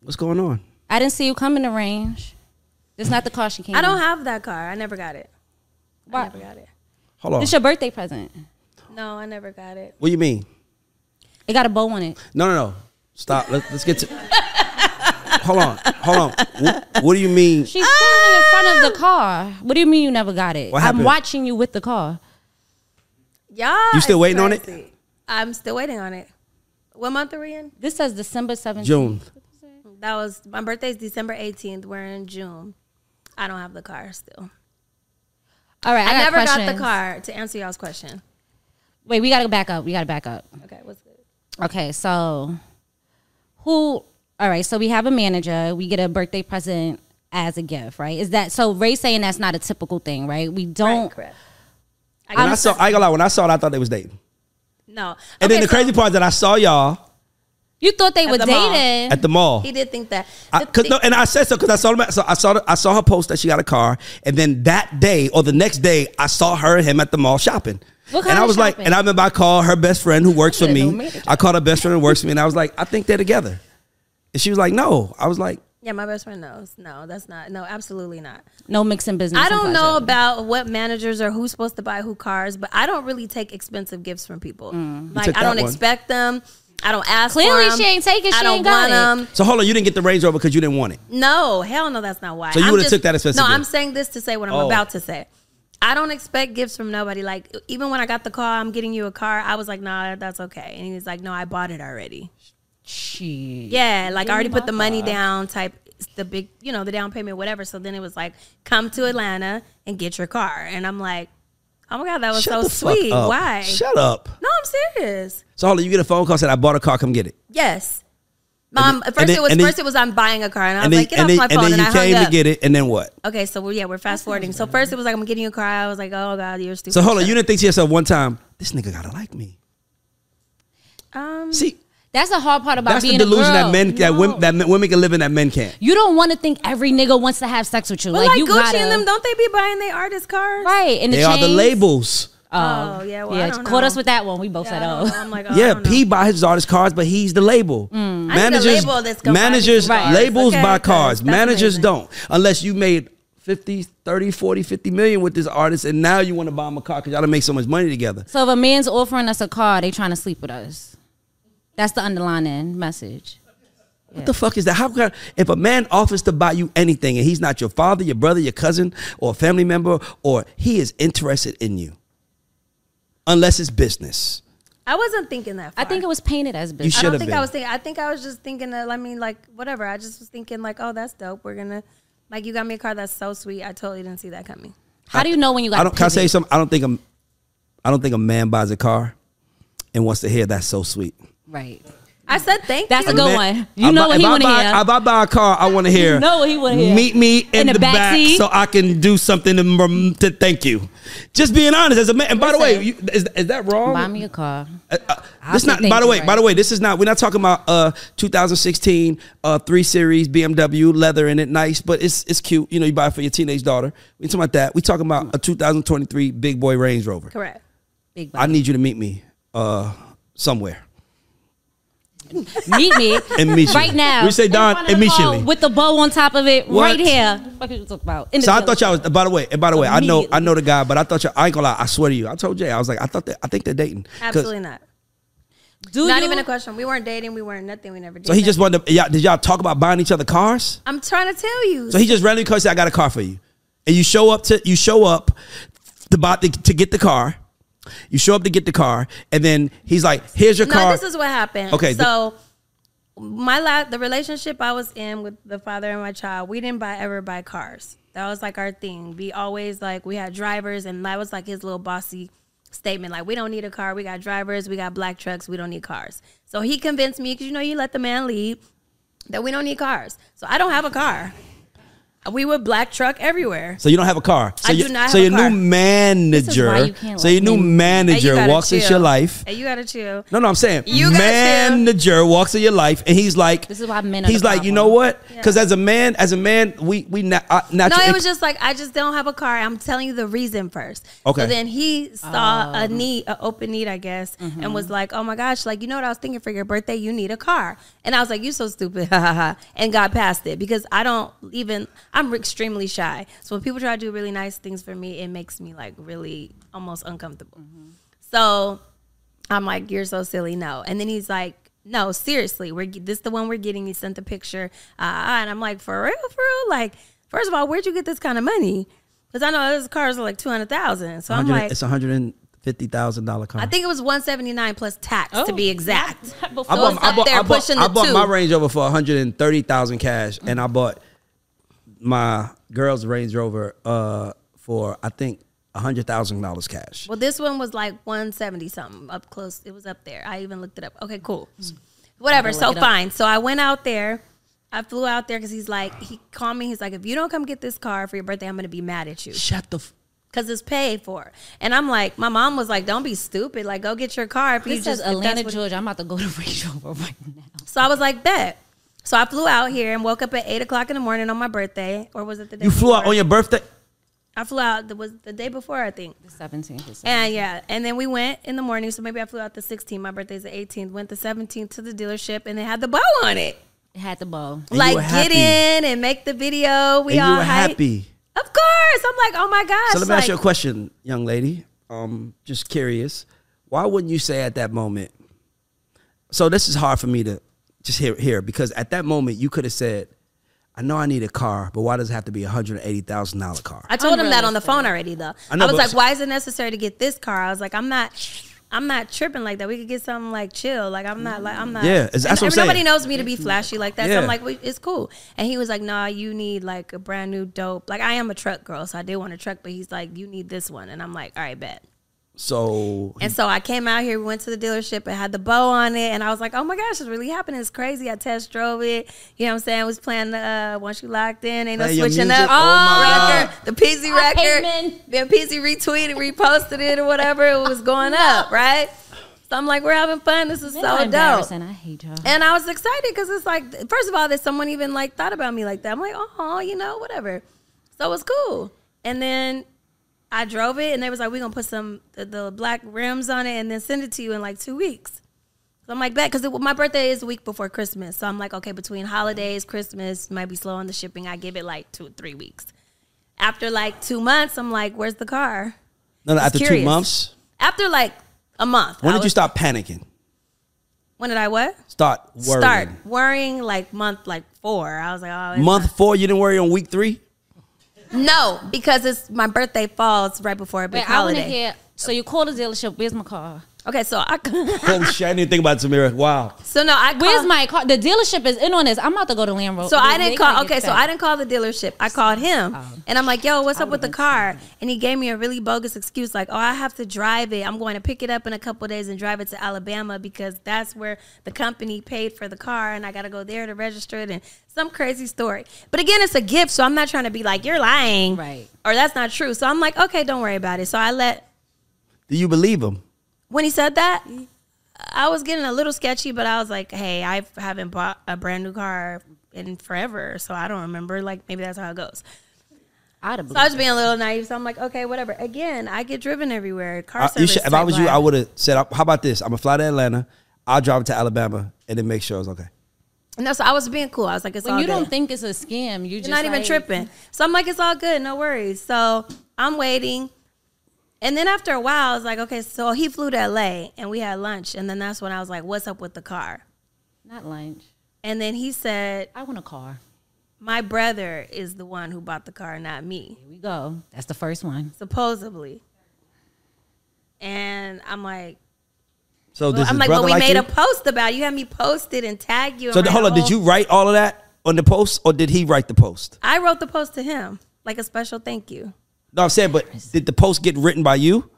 S1: What's going on?
S2: I didn't see you come in the range. It's not the car she came.
S3: I don't
S2: In.
S3: have that car. I never got it. I never got it.
S1: Hold on.
S2: It's your birthday present.
S3: No, I never got it.
S1: What do you mean?
S2: It got a bow on it.
S1: No, no, no. Stop. Let, let's
S2: <laughs>
S1: get to. hold on. Hold on. What, what do you mean?
S2: She's standing in front
S3: Ah!
S2: of the car. What do you mean you never got it?
S1: What
S2: I'm
S1: happened?
S2: watching you with the car.
S3: Y'all.
S1: You still
S3: is
S1: waiting on it?
S3: crazy. I'm still waiting on it. What month are we in?
S2: This says December 17th.
S1: June.
S3: That was my birthday's December 18th. We're in June. I don't have the car still.
S2: All right, I,
S3: I,
S2: got
S3: never got
S2: questions.
S3: the car to answer y'all's question.
S2: Wait, we gotta back up. We gotta back up.
S3: Okay, what's good?
S2: Okay, so who? All right, so we have a manager. We get a birthday present as a gift, right? Is that so? Ray saying that's not a typical thing, right? We don't.
S3: correct.
S1: When
S3: I'm
S1: I saw, I ain't gonna lie. When I saw it, I thought they was dating.
S3: No.
S1: And
S3: Okay,
S1: then the
S3: so
S1: crazy part is that I saw y'all
S2: You thought they were
S3: the mall.
S2: dating.
S1: at the mall.
S3: He did think that.
S1: I,
S3: The
S1: cause,
S3: thing-
S1: no, and I said so because I saw them. at- So I saw the, I saw her post that she got a car, and then that day or the next day, I saw her and him at the mall shopping.
S2: What kind
S1: and I
S2: of
S1: was like,
S2: shopping?
S1: and I remember I called her best friend who works for
S2: Yeah, no
S1: me.
S2: manager.
S1: I called her best friend who works for me, and I was like, I think they're together. And she was like, No. I was like,
S3: yeah, my best friend knows. No, that's not. No, absolutely not.
S2: no mixing business.
S3: I
S2: and
S3: don't know
S2: pleasure.
S3: about what managers or who's supposed to buy who cars, but I don't really take expensive gifts from people. Like
S1: took
S3: I
S1: that
S3: don't
S1: one.
S3: expect them. I don't ask.
S2: Clearly
S3: for 'em.
S2: she ain't take it,
S3: I
S2: she
S3: don't
S2: ain't got
S3: want
S2: it.
S3: 'em.
S1: So hold on, you didn't get the Range Rover because you didn't want it.
S3: No, hell no, that's not why.
S1: So you
S3: I'm
S1: would've
S3: just-
S1: took that expensive
S3: No,
S1: gift.
S3: I'm saying this to say what I'm
S1: Oh.
S3: about to say. I don't expect gifts from nobody. Like even when I got the call, I'm getting you a car. I was like, nah, that's okay. And he was like, no, I bought it already.
S2: She.
S3: Yeah, like I already put the money down. Type it's the big, you know, the down payment, whatever. So then it was like, come to Atlanta and get your car. And I'm like, oh my god, that was so
S1: the fuck
S3: sweet.
S1: up.
S3: Why?
S1: Shut up.
S3: no, I'm serious.
S1: So hold on, you get a phone call said, I bought a car, come get it.
S3: Yes. Mom,
S1: then-
S3: at first
S1: and then-
S3: it was
S1: and then-
S3: first it was I'm buying a car, and I was
S1: And then,
S3: like, get
S1: and
S3: off
S1: then,
S3: my
S1: and then
S3: phone, and,
S1: you
S3: I hung
S1: came to
S3: up.
S1: get it, and then what?
S3: Okay, so well, yeah, we're fast forwarding. So first it was like I'm getting you a car. I was like, oh god, you're stupid.
S1: So hold on,
S3: Shut
S1: you didn't think to yourself one time, this nigga gotta like me.
S3: up. Um,
S1: See,
S2: That's the hard part about
S1: that's the
S2: being
S1: delusion
S2: a girl.
S1: that men that women that men, women can live in that men can't.
S2: You don't want to think every nigga wants to have sex with you.
S3: but like,
S2: you
S3: Gucci
S2: gotta,
S3: and them, don't they be buying their artist cars?
S2: right? And
S1: They
S2: the
S1: are the
S2: chains.
S1: labels.
S3: Oh, yeah, well, I
S2: yeah,
S3: don't
S2: caught
S3: know.
S2: us with that one. We both
S3: Yeah,
S2: said,
S3: I don't
S2: "Oh."
S3: know. I'm like, oh, I
S1: yeah,
S3: don't know. Mm.
S1: P buys his artist cards, but he's the label. Managers,
S3: label that's gonna buy me
S1: managers,
S3: some cars.
S1: labels buy
S3: Okay, that's-
S1: cards.
S3: that's
S1: Managers
S3: amazing.
S1: don't, unless you made 50, 30, 40, 50 million with this artist, and now you want to buy him a car because y'all done make so much money together.
S2: <laughs> So if a man's offering us a car, they trying to sleep with us. That's the underlying message.
S1: What the fuck is that? How can if a man offers to buy you anything and he's not your father, your brother, your cousin, or a family member, or he is interested in you, unless it's business.
S3: I wasn't thinking that. Far.
S2: I think it was painted as
S1: You
S2: business.
S3: I
S1: should
S3: don't
S1: have
S3: think
S1: been.
S3: I was thinking. I think I was just thinking that. I mean, like whatever. I just was thinking like, oh, that's dope. We're gonna like you got me a car that's so sweet. I totally didn't see that coming.
S2: How do you know when you got?
S1: I don't. Can I say something? I don't think I'm. I don't think a man buys a car and wants to hear that's so sweet.
S2: Right.
S3: I said thank
S2: That's
S3: you.
S2: a good
S1: Man,
S2: one. You
S1: I
S2: know
S1: buy-
S2: what
S1: if
S2: he
S1: I
S2: want to
S1: buy-
S2: hear.
S1: If I buy a car, I want to hear.
S2: You know what he wanna hear.
S1: Meet me in, the, back,
S2: seat.
S1: so I can do something to, rem- to thank you. Just being honest as a man. And by the way,
S2: Listen.
S1: you, is, is that wrong?
S2: Buy me a car.
S1: Uh, uh,
S2: I'll
S1: this
S2: say
S1: not.
S2: thank
S1: By the
S2: you,
S1: way,
S2: right?
S1: by the way, this is not. We're not talking about uh 2016 uh three series BMW leather in it, nice, but it's it's cute. You know, you buy it for your teenage daughter. We talking about that. We talking about a 2023 big boy Range Rover.
S3: Correct.
S2: Big
S1: I <laughs>
S2: body.
S1: need you to meet me uh somewhere.
S2: meet me
S1: Immediately.
S2: right now.
S1: We say,
S2: In
S1: "Don,
S2: front of the
S1: immediately."
S2: car With the bow on top of it,
S1: What?
S2: right here. What you talking about? In the
S1: So I
S2: middle.
S1: thought y'all was. By the way, and by the way, I know I
S2: Immediately.
S1: know the guy, but I thought y'all. I ain't gonna lie. I swear to you, I told Jay. I was like, I thought that. I think they're dating. 'Cause-
S3: Absolutely not.
S2: Do
S3: Not
S2: you?
S3: even a question. We weren't dating. We weren't nothing. We never did.
S1: So he
S3: nothing.
S1: just wanted. To, y'all, did y'all talk about buying each other cars?
S3: I'm trying to tell you.
S1: So he just randomly called, said, "I got a car for you," and you show up to you show up to buy the, to get the car. You show up to get the car, and then he's like, "Here's your
S3: no,
S1: car."
S3: this is what happened.
S1: Okay, the-
S3: So my la- the relationship I was in with the father and my child, we didn't buy ever buy cars. That was like our thing. We always like we had drivers, and that was like his little bossy statement. Like we don't need a car. We got drivers. We got black trucks. We don't need cars. So he convinced me because you know you let the man lead. that we don't need cars. So I don't have a car. We would black truck everywhere.
S1: So you don't have a car. So
S3: I
S1: you-
S3: do not
S1: So
S3: have a
S1: your
S3: car.
S1: new
S2: This is why
S1: manager.
S2: you can't
S1: so
S2: let
S1: your new
S2: me-
S3: And you
S1: manager
S3: gotta
S1: walks into
S3: chill.
S1: your life.
S3: And you gotta chill.
S1: No, no, I'm saying
S3: You gotta chill.
S1: manager walks in your life, and he's like,
S2: This is why men are
S1: He's
S2: the
S1: like, you
S2: problem.
S1: know what? Because as a man, as a man, we we not uh,
S3: No,
S1: natural.
S3: it was just like I just don't have a car. I'm telling you the reason first.
S1: Okay.
S3: So then he saw a need, an open need, I guess, and was like, "Oh my gosh, like you know what I was thinking for your birthday? You need a car." And I was like, "You so stupid," <laughs> and got past it because I don't even. I'm extremely shy, so when people try to do really nice things for me, it makes me like really almost uncomfortable. So I'm like, you're so silly. No. And then he's like, no, seriously, we're this the one we're getting. He sent the picture, uh, and I'm like, for real, for real. Like, first of all, where'd you get this kind of money? Because I know those cars are like two hundred thousand. So I'm
S1: 100
S3: like,
S1: it's a hundred and fifty thousand dollar car.
S3: I think it was one seventy nine plus tax to be exact. <laughs>
S1: I
S3: So
S1: bought,
S3: Oh, it's
S1: I
S3: up
S1: bought,
S3: there
S1: I bought,
S3: pushing Mm.
S1: I
S3: the
S1: bought
S3: two.
S1: my Range Rover for 130,000 cash and I bought my girl's Range Rover uh, for I think $100,000 cash.
S3: Well, this one was like 170 something up close. It was up there. I even looked it up. Okay, cool. Whatever. So fine. So I went out there. I flew out there because he's like, he called me. He's like, if you don't come get this car for your birthday, I'm going to be mad at you.
S1: Shut the f-
S3: because it's paid for. And I'm like, my mom was like, "Don't be stupid. Like, go get your car if you
S2: This
S3: just."
S2: is
S3: if that's
S2: Atlanta,
S3: what-
S2: Georgia. I'm about to go to <laughs> Range Rover right now.
S3: So I was like, "Bet." So I flew out here and woke up at eight o'clock in the morning on my birthday, or was it the day?
S1: You flew out
S3: before?
S1: on your birthday?
S3: I flew out. It was the day before, I think.
S2: 17%.
S3: And yeah, and then we went in the morning. So maybe I flew out the 16th. My birthday's the 18th. Went the 17th to the dealership, and they had the bow on it.
S2: It had the bow.
S1: And you
S3: like,
S1: were
S3: get
S1: happy.
S3: in and make the video. We
S1: and
S3: all
S1: you were
S3: hype.
S1: happy.
S3: Of course, I'm like, oh my gosh!
S1: So let me
S3: like,
S1: ask you a question, young lady. Um, just curious. Why wouldn't you say at that moment? So this is hard for me to just hear here because at that moment you could have said, I know I need a car, but why does it have to be a hundred and eighty thousand dollar car?
S3: I told him that on the phone already, though.
S1: I
S3: I,
S1: know,
S3: was
S1: but-
S3: like, "Why is it necessary to get this car?" I was like, "I'm not, I'm not tripping like that. We could get something like chill. Like I'm not, like I'm not.
S1: Yeah, it's- that's
S3: And
S1: what I'm
S3: Nobody
S1: saying.
S3: knows me to be flashy like that. So
S1: Yeah.
S3: I'm like, well, it's cool. And he was like, "Nah, you need like a brand new dope. Like I am a truck girl, so I did want a truck, but he's like, you need this one, and I'm like, all right, bet.
S1: So
S3: And so I came out here, we went to the dealership, it had the bow on it, and I was like, oh my gosh, it's really happening. It's crazy. I test drove it. You know what I'm saying? I was playing the, uh, once you locked in, ain't no
S1: Play your
S3: switching
S1: music.
S3: up.
S1: Oh my
S3: record, the Pizzy record.
S2: men.
S3: Then Pizzy retweeted, reposted it or whatever. It was going up, right? So I'm like, we're having fun. This is
S2: Men are
S3: so dope.
S2: embarrassing. I hate y'all.
S3: And I was excited because it's like, first of all, that someone even like thought about me like that. I'm like, oh, you know, whatever. So it was cool. And then I drove it, and they was like, we're gonna put some the, the black rims on it, and then send it to you in like two weeks. So I'm like, that because my birthday is a week before Christmas. So I'm like, okay, between holidays, Christmas might be slow on the shipping. I give it like two, three weeks. After like two months, I'm like, where's the car?
S1: no, no, after two
S3: curious.
S1: months,
S3: After like a month.
S1: when
S3: I
S1: did you
S3: was-
S1: stop panicking?
S3: When did I what?
S1: Start worrying.
S3: Start worrying like month like four. I was like, oh, it's
S1: Month four, you didn't worry on week three?
S3: No, because it's my birthday falls right before a big
S2: Wait, I want to
S3: holiday.
S2: hear. So you call the dealership. Where's my car?
S3: okay, so I <laughs>
S1: Holy shit, I didn't think about it, Samira. Wow.
S3: so no, I
S2: Where's
S3: called,
S2: my car? The dealership is in on this. I'm about to go to Land Rover.
S3: so I didn't
S2: They
S3: call.
S2: gonna get Oh.
S3: Okay, so
S2: fed.
S3: I didn't call the dealership. I called him, and I'm like, "Yo, what's up with the car?" And he gave me a really bogus excuse, like, "Oh, I have to drive it. I'm going to pick it up in a couple days and drive it to Alabama because that's where the company paid for the car, and I got to go there to register it." And some crazy story. But again, it's a gift, so I'm not trying to be like, "You're lying,"
S2: Right.
S3: Or that's not true. So I'm like, "Okay, don't worry about it." So I let
S1: Do you believe him?
S3: when he said that, I was getting a little sketchy, but I was like, hey, I haven't bought a brand new car in forever, so I don't remember. Like, maybe that's how it goes.
S2: I'd have
S3: So I was being a little naive, so I'm like, okay, whatever. Again, I get driven everywhere. Car
S1: I- Uh, you
S3: service.
S1: should- if I
S3: type
S1: was you,
S3: life.
S1: I would have said, how about this? I'm going to fly to Atlanta. I'll drive to Alabama and then make sure it's okay.
S3: No, so I was being cool. I was like, it's
S2: When
S3: all
S2: you don't
S3: good.
S2: think it's a scam, you just
S3: You're not even
S2: like-
S3: tripping. So I'm like, it's all good, no worries. So I'm waiting. And then after a while, I was like, okay, so he flew to LA and we had lunch. And then that's when I was like, what's up with the car?
S2: Not lunch.
S3: And then he said,
S2: I want a car.
S3: my brother is the one who bought the car, not me,
S2: Here we go. That's the first one.
S3: supposedly. And I'm like,
S1: So this
S3: I'm
S1: is
S3: like,
S1: brother
S3: well, we
S1: like
S3: made
S1: you?
S3: a post about it. you. Had me posted and tag you.
S1: So
S3: and
S1: hold
S3: ran
S1: on, did
S3: a whole-
S1: you write all of that on the post or did he write the post?
S3: I wrote the post to him, like a special thank you.
S1: No, I'm saying, but did the post get written by you?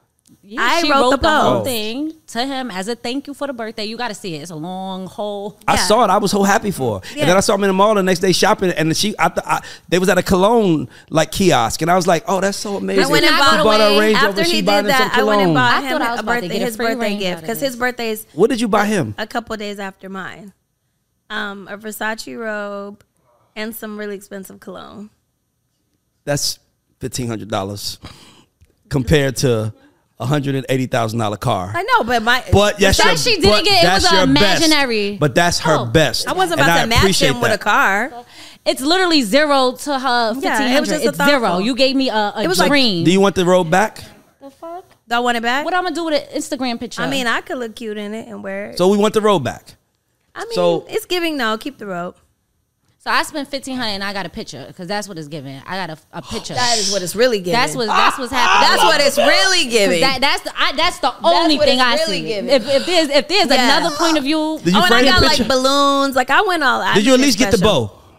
S2: Yeah,
S3: I
S2: she
S3: wrote the
S2: whole
S1: post.
S2: thing to him as a thank you for the birthday. You got to see it. It's a long whole.
S1: I
S3: Yeah.
S1: saw it. I was so happy for her.
S3: Yeah.
S1: And then I saw him in the mall the next day shopping, and she, I, th- I they was at a cologne like kiosk, and I was like, oh, that's so amazing.
S3: I went and
S1: She
S3: bought,
S1: bought her
S3: away.
S1: a Range Rover,
S3: after
S1: she
S3: he
S1: bought
S3: did
S1: him
S3: that.
S1: some
S3: I went and
S1: cologne.
S3: bought
S2: I thought
S3: him
S2: I was
S3: a
S2: about to
S3: birthday,
S2: get a
S3: his
S2: free
S3: birthday
S2: ring
S3: gift
S2: out of
S3: because
S2: this.
S3: his birthday is
S1: What did you buy him?
S3: a couple days after mine. Um, a Versace robe and some really expensive cologne.
S1: That's fifteen hundred dollars compared to a hundred and eighty thousand dollar car.
S3: I know, but my
S1: But yes,
S2: That
S1: your-
S2: she didn't
S1: but
S2: get, it
S1: that's
S2: was a
S1: your best.
S2: imaginary.
S1: But that's her
S2: Oh.
S1: best.
S3: I wasn't
S1: And
S3: about to match
S1: appreciate
S3: him with a
S1: that.
S3: car.
S2: It's literally zero to her fifteen
S3: Yeah,
S2: hundred.
S3: it was just a
S2: it's zero.
S3: thoughtful.
S2: You gave me a, a
S3: It was like-
S2: dream.
S1: Do you want the road back?
S2: the fuck?
S3: Do I want it back?
S2: What I'm gonna do with an Instagram picture?
S3: I mean, I could look cute in it and wear it.
S1: So we want the road back.
S3: I mean,
S1: so-
S3: it's giving. No, keep the robe.
S2: so I spent fifteen hundred and I got a picture because that's what it's giving. I got a, a picture.
S6: That is what it's really giving.
S2: that's what that's
S3: Ah!
S2: what's happening.
S6: That's what it's really giving.
S2: That, that's the I, that's the only
S6: what
S2: thing
S6: it's
S2: I
S6: really
S2: see.
S6: giving.
S2: If, if there's if there's
S3: Yeah.
S2: another point of view,
S1: Did you
S3: oh, and I
S1: frame the
S3: got
S1: picture?
S3: like balloons. Like I went all. out.
S1: Did you
S3: I
S1: at
S3: did
S1: least get the
S3: special.
S1: bow?
S2: oh,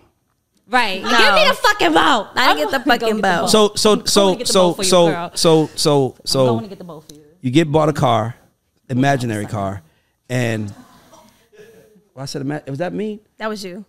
S2: right?
S3: No.
S2: Give me the fucking bow.
S3: I didn't get the fucking bow.
S1: So so
S2: Oh. gonna
S1: so
S2: get the bow
S1: so
S2: for you,
S1: so
S2: girl.
S1: so so
S2: I want
S1: so
S2: to get the bow for you.
S1: you get bought a car, imaginary car, and well, I said ima- was that mean?
S3: That was you.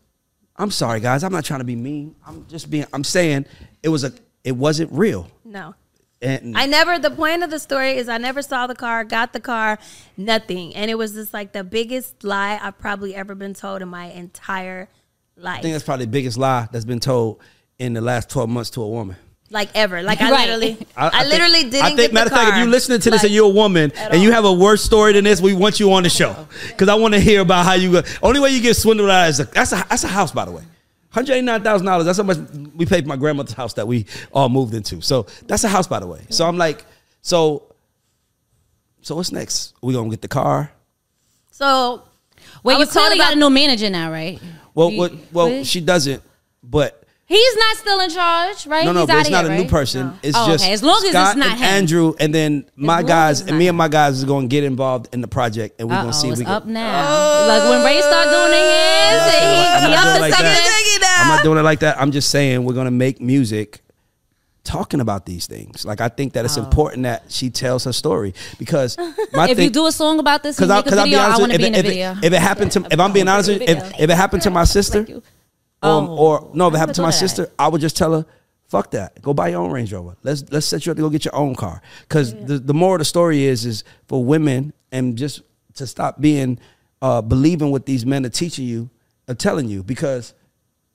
S1: I'm sorry guys, I'm not trying to be mean. I'm just being I'm saying it was a it wasn't real.
S3: No.
S1: And
S3: I never. The point of the story is I never saw the car, got the car, nothing, and it was just like the biggest lie I've probably ever been told in my entire
S1: I think
S3: life,
S1: that's probably the biggest lie that's been told in the last 12 months to a woman.
S3: like ever.
S1: <laughs>
S3: Like I
S2: Right.
S3: literally,
S1: I,
S3: I,
S1: I think-
S3: literally didn't.
S1: I think,
S3: get
S1: matter
S3: the
S1: of fact,
S3: car.
S1: if you're listening to this
S3: Like,
S1: and you're a woman and you have a worse story than this, we want you on the show because I want to hear about how you. Go. Only way you get swindled out is a, that's a that's a house, by the way. Hundred eighty nine thousand dollars. That's how much we paid for my grandmother's house that we all moved into. So that's a house, by the way. So I'm like, so, so what's next? We gonna get the car?
S3: so.
S2: Well,
S3: I
S2: you
S3: was told
S2: clearly got
S3: about-
S2: a new manager now, right?
S1: Well,
S2: You-
S1: what, well,
S2: what?
S1: she doesn't. But
S2: He's not still in charge, right?
S1: No, no,
S2: He's
S1: but
S2: outta
S1: it's not
S2: here,
S1: a new
S2: right?
S1: person. It's
S2: Oh,
S1: just
S2: okay. As long as it's
S1: Scott
S2: not
S1: and
S2: him.
S1: Andrew, and then
S2: long
S1: my
S2: as
S1: guys
S2: it's
S1: and
S2: not
S1: me
S2: him.
S1: and my guys is gonna get involved in the project, and we're
S2: Uh
S1: gonna see
S2: oh,
S1: if
S2: it's
S1: we
S2: up
S1: can.
S2: now. like when Ray start doing his,
S1: <laughs> I'm
S2: he, he
S1: not
S2: up
S1: doing it
S2: the
S1: like
S2: second.
S1: that. I'm not doing it like that. I'm just saying we're gonna make music talking about these things. Like I think that it's important that she tells her story because my
S2: Oh. <laughs> If
S1: thing,
S2: you do a song about this, and
S1: I'll-
S2: make a video. I
S1: honest,
S2: want to
S1: with
S2: be
S1: you,
S2: in
S1: if,
S2: the
S1: it- if,
S2: video.
S1: it- if it happened to, if I'm being honest, with you, if, if it happened to my sister,
S2: you.
S1: um,
S2: Oh.
S1: or no, if it
S2: I'm
S1: happened to
S2: gonna
S1: my
S2: do that.
S1: sister, I would just tell her, "Fuck that, go buy your own Range Rover. Let's let's set you up to go get your own car." Because the the moral of the story is is for women and just to stop being uh, believing what these men are teaching you and telling you. Because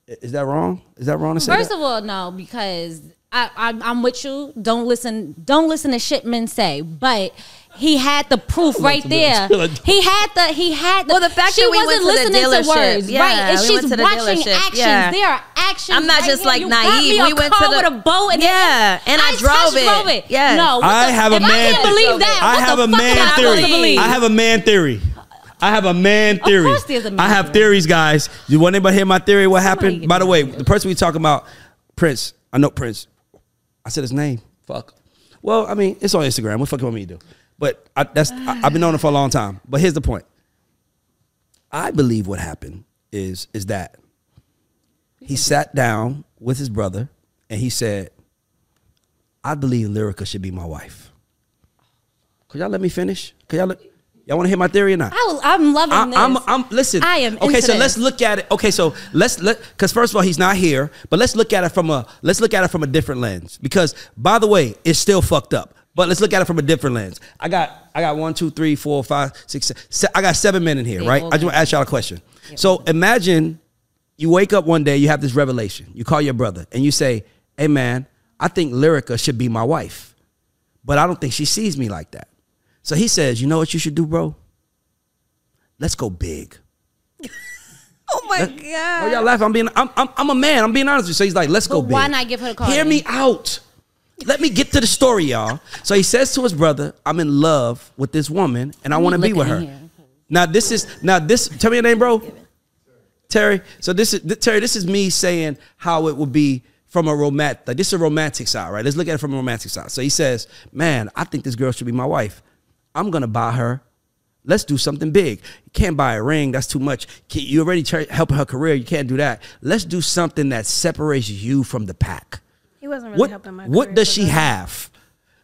S1: i- is that wrong? Is that wrong to say?
S2: First
S1: that?
S2: of all, no, because I, I'm, I'm with you. Don't listen. Don't listen to shit men say. But he had the proof right there. He had the. He had. The,
S3: Well, the fact
S2: she
S3: that we
S2: wasn't
S3: went to the
S2: listening to
S3: dealership.
S2: words,
S3: Yeah,
S2: right? And
S3: we
S2: she's
S3: went to the
S2: watching
S3: dealership.
S2: actions.
S3: Yeah.
S2: There are actions.
S3: I'm not
S2: right
S3: just
S2: here.
S3: like
S2: You got
S3: naive.
S2: me a
S3: We went
S2: car
S3: to the-
S2: with a boat. And
S3: Yeah, and I drove
S2: touched-
S3: it. Yes.
S2: No, what
S1: I
S2: the-
S1: have a
S2: if
S1: man
S2: I can't
S1: theory.
S2: believe that.
S1: I
S2: what
S1: have
S2: the
S1: a
S2: fuck am
S1: man
S2: I supposed to
S1: theory.
S2: believe?
S1: I have a man theory. I have a man theory.
S2: course there's a man
S1: I have
S2: theory.
S1: theories, guys. You want anybody hear my theory? What happened?
S2: give
S1: By
S2: me
S1: the
S2: my
S1: way, the person we talking about, Prince. I know Prince. I said his name. Fuck. Well, I mean, it's on Instagram. What the fuck you want me to do? But I, that's I, I've been on it for a long time. But here's the point. I believe what happened is is that he sat down with his brother and he said, "I believe Lyrica should be my wife." Could y'all let me finish? Could y'all let, y'all want to hear my theory or not?
S2: I, am loving
S1: I,
S2: this.
S1: I'm, I'm, listen.
S2: I am.
S1: Okay,
S2: into
S1: so let's
S2: this.
S1: look at it. Okay, so let's let because first of all, he's not here, but let's look at it from a let's look at it from a different lens. Because by the way, it's still fucked up. But let's look at it from a different lens. I got I got one, two, three, four, five, six, se- se- I got seven men in here, right? I just want to ask y'all a question. So imagine you wake up one day, you have this revelation. You call your brother and you say, "Hey, man, I think Lyrica should be my wife, but I don't think she sees me like that." So he says, "You know what you should do, bro? Let's go big."
S3: Oh my
S1: Oh,
S3: god!
S1: y'all laughing. I'm being, I'm, I'm, I'm a man. I'm being honest with you. So he's like, let's go
S2: But
S1: big.
S2: why not give her the call
S1: Hear
S2: then?
S1: me out. Let me get to the story, y'all. So he says to his brother, I'm in love with this woman and I want to be
S2: look
S1: with
S2: in
S1: her.
S2: here.
S1: Now, this is, now this, tell me your name, bro. Terry. So this is, th- Terry, this is me saying how it would be from a romantic, like this is a romantic side, right? Let's look at it from a romantic side. So he says, man, I think this girl should be my wife. I'm going to buy her Let's do something big. You can't buy a ring. That's too much. Can- You already try helping her career. You can't do that. Let's do something that separates you from the pack.
S3: He wasn't really
S1: What,
S3: helping my.
S1: what
S3: career,
S1: does
S3: was
S1: she
S3: he?
S1: have?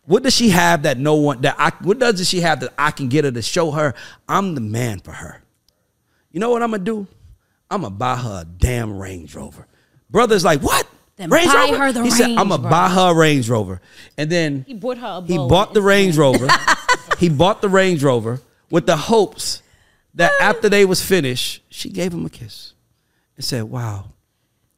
S1: What does she have that no one that I what does she have that I can get her to show her I'm the man for her? You know what I'm gonna do? I'm gonna buy her a damn Range Rover. Brother's like, what?
S2: Then buy her the
S1: he said, I'm
S2: Range
S1: gonna
S2: Rover."
S1: buy her a Range Rover. And then
S2: He bought her a
S1: he
S2: boat.
S1: bought the
S2: <laughs>
S1: Range Rover. he bought the Range Rover with the hopes that after they was finished, she gave him a kiss and said, Wow.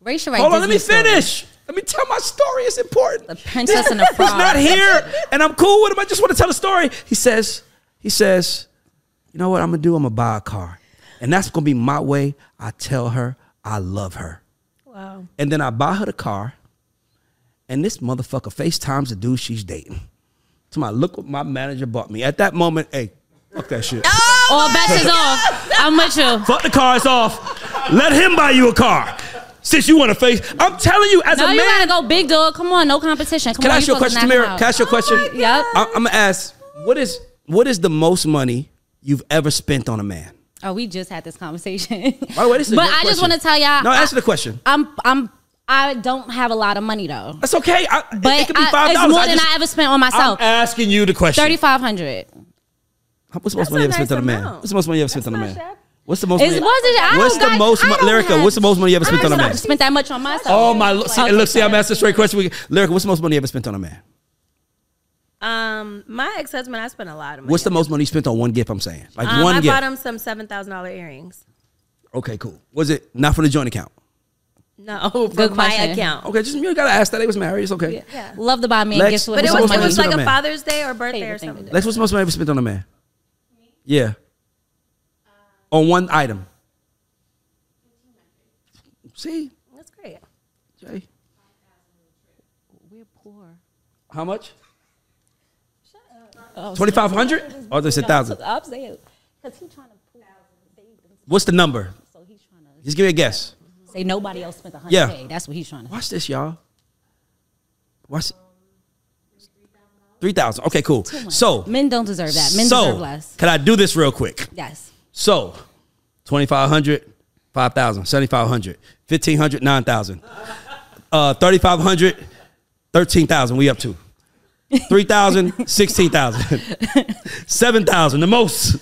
S2: Rachel Wright.
S1: Hold on, let me
S2: Disney story.
S1: finish. Let me tell my story. It's important.
S2: The Princess and the
S1: <laughs> He's
S2: Frog.
S1: not here, and I'm cool with him. I just want to tell a story. He says, he says, you know what I'm gonna do? I'm gonna buy a car, and that's gonna be my way. I tell her I love her,
S3: Wow.
S1: and then I buy her the car, and this motherfucker FaceTimes the dude she's dating. To my look, what my manager bought me. At that moment, hey, fuck that shit.
S2: All bets is off. I'm with you.
S1: Fuck the cars off. Let him buy you a car. Since you want to face, I'm telling you, as
S2: No,
S1: a
S2: you
S1: man,
S2: gotta go big dog. Come on, no competition. Come
S1: Can
S2: on,
S1: I ask you a question, Tamara?
S2: Tamara?
S1: Can I ask you a question?
S2: Yep.
S1: I, I'm gonna ask what is what is the most money you've ever spent on a man?
S2: Oh, we just had this conversation.
S1: By the way, this is a
S2: but
S1: good
S2: I just
S1: question.
S2: want to tell y'all.
S1: No,
S2: I-
S1: answer the question.
S2: I'm I'm I don't have a lot of money though.
S1: That's okay. I, it-
S2: But
S1: it could be
S2: I-
S1: five
S2: it's
S1: dollars.
S2: more than I ever spent on myself.
S1: I'm asking you the question.
S2: Thirty five hundred.
S1: What's the most
S3: That's
S1: money you ever
S3: a
S1: spent on a
S3: nice
S1: man?
S3: amount.
S1: What's the most money you ever spent on a
S3: not
S1: man?
S3: bad.
S1: What's the most?
S2: It
S1: money-
S2: wasn't. I
S1: What's
S2: don't
S1: the
S2: got-
S1: most?
S2: I
S1: mo-
S2: don't
S1: Lyrica,
S2: have-
S1: what's the most money you ever spent
S2: I
S1: on a
S2: don't
S1: man?
S2: Spent that much on myself.
S1: Oh my! lo- See,
S2: Okay,
S1: look, see, I'm
S2: sorry.
S1: asking a straight question. We- Lyrica, what's the most money you ever spent on a man?
S3: Um, my ex husband, I spent a lot of money.
S1: What's the most money you spent on one gift? I'm saying, like
S3: Um,
S1: one
S3: I
S1: gift.
S3: bought him some seven thousand dollar earrings.
S1: Okay, cool. Was it not from the joint account?
S3: <laughs> No, from
S2: Good
S3: my
S2: question.
S3: account.
S1: Okay, just you gotta ask that. They was married. It's okay.
S2: Love to buy me a
S1: Lex,
S2: gift. with
S3: But it
S1: What's
S2: no
S1: the
S3: was
S1: most
S3: it
S1: money
S2: money.
S3: was
S1: you spent on
S3: like a
S1: man?
S3: Father's Day or birthday
S2: Favorite
S3: or
S2: thing
S3: something.
S2: to
S1: Lex, what's the most money you ever spent on a man? Yeah. on one item. See,
S3: That's great.
S1: Jay. We're poor. How much? Twenty-five hundred? Oh, they said thousand.
S2: I'm saying because he's trying to pull.
S1: What's the number?
S2: So he's trying to
S1: Just give me a guess.
S2: say nobody else spent a hundred.
S1: Yeah.
S2: K. that's what he's trying to.
S1: Watch this, y'all. Watch. Three thousand. Okay, cool. So,
S2: Men don't deserve that. Men deserve
S1: so
S2: less.
S1: can I do this real quick?
S2: Yes.
S1: So, 2,500, 5,000, 7,500, 1,500, 9,000, uh, 3,500, 13,000, we up to. 3,000, <laughs> 16,000, 7,000, the most,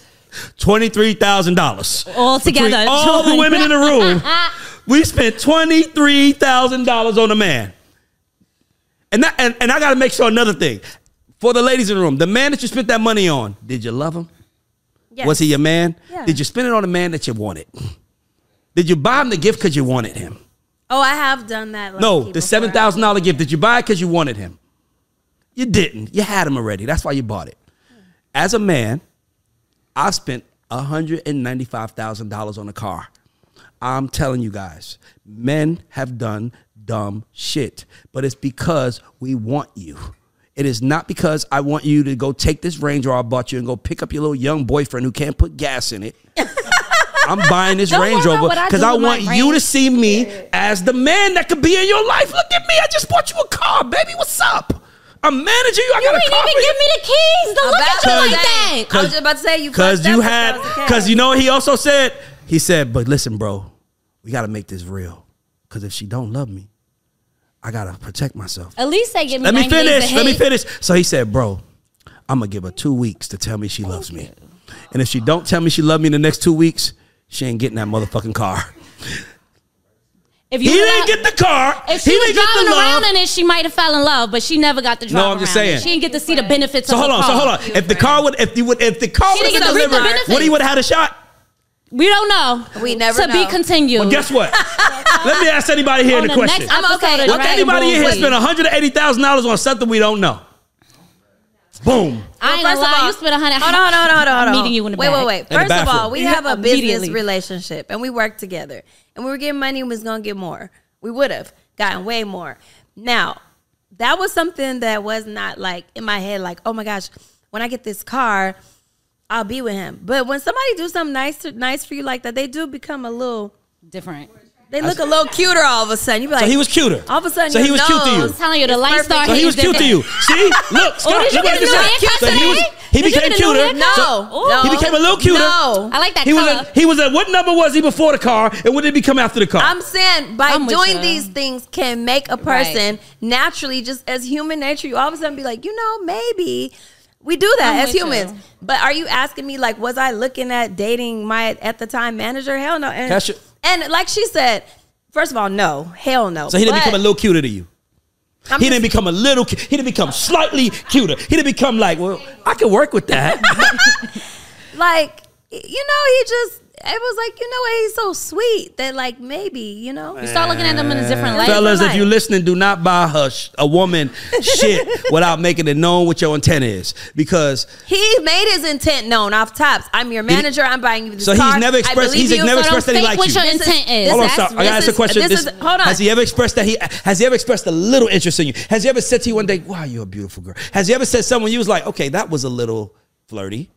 S1: $23,000.
S2: All
S1: Between
S2: together.
S1: All
S2: <laughs>
S1: the women in the room, we spent $23,000 on a man. And, that, and, and I got to make sure another thing. For the ladies in the room, the man that you spent that money on, did you love him?
S3: Yes.
S1: Was he your man?
S3: Yeah.
S1: Did you spend it on a man that you wanted? Did you buy him the gift because you wanted him?
S3: Oh, I have done that.
S1: No,
S3: low-key
S1: the
S3: before.
S1: seven thousand dollar gift. Did you buy it because you wanted him? You didn't. You had him already. That's why you bought it. As a man, I spent hundred and ninety five thousand dollars on a car. I'm telling you guys, men have done dumb shit, but it's because we want you. It is not because I want you to go take this Ranger I bought you and go pick up your little young boyfriend who can't put gas in
S2: <laughs>
S1: it. I'm buying this
S2: Don't worry
S1: Range
S2: about
S1: Rover
S2: what I
S1: because
S2: do
S1: I,
S2: with my
S1: want you to
S2: Range.
S1: see me as the man that could be in your life. Look at me. I just bought you a car, baby. What's up? I'm managing you. I got a car. for you.
S2: keys. Don't
S6: About
S1: you
S6: to
S1: like
S6: say,
S1: that.
S6: I was just about to say you
S1: Cause
S6: fucked
S1: you
S6: up
S1: had,
S6: $1,000.
S1: cause you know what he also said. He said, "But listen, bro, we got to make this real. Cause if she don't love me, I gotta protect myself.
S2: At least they give me.
S1: Let me
S2: 90 days
S1: finish.
S2: to
S1: Let me
S2: hate.
S1: finish." So he said, "Bro, I'm gonna give her two weeks to tell me she loves me, and if she don't tell me she love me in the next two weeks, she ain't getting that motherfucking car.
S2: If
S1: He
S2: you
S1: didn't get the car.
S2: If she
S1: he
S2: was
S1: didn't get the
S2: driving
S1: love.
S2: around in it, she might have fell in love, but she never got the drive
S1: No, I'm just
S2: around it.
S1: saying.
S2: She didn't get to see the benefits
S1: so
S2: of
S1: hold
S2: the
S1: on. So
S2: car.
S1: hold on. If the car would, if you would, if the car
S2: She
S1: would
S2: didn't
S1: have
S2: get to reap the
S1: delivered,
S2: benefits.
S1: Woody would have had a shot.
S2: We don't know.
S6: We never
S2: To be
S6: know.
S2: continued.
S1: Well, guess
S2: <laughs>
S1: what? Let me ask anybody here
S2: On
S1: the,
S2: the
S1: question.
S2: next episode
S6: I'm okay.
S2: of
S6: Look,
S1: Look,
S2: Dragon
S1: anybody
S2: Ball
S1: in here
S2: Z.
S1: spent one hundred eighty thousand dollars on something we don't know. Boom.
S2: I ain't
S6: Well,
S2: gonna
S6: first of
S2: lie,
S6: all-
S2: you spent a hundred.
S6: Hold on, hold on, hold on, hold on.
S2: I'm meeting you in the
S6: wait,
S2: back.
S6: wait,
S1: the
S6: wait. First of
S1: bathroom.
S6: all, we have a
S2: Immediately.
S6: business relationship and we work together, and we were getting money and was gonna get more. We would have gotten way more. Now, that was something that was not like in my head, like, oh my gosh, when I get this car, I'll be with him. But when somebody do something nice, to, nice for you like that, they do become a little.
S2: Different.
S6: They look a little cuter all of a sudden. You be like,
S1: So he was cuter.
S6: All of a sudden,
S1: so he
S6: your
S1: was cute to
S6: nose-
S1: you.
S2: I'm telling you, the light
S6: perfect.
S2: star.
S1: So he was cute to you. See, look, Scott,
S2: Oh, did you
S1: look
S2: get
S1: what
S2: a
S1: I
S2: new
S1: said.
S2: haircut
S1: So he was,
S2: today?
S1: He
S2: Did you
S1: became
S2: get a new
S1: cuter.
S2: haircut? No.
S1: So-
S2: Ooh.
S1: He became a little cuter.
S3: No.
S2: I like that
S1: He was,
S2: color.
S1: a, he was at what number was he before the car, and what did he become after the car?
S3: I'm saying by
S2: I'm with
S3: doing
S2: ya.
S3: these things can make a person naturally, just as human nature, you all of a sudden be like, you know, maybe we do that
S2: I'm
S3: as
S2: with ya.
S3: humans. But are you asking me like, was I looking at dating my at the time manager? Hell no. And,
S1: That's your-
S3: and like she said, first of all, no, hell no.
S1: so he didn't
S3: But
S1: become a little cuter to you.
S3: I'm
S1: He
S3: just-
S1: didn't become a little. cu- He didn't become slightly cuter. He didn't become like, well, I can work with
S3: <laughs>
S1: that.
S3: like you know he just it was like you know what he's so sweet that like maybe you know
S2: You start looking at them in a different light.
S1: Fellas, if
S3: Right.
S1: you listening, do not buy her sh- a woman shit without making it known what your intent is. Because
S3: he made his intent known off tops i'm your
S1: he-
S3: manager i'm buying you this
S1: so he's
S3: car.
S1: never
S3: I
S1: expressed-
S3: believe
S1: he's
S3: you,
S1: never
S2: so
S1: expressed that
S2: don't
S1: he
S2: think
S1: likes
S2: what
S1: you.
S2: your
S3: This is-
S2: intent is.
S1: Hold on,
S3: That's-
S1: stop. I gotta
S3: this
S1: ask a
S3: is-
S1: question.
S3: this is- hold on.
S1: Has he ever expressed that he has he ever expressed a little interest in you? Has he ever said to you one day, "Wow, you're a beautiful girl"? Has he ever said someone you was like, "Okay, that was a little flirty"?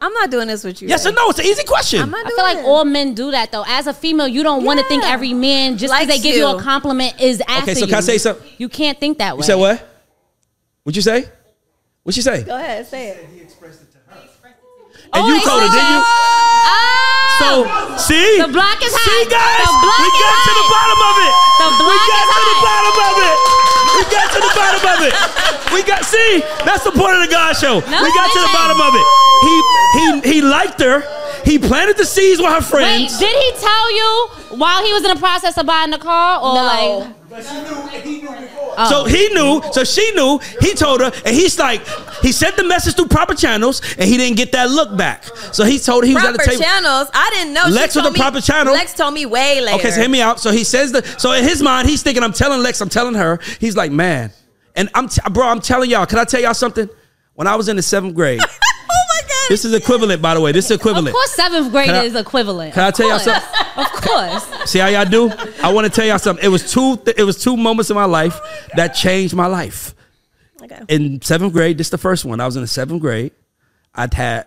S3: i'm not doing this with you
S1: Yes or
S3: babe.
S1: no? It's an easy question.
S3: i'm not
S2: I
S3: doing
S2: feel like
S3: it.
S2: all men do that though. As a female, you don't want to think
S3: Yeah.
S2: every man just because
S3: Likes
S2: they give
S3: you.
S2: you. a compliment is after
S1: so
S2: you.
S1: can I say something?
S2: You can't think that way.
S1: you said what? What'd you say? What'd you say?
S3: go ahead say it
S1: And
S3: Oh,
S1: you told her, didn't you?
S2: Oh!
S1: So see,
S2: The block is hot.
S1: See, guys,
S2: The block
S1: we
S2: is
S1: got to the
S2: hot.
S1: bottom of it.
S2: The
S1: we
S2: block
S1: got
S2: is
S1: to the
S2: hot.
S1: bottom of it. We got to the bottom of it. We got see. That's the point of the God Show. we got to the
S2: listen.
S1: bottom of it. He he he liked her. He planted the seeds with her
S2: Wait,
S1: friends.
S2: did he tell you while he was in the process of buying the car, or like oh.
S1: So he knew. So she knew. He told her, and he's like, he sent the message through proper channels, and he didn't get that look back. So he told her he was
S3: proper
S1: at the table.
S3: channels i didn't know She
S1: Lex was
S3: told
S1: the proper channel.
S3: lex told me way later
S1: Okay, so hear me out. So he says the. So in his mind, he's thinking, I'm telling Lex, I'm telling her. He's like, man, and I'm t- bro, I'm telling y'all. Can I tell y'all something? When I was in the seventh
S2: <laughs>
S1: grade,
S3: <laughs> oh my god
S1: this is equivalent, by the way. This is
S2: Of
S1: equivalent.
S2: course, seventh grade
S1: Can I-
S2: is equivalent.
S1: can I
S2: Of
S1: tell y'all
S2: course.
S1: something?
S2: <laughs> Of course.
S1: See how y'all do? I want to tell y'all something. It was two. Th- it was two moments in my life that changed my life.
S3: Okay.
S1: In seventh grade, this is the first one. I was in the seventh grade. I'd had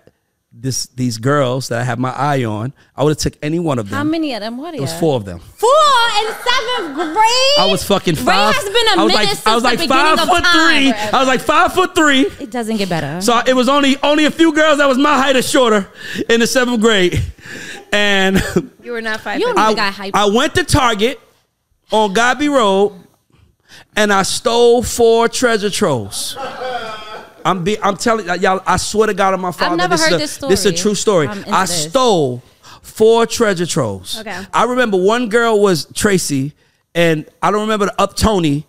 S1: this these girls that I had my eye on. I would have took any one of them.
S2: How many of them were there?
S1: It was four of them.
S2: Four in seventh grade.
S1: I was fucking five.
S2: Ray has been a
S1: I was
S2: minute
S1: like,
S2: since
S1: I was
S2: the
S1: like
S2: beginning
S1: five
S2: of
S1: foot
S2: time.
S1: three. I was like five foot three.
S2: It doesn't get better.
S1: So it was only only a few girls that was my height or shorter in the seventh grade,
S2: <laughs>
S1: and
S3: you were not five
S2: you don't
S1: I,
S2: even got hype.
S1: I went to Target on Godby Road, and I stole four treasure troves. I'm be, I'm telling y'all, I swear to God on my father,
S2: never
S1: this, is
S2: heard
S1: a,
S2: this
S1: this is a
S2: story.
S1: true story.
S2: I'm into
S1: I
S2: this.
S1: stole four treasure troves.
S3: Okay.
S1: I remember one girl was Tracy, and I don't remember the up Tony,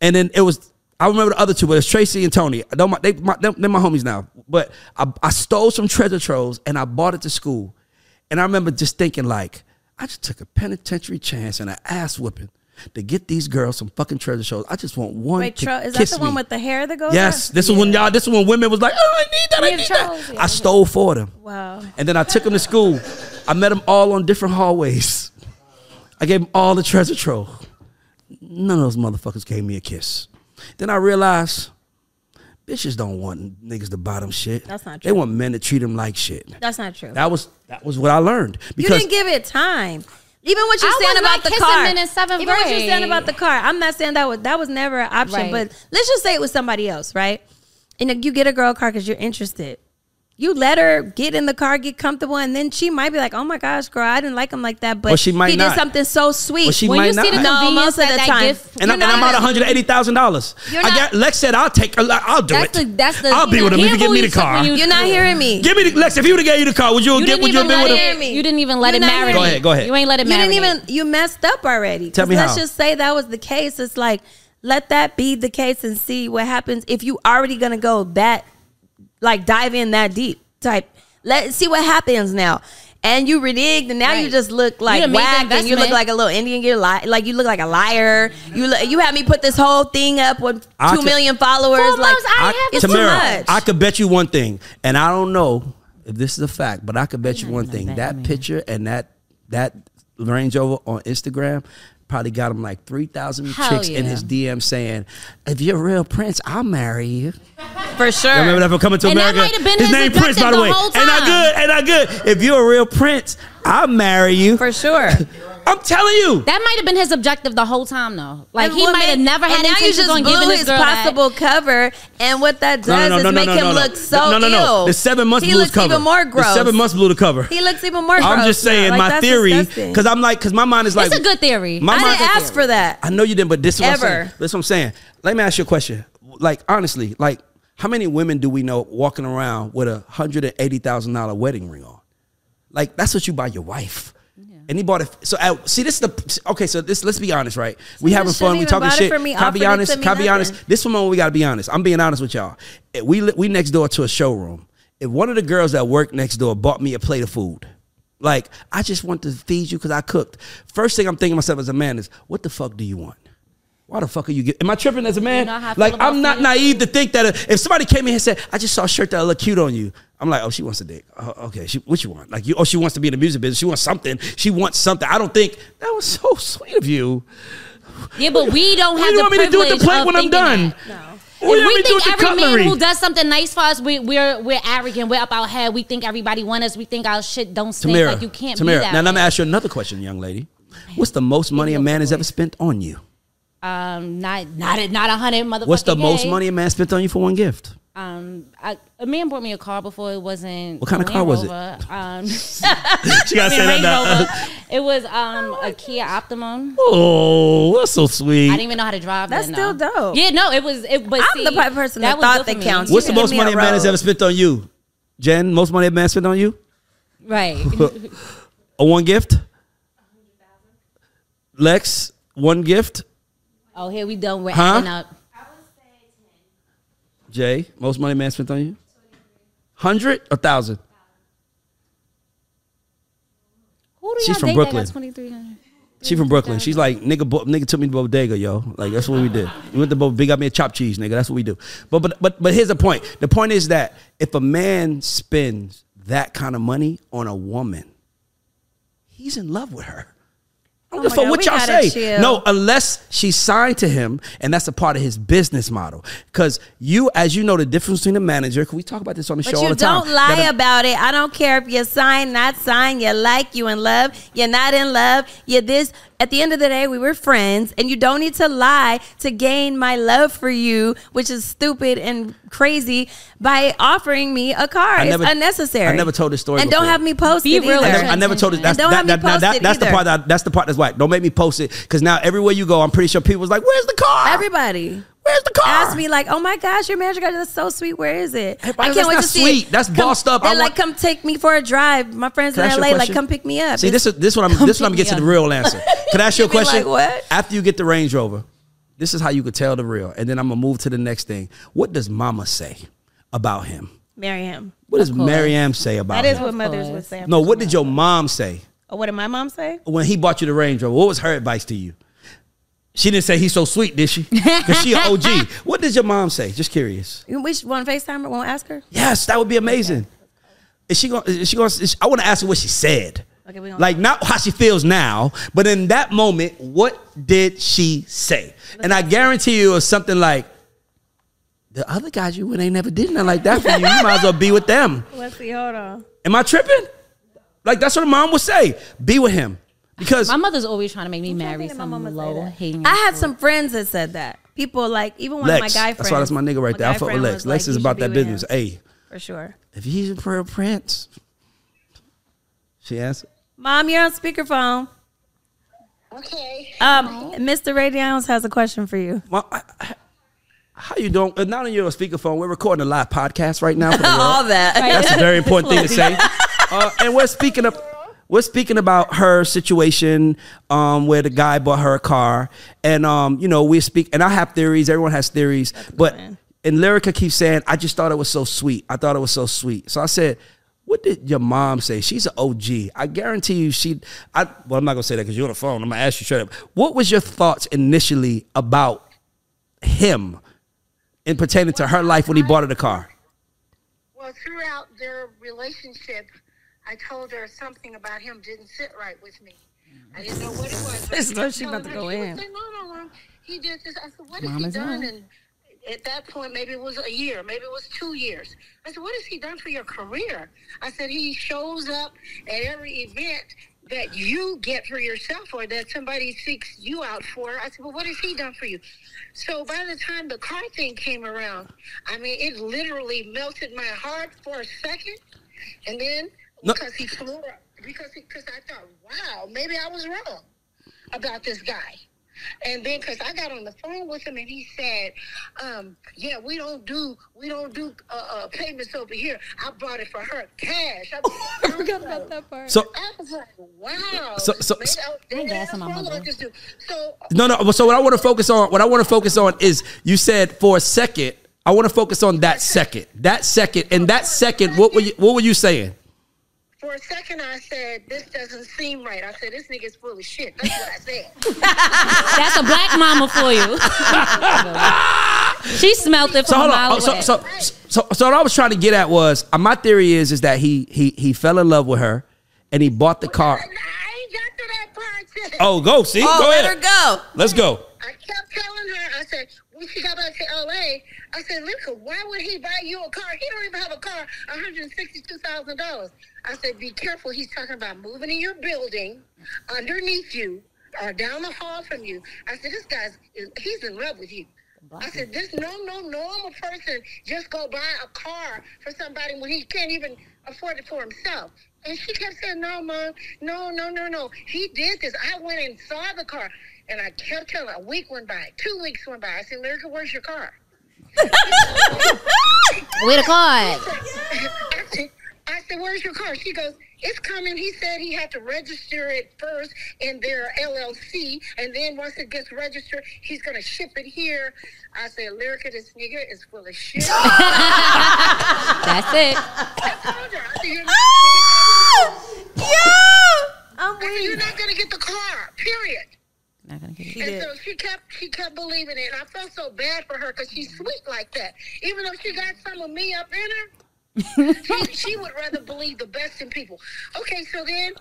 S1: and then it was I remember the other two, but it's Tracy and Tony. They're my, they, my, they're, they're my homies now. But I, I stole some treasure troves and I bought it to school, and I remember just thinking like I just took a penitentiary chance and an ass whooping to get these girls some fucking treasure troves. I just want one.
S3: Wait,
S1: to
S3: Tro, is that
S1: kiss
S3: the one
S1: me.
S3: with the hair that goes
S1: Yes,
S3: up?
S1: this is when y'all. This is when women was like, "Oh, I need that. I
S3: Yeah,
S1: need
S3: Charles,
S1: that."
S3: yeah.
S1: I stole four of them.
S3: Wow.
S1: And then I took them to school. I met them all on different hallways. I gave them all the treasure trove. None of those motherfuckers gave me a kiss. Then I realized bitches don't want niggas to buy them shit.
S3: That's not
S1: They
S3: true.
S1: want men to treat them like shit.
S3: That's not true.
S1: That was that was what I learned
S3: You
S1: because
S3: didn't give it time. Even what you're
S2: I
S3: saying
S2: was not
S3: about the
S2: kissing
S3: car.
S2: men in seventh
S3: Even what you're
S2: grade.
S3: saying about the car. I'm not saying that was that was never an
S2: Right.
S3: option, but let's just say it was somebody else, right? And then you get a girl car because you're interested. You let her get in the car, get comfortable, and then she might be like, "Oh my gosh, girl, I didn't like him like that." But
S1: Or she might
S3: he
S1: not.
S3: did something so sweet.
S1: Or she
S2: when
S1: might
S2: you see
S1: not.
S2: the
S3: No,
S2: convenience
S3: most of
S2: that
S3: the
S2: that
S3: time.
S2: gift,
S1: and, I,
S2: you're
S1: and I'm out
S2: not-
S1: one hundred eighty thousand dollars.
S2: You're
S1: I
S2: not-
S1: got Lex said I'll take. I'll do
S2: That's
S1: it.
S2: the that's the.
S1: I'll be
S2: you
S1: with
S2: know,
S1: him if you
S2: gamble
S1: give me the
S2: took when
S1: car.
S2: you-
S3: You're not hearing me.
S1: Give me the Lex. If he would have gave you the car, would you,
S2: You
S1: get?
S2: didn't
S1: Would you
S2: even
S1: have been
S2: let
S1: with
S2: it.
S1: him?
S3: him?
S2: You didn't even let
S3: You're
S2: it
S3: not
S2: marinate.
S3: hearing me. Go
S1: ahead, go ahead.
S2: You ain't let it
S3: you
S2: marinate.
S3: didn't even you messed up already.
S1: Tell me
S3: let's
S1: how.
S3: just say that was the case. It's like let that be the case and see what happens if you already gonna go that like dive in that deep type. Let see what happens now. And you reneged, and now you
S2: Right.
S3: just look like
S2: done made the
S3: whack, and you look
S2: investment.
S3: like a little Indian. You're li- like you look like a liar. You look, you had me put this whole thing up with
S1: I
S3: two
S1: could-
S3: million followers.
S2: Four
S3: like
S2: months, I have
S3: it's too
S1: Tamara,
S3: much.
S1: I could bet you one thing, and I don't know if this is a fact, but I could bet you one
S2: gonna
S1: thing.
S2: bet
S1: That
S2: me.
S1: picture and that that Range Rover on Instagram probably got him like three thousand
S2: Hell
S1: chicks in
S2: yeah.
S1: his DM saying, "If you're a real prince, I'll marry you."
S3: for sure.
S1: I remember that from coming to
S2: And that
S1: America.
S2: might have been
S1: his
S2: his
S1: name Prince, by
S2: objective
S1: the
S2: the
S1: way.
S2: whole
S1: Ain't I <laughs>
S2: time.
S1: good? Ain't I good? If you're a real prince, I'll marry you.
S3: for sure.
S1: I'm telling you.
S2: That might have been his objective the whole time, though. Like he
S3: what
S2: might
S3: made-
S2: have never had
S3: and now you
S2: intentions
S3: just
S2: on
S3: blew
S2: giving this
S3: his
S2: girl
S3: possible cover, and what that does is make him look so
S1: no, no, no.
S3: ill.
S1: The seven months
S3: he
S1: blew
S3: looks
S1: the cover.
S3: even more gross.
S1: The seven months blew the cover.
S3: He looks even more.
S1: I'm
S3: gross
S1: just
S3: now.
S1: saying
S3: Like,
S1: my
S3: that's
S1: theory
S3: disgusting.
S1: because I'm like because my mind is like
S2: It's a good theory.
S1: My
S3: I
S1: mind,
S3: didn't ask for that.
S1: I know you didn't, but this is what I'm
S3: Ever.
S1: saying. That's what I'm saying. Let me ask you a question. Like honestly, like how many women do we know walking around with a hundred and eighty thousand dollar wedding ring on? Like that's what you buy your wife. And he bought it. So uh, see, this is the okay. So this, let's be honest, right? we
S3: you
S1: having
S3: shouldn't
S1: fun. We
S3: even
S1: talking
S3: bought it
S1: shit.
S3: for me,
S1: Can I be
S3: offered it
S1: honest?
S3: to me,
S1: Can I be honest?
S3: nothing.
S1: This one moment we gotta be honest. I'm being honest with y'all. Eh, We li- we next door to a showroom. If one of the girls that work next door bought me a plate of food, like I just want to feed you because I cooked. First thing I'm thinking myself as a man is, what the fuck do you want? Why the fuck are you get? Am I tripping as a man?
S2: know how I feel
S1: like
S2: about
S1: I'm not
S2: food.
S1: naive to think that uh, if somebody came in here and said, "I just saw a shirt that looked cute on you," I'm like, "Oh, she wants a dick. Oh, okay, she, what you want? Like, you, oh, she wants to be in the music business. She wants something. She wants something. I don't think that was so <laughs> sweet of you.
S2: theory. Yeah, but we don't
S1: What
S2: have
S1: do you
S2: the
S1: want me to do with the
S2: privilege
S1: plate
S2: of
S1: when I'm
S2: thinking
S1: done?
S2: that.
S1: What do you want me
S2: we
S1: to do with
S2: think
S1: the
S2: every
S1: cutlery?
S2: man who does something nice for us, we, we're we're arrogant. We're up our head. We think everybody want us. We think our shit don't stink.
S1: Tamira,
S2: Like you can't
S1: Tamira.
S2: be that.
S1: now, let me
S2: way.
S1: ask you another question, young lady. What's the most money a man has ever spent on you?
S2: um, not not not a hundred motherfucking.
S1: What's the most
S2: K.
S1: money a man spent on you for one <laughs> gift?
S2: Um, I, a man bought me a car before. It wasn't
S1: What kind
S2: a
S1: of car
S2: Land
S1: was it?
S2: Rover. Um,
S1: She gotta
S2: I mean, Range Rover. It was um
S3: Oh
S2: a Kia Optimum.
S1: <laughs> Oh, that's so
S2: I
S1: sweet.
S2: didn't even know how to drive.
S3: That's
S2: then,
S3: still
S2: though.
S3: dope.
S2: Yeah, no, it was. It, but
S3: I'm
S2: see,
S3: the type of person that
S2: was
S3: thought
S2: good
S3: that
S2: for me.
S3: counts.
S1: What's the
S3: Give
S1: most
S3: me a
S1: money a man has
S3: road.
S1: ever spent on you? Jen, most money a man spent on you? <laughs>
S2: Right.
S1: A one gift? Lex, one gift?
S2: oh, here we done. We're
S1: Huh?
S2: ending up.
S1: Jay, most money a man spent on you? Hundred? A thousand?
S2: Who do
S1: She's
S2: y'all
S1: from
S2: date
S1: Brooklyn.
S2: That got 2300?
S1: She from Brooklyn. She's like nigga. Bo- nigga took me to bodega, yo. Like that's what we did. We went to bodega, got me a chopped cheese, nigga. That's what we do. But but but but here's the point. The point is that if a man spends that kind of money on a woman, he's in love with her. I don't
S3: Oh
S1: give a
S3: my
S1: fuck
S3: God,
S1: what
S3: we
S1: y'all say.
S3: gotta chill.
S1: No, unless she signed to him, and that's a part of his business model. Because you, as you know, the difference between a manager. 'cause we talk about this on the
S3: But
S1: show all
S3: you
S1: the time.
S3: don't lie
S1: that a-
S3: about it. I don't care if you sign, not sign, you like, you in love, you're not in love, you're this. At the end of the day, we were friends, and you don't need to lie to gain my love for you, which is stupid and crazy, by offering me a car.
S1: I
S3: it's
S1: never-
S3: unnecessary.
S1: I never told this story
S3: And
S1: before.
S3: don't have me post
S2: Be
S3: it
S2: real
S1: I
S3: either.
S2: with
S1: never, I never told it. That's,
S3: And don't
S1: that,
S3: have me
S1: that- now
S3: post
S1: that-
S3: it
S1: that's the
S3: either.
S1: part. That, that's the part that's whack. Don't make me post it because now everywhere you go, I'm pretty sure people was like, "Where's the car?
S3: Everybody.
S1: Where's the car?"
S3: Ask me like, oh my gosh, your marriage got that's so sweet. Where is it?
S1: Everybody,
S3: I
S1: that's
S3: can't wait
S1: not
S3: to see
S1: sweet.
S3: it.
S1: That's
S3: come,
S1: bossed up. I
S3: They're like,
S1: want-
S3: come take me for a drive. My friends
S1: Can I
S3: in
S1: ask you a
S3: LA, like,
S1: question?
S3: come pick me up.
S1: See,
S3: It's-
S1: this is this what I'm. This is what I'm
S2: pick
S1: getting
S2: me
S1: to the
S2: up.
S1: real answer. Can I
S3: <laughs>
S1: ask you a
S3: You be like,
S1: question?
S3: "What?"
S1: After you get the Range Rover, this is how you could tell the real, and then I'm gonna move to the next thing. What does Mama say about him?
S3: marry him.
S1: What does Marianne say about
S3: That is
S1: him?
S3: what mothers would say.
S1: No, what did your mom say
S3: Oh, what did my mom say?
S1: when he bought you the Range Rover? What was her advice to you? She didn't say he's so sweet, did she? Because
S3: <laughs>
S1: she an OG. What did your mom say? Just curious.
S3: We should want to FaceTime her. Won't ask her.
S1: Yes, that would be amazing. Is she going? to Is she going? to I want to ask her what she said.
S3: Okay, we gonna-
S1: like not how she feels now, but in that moment, what did she say? And I guarantee you, it was something like, "The other guys you with ain't never did nothing like that for you. You might as well be with them."
S3: Let's see. Hold on.
S1: Am I tripping? Like that's what a mom would say. Be with him because
S2: My mother's always trying to make me marry
S3: think my
S2: some
S3: mama say
S2: low
S3: that.
S2: <laughs> hating.
S3: I had some friends that said that. People like even one of my
S1: Lex.
S3: guy friends.
S1: That's why that's my nigga right
S3: my
S1: there. I
S3: guy
S1: fuck with
S3: friend
S1: Lex.
S3: was
S1: Lex
S3: like,
S1: is
S3: you
S1: about
S3: should
S1: that
S3: be with
S1: business.
S3: him,
S1: Hey,
S3: for sure.
S1: if he's a pearl prince, she asked.
S3: Mom, you're on speakerphone.
S7: Okay.
S3: Um, Mr. Ray Downs has a question for you.
S1: Well, I, I- how you doing? Uh, Not on your speakerphone. We're recording a live podcast right
S3: <laughs>
S1: now. For the world.
S3: All that.
S1: That's a
S3: <laughs>
S1: very important thing to say. Uh, and we're speaking of. We're speaking about her situation um, where the guy bought her a car, and um, you know we speak. And I have theories. Everyone has theories, but and Lyrica keeps saying, "I just thought it was so sweet. I thought it was so sweet." So I said, "What did your mom say?" She's an OG. I guarantee you, she. I well, I'm not gonna say that because you're on the phone. I'm gonna ask you straight up. What was your thoughts initially about him and pertaining to her life when he bought her the car?
S7: Well, throughout their relationship, I told her something about him didn't sit right with me. I didn't know what it was. but
S3: This is where she
S7: I told
S3: about to
S7: her,
S3: go
S7: she was
S3: in.
S7: Saying, no, no, no. He did this. I said, what has he done? And At that point, maybe it was a year, maybe it was two years. I said, What has he done for your career? I said, He shows up at every event that you get for yourself or that somebody seeks you out for. I said, Well, what has he done for you? So by the time the car thing came around, I mean, it literally melted my heart for a second. And then
S1: No.
S7: because he flew, because he, cause I thought, wow, maybe I was wrong about this guy. And then, cause I got on the phone with him, and he said, um, "Yeah, we don't do we don't do uh, uh, payments over here. I bought it for her cash." <laughs> I, I forgot about that part.
S1: So
S7: I was like, "Wow."
S1: So- so-
S7: Maybe
S1: so-
S7: I-
S2: I'm
S7: maybe
S2: gassing
S7: that's
S2: my
S7: what I
S2: mother.
S7: just do. So
S1: no, no. So what I want to focus on, what I want to focus on is you said for a second. I want to focus on that second, that second, and that second. What were you, what were you saying?
S7: for a second, I said, "This doesn't seem right." I said, "This nigga's full of shit." That's what I said.
S2: That's a black mama for <laughs> you. she smelt it
S1: So
S2: from a
S1: hold on.
S2: mile
S1: Oh, so,
S2: away.
S1: so, so, so what I was trying to get at was uh, my theory is is that he he he fell in love with her, and he bought the
S7: I <laughs>
S1: car.
S7: ain't got to that part yet.
S1: Oh, go see.
S6: Oh,
S1: go
S6: let
S1: ahead.
S6: her go.
S1: Let's go.
S7: I kept telling her, I said, when she got back to LA, I said, Lisa, why would he buy you a car? He don't even have a car, $162,000. I said, be careful. He's talking about moving in your building, underneath you, or down the hall from you. I said, this guy's, he's in love with you. I said, this no, no normal person just go buy a car for somebody when he can't even afford it for himself. And she kept saying, no, mom, no, no, no, no. He did this. I went and saw the car. And I kept telling her, a week went by, two weeks went by. I said, Lyrica, where's your car?
S2: Where the card?
S7: I said, I said, where's your car? She goes, it's coming. He said he had to register it first in their LLC. And then once it gets registered, he's going to ship it here. I said, Lyrica, this nigga is full of shit. I
S2: That's it. <laughs>
S7: told her, I said, you're not going to get that car.
S6: Yeah. I'm
S7: I said, You're
S6: weak.
S7: not gonna get the car, period.
S2: Not gonna get it.
S6: She
S7: And
S6: did.
S7: so she kept she kept believing it, and I felt so bad for her because she's sweet like that. Even though she got some of me up in
S2: <laughs>
S7: her, she, she would rather believe the best in people. Okay, so then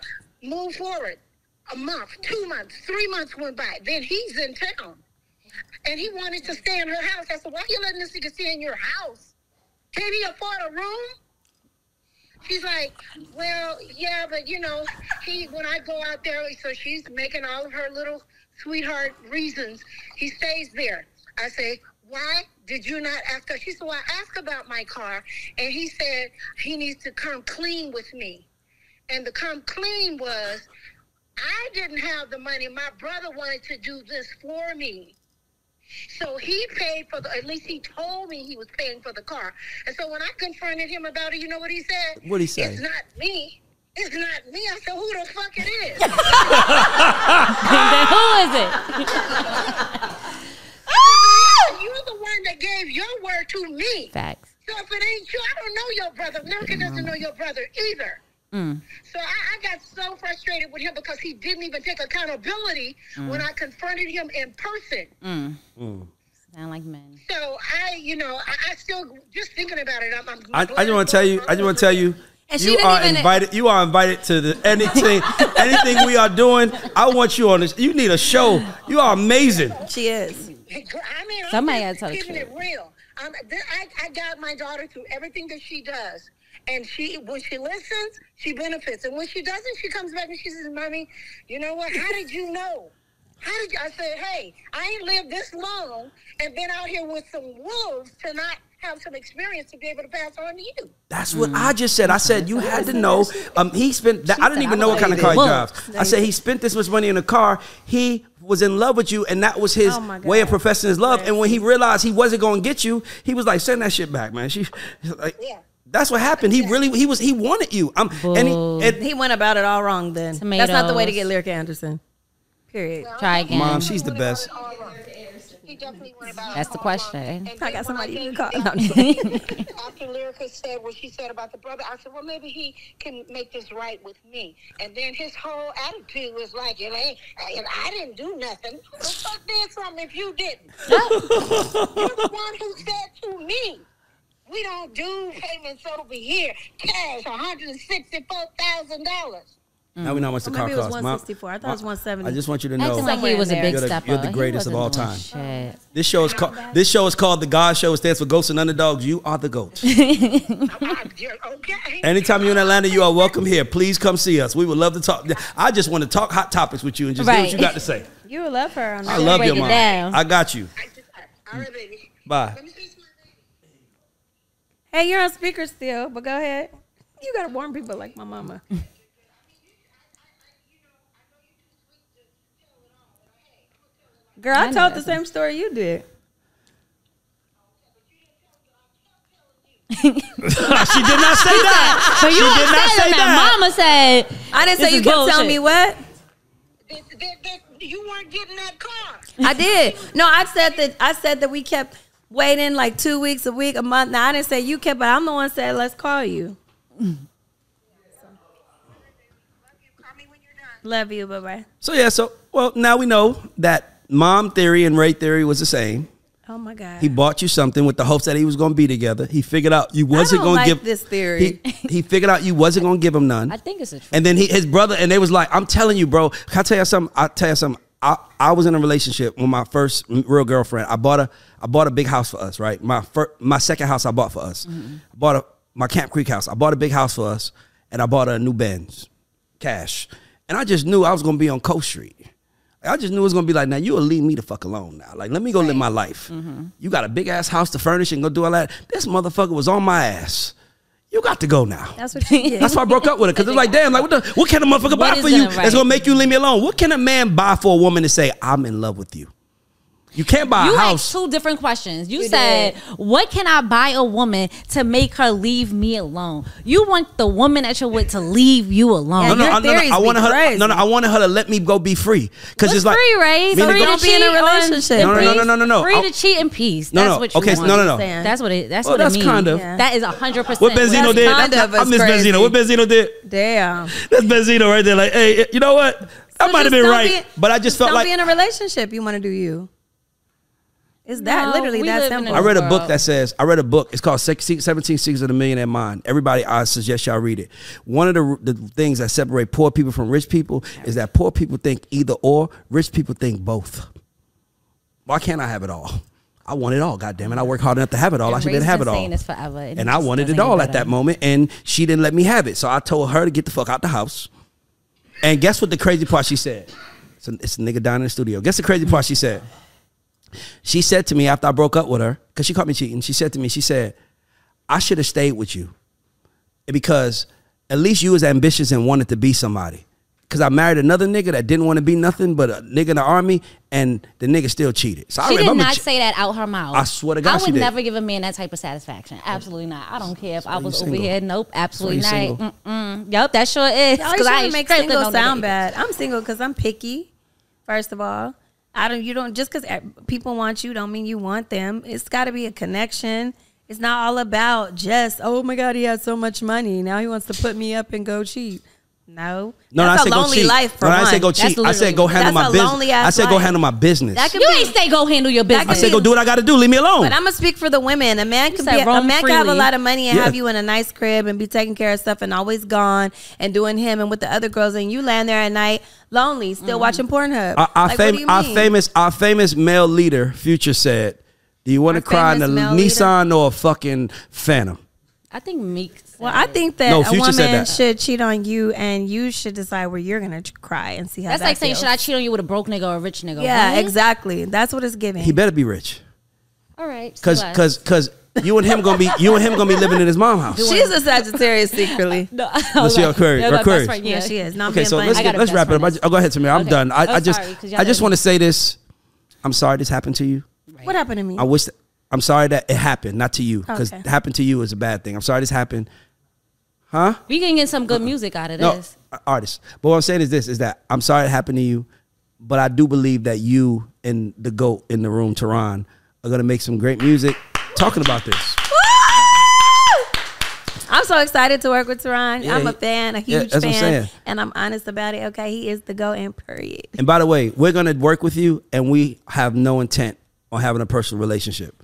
S7: move forward. A month, two months, three months went by. Then he's in town, and he wanted to stay in her house. I said, "Why you letting this nigga stay in your house? Can he afford a room?" She's like, well, yeah, but you know, he when I go out there, so she's making all of her little sweetheart reasons. He stays there. I say, why did you not ask her? She said, well, I asked about my car, and he said he needs to come clean with me. And the come clean was, I didn't have the money. My brother wanted to do this for me. So he paid for the, at least he told me he was paying for the car. And so when I confronted him about it, you know what he said?
S1: What'd he say?
S7: It's not me. It's not me. I said, who the fuck it is?
S2: Then who is it?
S7: You're the one that gave your word to me.
S2: Facts.
S7: So if it ain't you, I don't know your brother. America doesn't know your brother either. So I, I got so frustrated with him because he didn't even take accountability when I confronted him in person.
S2: Sound like men.
S7: So I, you know, I, I still just thinking about it. I'm. I'm
S1: I, I just want to tell you. I just want to tell you.
S6: And she
S1: You
S6: didn't
S1: are
S6: even-
S1: invited. You are invited to the anything, anything we are doing. I want you on this. You need a show. You are amazing.
S6: She is.
S7: I mean, I'm
S2: Somebody gotta
S7: just
S2: tell the
S7: keeping it real. Um, th- I, I got my daughter through everything that she does, and she when she listens, she benefits, and when she doesn't, she comes back and she says, "Mommy, you know what? How did you know?" How did you? I said, hey, I ain't lived this long and been out here with some wolves to not have some experience to be able to pass on to you.
S1: That's what
S3: Mm.
S1: I just said. I said
S3: <laughs>
S1: you had to know. Um, he spent. That, I didn't
S2: said,
S1: even
S2: "I
S1: know what kind of
S2: believe
S1: car he
S2: it."
S1: drives. I said he spent this much money in a car. He was in love with you, and that was his
S6: Oh my
S1: way of
S6: God.
S1: professing his love. And when he realized he wasn't going to get you, he was like, "Send that shit back, man." She, <laughs> like,
S7: Yeah.
S1: that's what happened. He really, he was, he wanted you. Um, and
S2: Boo.
S1: he, and
S3: Mm.
S6: He went about it all wrong then. That's not the way to get Lyrica Anderson. Period.
S2: Try again.
S1: mom, she's the best.
S7: He definitely went about
S2: That's
S7: it
S2: the
S7: all
S2: question.
S7: wrong. And
S6: I
S7: then
S6: got
S7: when
S6: somebody you
S7: gave
S6: can
S3: <laughs>
S7: the
S6: call. No, I'm just-
S7: after Lyrica said what she said about the brother, I said, well, maybe he can make this right with me. And then his whole attitude was like, it ain't, and I didn't do nothing. Who the fuck did something if you didn't? You're the one who said to me, we don't do payments over here, cash, $164,000.
S1: Now we know how much the car
S3: maybe it was
S1: cost. My-
S3: 164. I thought it was
S1: my-
S3: 170.
S1: I just want you to know.
S2: Acting like he was a
S3: You're
S2: big
S1: the-
S2: stepper.
S1: you're the
S2: He
S1: greatest of
S2: wasn't
S1: all
S2: doing Shit.
S1: This show is called This show is called the God Show. It stands for Ghosts and Underdogs. You are the goat.
S7: Oh, I, you're- okay.
S1: Anytime you're in Atlanta, you are welcome here. Please come see us. We would love to talk. I just want to talk hot topics with you and just hear what
S2: Right.
S1: you got to
S2: <laughs>
S1: say.
S3: You would love her on
S1: I
S3: that.
S1: love your
S2: break it
S1: mom.
S2: down.
S1: I got you.
S7: I just, all right, baby.
S1: Bye.
S7: Let me see some of that.
S3: Hey, you're on speaker still, but go ahead. You gotta warn people like my mama. Girl, I, told the same story you did.
S1: she did not say that.
S2: So you
S1: did not
S2: upset
S1: say
S2: him
S1: that.
S2: that mama said
S3: I didn't
S2: This
S3: say you
S2: is
S3: kept
S2: bullshit.
S3: telling me what.
S2: <laughs>
S7: That, that, that, you weren't getting that car.
S3: I did. No, I said that. I said that we kept waiting like two weeks, a week, a month. Now I didn't say you kept, but I'm the one said let's call you.
S7: Call me when you're done.
S3: Love you. Bye bye.
S1: So yeah. So well, now we know that mom theory and Ray theory was the same.
S3: Oh my god.
S1: He bought you something with the hopes that he was going to be together. He figured out you wasn't
S3: don't
S1: going
S3: like
S1: to give
S3: this theory.
S1: He, he figured out you wasn't going to give him none.
S2: I think it's a truth.
S1: And then he, his brother, and they was like, "I'm telling you, bro. Can I tell you something? I tell you something. I, I was in a relationship with my first real girlfriend. I bought a I bought a big house for us, right? My first, my second house I bought for us. I bought a my Camp Creek house. I bought a big house for us, and I bought a new Benz, cash. And I just knew I was gonna be on Coast Street. I just knew it was gonna be like, now you'll leave me the fuck alone now. Like, let me go live my life. You got a big ass house to furnish and go do all that. This motherfucker was on my ass. You got to go now.
S3: That's what you did.
S1: That's why I broke up with her because it's like, damn, like what the, what can a motherfucker buy
S2: is
S1: for you
S2: gonna-
S1: that's gonna make you leave me alone? What can a man buy for a woman to say I'm in love with you? You can't buy a
S2: You asked
S1: house.
S2: two different questions. You, said, "What can I buy a woman to make her leave me alone?" You want the woman that you're with to leave you alone.
S1: no, no,
S6: your
S1: I- no, no,
S6: theories
S1: I
S6: be
S1: wanted her.
S6: crazy.
S1: No, no, I wanted her to let me go be free because
S2: What's
S1: it's like
S2: free, right?
S1: meaning-
S2: Free
S6: Don't
S2: to
S6: be in a
S2: cheat on-
S6: relationship.
S1: No, no, no, no, no, no, no.
S2: Free
S1: I'll-
S2: to cheat in peace.
S1: No,
S2: That's
S1: no.
S2: what you
S1: Okay,
S2: want.
S1: no, no, no.
S2: That's what it. That's
S1: Well,
S2: what
S1: that's
S2: it means.
S1: kind of.
S2: That is hundred percent.
S1: what Benzino did.
S6: kind
S1: I-
S6: of
S1: I,
S6: is
S1: miss
S6: crazy.
S1: Benzino. What Benzino did?
S3: Damn.
S1: That's Benzino right there. Like, hey, you know what? I
S3: So
S1: might have
S3: just
S1: been
S3: don't
S1: right,
S3: be-
S1: but I just felt
S3: don't
S1: like
S3: be in a relationship. You want to do you. Is that
S2: No,
S3: literally
S2: we
S3: that
S2: live in
S3: simple?
S2: a-
S1: I read a book
S2: world.
S1: that says I read a book. It's called 16, 17 Secrets of the Millionaire Mind. Everybody, I suggest y'all read it. One of the, the things that separate poor people from rich people is that poor people think either or, rich people think both. Why can't I have it all? I want it all. God damn it! I work hard enough to have it all. I should be able to have it all.
S2: Saying this forever, and,
S1: And I wanted it all at that moment, and she didn't let me have it. So I told her to get the fuck out the house. And guess what? The crazy part she said. It's a, it's a nigga down in the studio. Guess the crazy part she said. She said to me after I broke up with her, because she caught me cheating. She said to me, she said, "I should have stayed with you, because at least you was ambitious and wanted to be somebody." Because I married another nigga that didn't want to be nothing but a nigga in the army, and the nigga still cheated. So I
S2: She did
S1: remember
S2: not
S1: che-
S2: say that out her mouth.
S1: I swear to God,
S2: I
S1: she
S2: would
S1: did.
S2: never give a man that type of satisfaction. Absolutely not. I don't care if I
S1: you
S2: was over
S1: single.
S2: here. Nope, absolutely
S1: That's why you
S2: not. Mm-mm. Yep, that sure is.
S3: Y'all
S2: Because I
S3: always trying to
S2: ain't
S3: make
S2: straight with no
S3: single sound
S2: nigga.
S3: bad. I'm single because I'm picky. First of all, I don't. You don't just because people want you don't mean you want them. It's got to be a connection. It's not all about just oh my god he has so much money now he wants to put me up and go cheat. No,
S1: No,
S3: that's
S1: I
S3: a
S1: said go
S3: lonely
S1: cheat.
S3: life for
S1: no, I
S3: one.
S1: didn't say go
S2: That's
S1: cheat. I said
S2: literally-
S1: go handle
S3: that's
S1: my
S3: a
S1: business.
S3: lonely
S1: I
S3: ass
S1: said go
S3: life.
S1: handle my business.
S3: That could
S2: You
S3: be-
S2: ain't say go handle your
S3: That
S2: business.
S3: could
S1: I said
S3: be-
S1: go do what I got to do. Leave me alone.
S3: But I'm gonna speak for the women. A man could be
S2: said
S3: a
S2: roam
S3: man could have a
S2: freely.
S3: lot of money and
S1: Yeah.
S3: have you in a nice crib and be taking care of stuff and always gone and doing him and with the other girls and you land there at night lonely,
S2: Mm-hmm.
S3: still watching Pornhub.
S1: Our, our,
S3: Like, what
S1: fam-
S3: do you
S1: our
S3: mean?
S1: famous, our famous male leader, Future said, "Do you want to
S3: Our
S1: cry in a
S3: famous male
S1: Nissan or a fucking Phantom?"
S2: I think Meek. said
S3: Well, I
S2: it.
S3: think that
S1: No,
S3: a
S1: Future
S3: woman
S1: said that.
S3: should cheat on you and you should decide where you're gonna cry and see how
S2: that's
S3: that
S2: like saying,
S3: feels.
S2: should I cheat on you with a broke nigga or a rich nigga?
S3: Yeah,
S2: Right?
S3: exactly. That's what it's giving.
S1: He better be rich,
S2: All right,
S1: cause,
S2: Celeste.
S1: cause, cause you and him gonna be, you and him gonna be living in his mom's house.
S3: She's a Sagittarius secretly.
S2: No,
S1: Let's see
S2: okay.
S1: your query-
S2: <laughs> Yeah,
S1: your
S2: that's
S1: queries.
S2: right,
S3: Yeah, she is. Not
S1: Okay,
S3: being
S1: so
S3: funny.
S1: let's
S2: I got
S1: get,
S2: a
S1: let's
S2: best
S1: wrap it up.
S2: friend.
S1: I, oh, go ahead, Samir. I'm
S2: Okay.
S1: done. I,
S2: Oh,
S1: I just,
S2: sorry, 'cause y'all
S1: I just
S2: didn't-
S1: want to say this. I'm sorry this happened to you.
S3: What happened to me?
S1: I wish. That, I'm sorry that it happened, not to you, because
S3: Okay.
S1: happened to you is a bad thing. I'm sorry this happened.
S2: We can get some good music out of
S1: Uh-uh. no,
S2: this. <laughs>
S1: a- artists. But what I'm saying is this: is that I'm sorry it happened to you, but I do believe that you and the goat in the room, Tehran, are gonna make some great music talking about this.
S3: Ah! I'm so excited to work with Teron.
S1: Yeah,
S3: I'm a
S1: he-
S3: fan, a
S1: yeah,
S3: huge
S1: that's what I'm saying.
S3: fan, and I'm honest about it. Okay, he is the go and period.
S1: And by the way, we're gonna work with you, and we have no intent on having a personal relationship.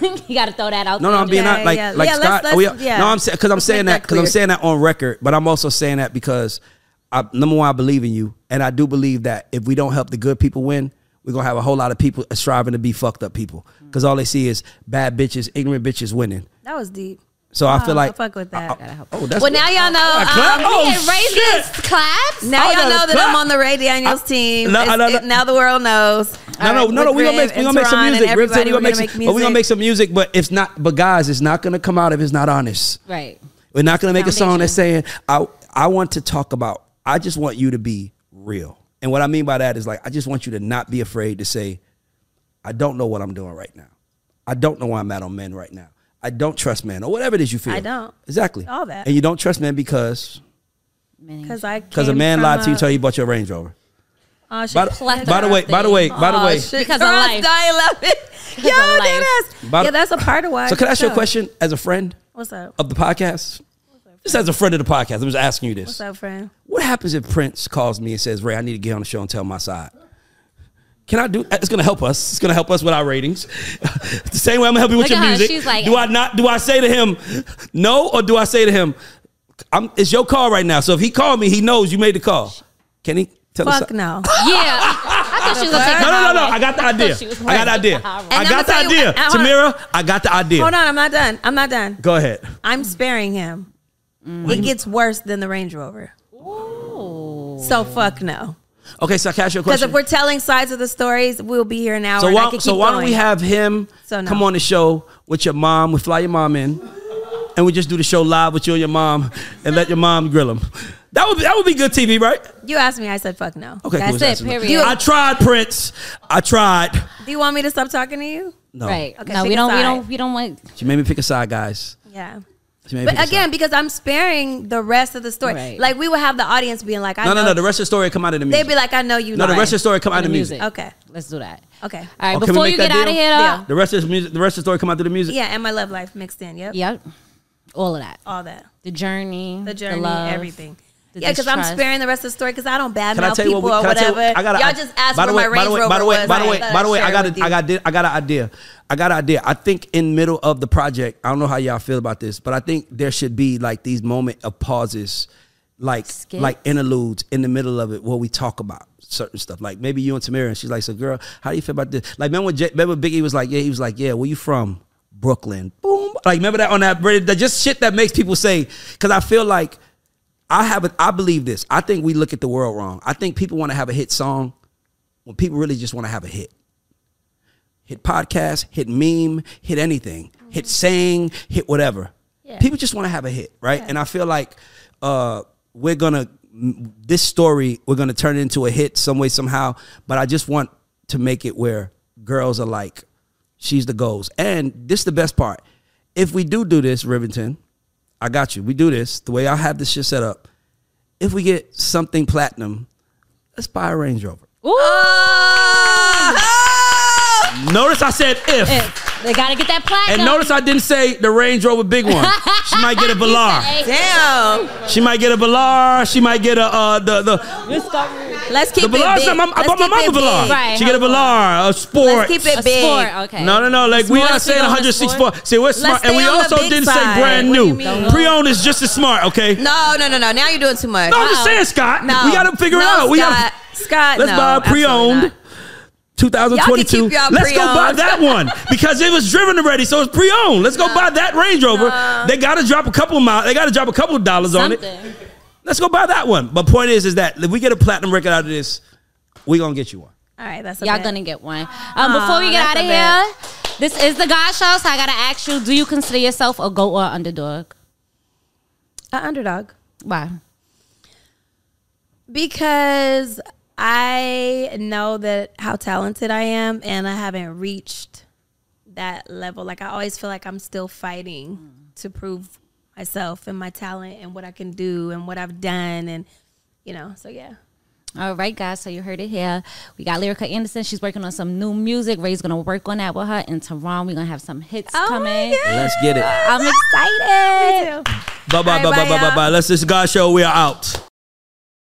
S2: you got to throw that out.
S1: No, no,
S2: there.
S1: I'm being
S3: Yeah,
S1: not like
S3: yeah.
S1: like
S3: Yeah, let's-
S1: Scott.
S3: let's-
S1: we are-
S3: yeah.
S1: No, I'm saying because I'm
S3: Let's
S1: saying
S3: make
S1: that
S3: that
S1: because I'm
S3: clear.
S1: saying that on record, but I'm also saying that because I, number one, I believe in you, and I do believe that if we don't help the good people win, we're gonna have a whole lot of people striving to be fucked up people because all they see is bad bitches, ignorant bitches winning.
S3: That was deep.
S1: So I feel
S3: Oh,
S1: like
S3: fuck with that.
S1: I- I-
S3: Gotta help.
S1: oh, that's
S3: Well, now y'all know.
S1: I clap?
S3: Um,
S1: Oh,
S3: he had raised
S1: shit.
S3: his claps. Now
S1: Oh,
S3: y'all
S1: no,
S3: know that
S1: clap.
S3: I'm on the Ray Daniels team.
S1: no,
S3: It's-
S1: no, no.
S3: it- now the world knows.
S1: No, no, no, no. We're gonna make, we gonna make some music. Rip said we
S3: Everybody, we're
S1: gonna make, some, but we gonna make some music, but it's not but guys, it's not gonna come out if it's not honest.
S2: Right.
S1: We're not gonna make a song
S2: Foundation.
S1: that's saying I I want to talk about I just want you to be real. And what I mean by that is like I just want you to not be afraid to say, I don't know what I'm doing right now. I don't know why I'm out on men right now. I don't trust men or whatever it is you feel.
S3: I don't.
S1: Exactly.
S3: All that.
S1: And you don't trust men because
S2: Many.
S3: because I
S1: because a
S3: came
S1: man
S3: from
S1: lied to you,
S3: a-
S1: tell you about your Range Rover.
S3: Oh,
S1: By,
S3: shit.
S1: the- by the way, by the way, by the
S3: Oh,
S1: way.
S3: shit.
S2: Because of
S3: Girl,
S2: life.
S3: I
S1: <laughs>
S3: love it. Yo,
S2: of life.
S3: deadass.
S1: By the-
S3: Yeah, that's a part of why.
S1: So can I ask you a
S3: Yo,
S1: question as a friend?
S3: What's up?
S1: of the podcast? Just as a friend of the podcast, I'm just asking you
S3: What's
S1: this.
S3: up, friend?
S1: What happens if Prince calls me and says, Ray, I need to get on the show and tell my side? Can I do uh, it's gonna help us. It's gonna help us with our ratings. <laughs> the same way I'm gonna help you with
S2: Look
S1: your
S2: at her.
S1: music.
S2: She's like-
S1: do
S3: "Oh."
S1: I not do I say to him no or do I say to him, I'm, it's your call right now. So if he called me, he knows you made the call. Can he tell us?
S3: Fuck no.
S1: <laughs>
S2: Yeah. I thought she was gonna take
S1: No,
S2: the
S1: no, no, no.
S2: highway.
S1: I got
S3: <laughs>
S1: the
S2: thought
S1: idea.
S2: she was
S1: I got the
S2: right.
S1: idea. I
S3: I'ma
S1: got the
S3: tell you-
S1: idea.
S3: I- hold on.
S1: Tamira, I got the idea.
S3: Hold on, I'm not done. I'm not done.
S1: Go ahead.
S3: I'm sparing him.
S1: Mm.
S3: It gets worse than the Range Rover. So fuck no.
S1: Okay, so I can I ask you a
S3: Because
S1: question.
S3: if we're telling sides of the stories, we'll be here an hour.
S1: So
S3: and I
S1: why,
S3: could
S1: so
S3: keep
S1: why
S3: going.
S1: don't we have him
S3: So no.
S1: come on the show with your mom? We fly your mom in, and we just do the show live with you and your mom, and let your mom grill him. That would be, that would be good TV, right?
S3: You asked me. I said fuck no.
S1: Okay,
S2: That's
S1: cool.
S2: it, period.
S1: enough. I tried, Prince. I tried.
S3: Do you want me to stop talking to you?
S1: No,
S2: Right.
S3: Okay,
S2: no,
S3: pick
S2: we
S3: a
S2: don't. We
S3: side.
S2: don't. We don't want.
S1: She made me pick a side, guys.
S3: Yeah.
S1: She made me
S3: But
S1: pick a
S3: again,
S1: side.
S3: because I'm sparing the rest of the story.
S2: Right.
S3: Like we will have the audience being like, I
S1: no,
S3: know.
S1: no, no. The rest of the story come out of the music.
S3: They'd be like, I know you.
S1: no, the
S3: lying.
S1: rest of the story come out of the
S2: the
S1: music.
S2: music.
S3: Okay.
S2: Let's do that.
S3: Okay.
S2: All right.
S1: Oh, can we
S2: before
S1: make
S2: you get
S1: that
S2: out
S1: deal?
S2: of here, though.
S1: The rest of the music. The rest of the story come out through the music.
S3: Yeah, and my love life mixed in. Yep.
S2: Yep. All of that.
S3: All that.
S2: The journey.
S3: The journey,
S2: love.
S3: everything.
S2: the
S3: yeah, because I'm
S2: distrust.
S3: sparing the rest of the story because I don't
S1: Can I
S3: badmouth
S1: tell you
S3: people
S1: what? We,
S3: or
S1: can I tell you-
S3: whatever.
S1: I got. a-
S3: Y'all just asked
S1: by the
S3: where my
S1: way, by
S3: Range
S1: the way,
S3: Rover
S1: By the way,
S3: was.
S1: by the
S3: I
S1: way,
S3: thought
S1: by the
S3: I'd
S1: way, I
S3: share
S1: got.
S3: it with
S1: A,
S3: you.
S1: I got. di- I got an idea. I got an idea. I think in middle of the project, I don't know how y'all feel about this, but I think there should be like these moment of pauses, like
S2: Skits?
S1: like interludes in the middle of it where we talk about certain stuff. Like maybe you and Tamara, and she's like, "So, girl, how do you feel about this?" Like remember when J- remember Biggie was like, "Yeah," he was like, "Yeah, where you from?" Brooklyn. Boom. Like remember that on that that just shit that makes people say because I feel like. I have a, I believe this. I think we look at the world wrong. I think people want to have a hit song when people really just want to have a hit. Hit podcast, hit meme, hit anything, hit saying, hit whatever. People just want to have a hit, right? And I feel like uh, we're gonna m- this story we're gonna turn it into a hit some way somehow. But I just want to make it where girls are like, she's the goals, and this is the best part. If we do do this, Rivington, I got you. We do this the way I have this shit set up. If we get something platinum, let's buy a Range Rover. Notice I said if,
S2: They gotta get that platinum.
S1: and notice I didn't say the Range Rover big
S3: <laughs>
S1: one. She might get a Velar.
S2: Hey, Oh,
S3: Damn.
S1: She might get a Velar. She might get a uh, the the
S3: Let's keep
S1: the
S3: it big.
S1: Velar. I
S3: Let's
S1: bought my
S3: keep it
S1: mama a Velar.
S3: big.
S2: Right,
S1: she get a Velar, a
S3: Let's
S1: Sport.
S3: keep it
S2: a
S3: big.
S2: sport. Okay.
S1: No, no, no. Like we
S2: Smart
S1: not
S2: if you
S1: saying
S2: go on the
S1: 164.
S2: sport.
S1: See, we're smart,
S3: stay
S1: and we
S3: on the
S1: also
S3: big
S1: didn't
S3: side.
S1: say brand
S3: What do you
S1: new.
S3: mean?
S1: Pre-owned is just as smart. Okay. No,
S3: No, no, no, no. Now you're doing too much.
S1: I'm just saying, Scott.
S3: No.
S1: We gotta figure it
S3: No,
S1: out. We
S3: Scott.
S1: gotta.
S3: Scott,
S1: Let's
S3: Uh, no,
S1: buy a
S3: absolutely
S1: pre-owned.
S3: not.
S1: 2022.
S3: Y'all can keep y'all
S1: Let's go buy
S3: pre-owned.
S1: that
S3: <laughs>
S1: one because it was driven already, so it's pre-owned. Let's go buy that Range Rover. They got to drop a couple miles. They got to drop a couple dollars on it.
S2: something.
S1: Let's go buy that one. But point is, is that if we get a platinum record out of this, we gonna get you one.
S3: All right, that's a
S2: Y'all
S3: bet.
S2: gonna get one. Um, before we get out
S3: that's
S2: of
S3: a bet.
S2: here, this is the God Show, so I gotta ask you: Do you consider yourself a goat or underdog?
S3: an underdog
S2: Why?
S3: because I know that how talented I am, and I haven't reached that level. Like I always feel like I'm still fighting to prove myself and my talent and what I can do and what I've done, and you know. So yeah.
S2: All right, guys. So you heard it here. We got Lyrica Anderson. She's working on some new music. Ray's gonna work on that with her. And Teron, we're gonna have some hits
S3: Oh
S2: coming.
S1: Let's get it.
S2: I'm excited.
S1: Bye bye bye bye
S3: bye,
S1: bye bye
S3: y'all.
S1: bye. Let's this God show. We are out.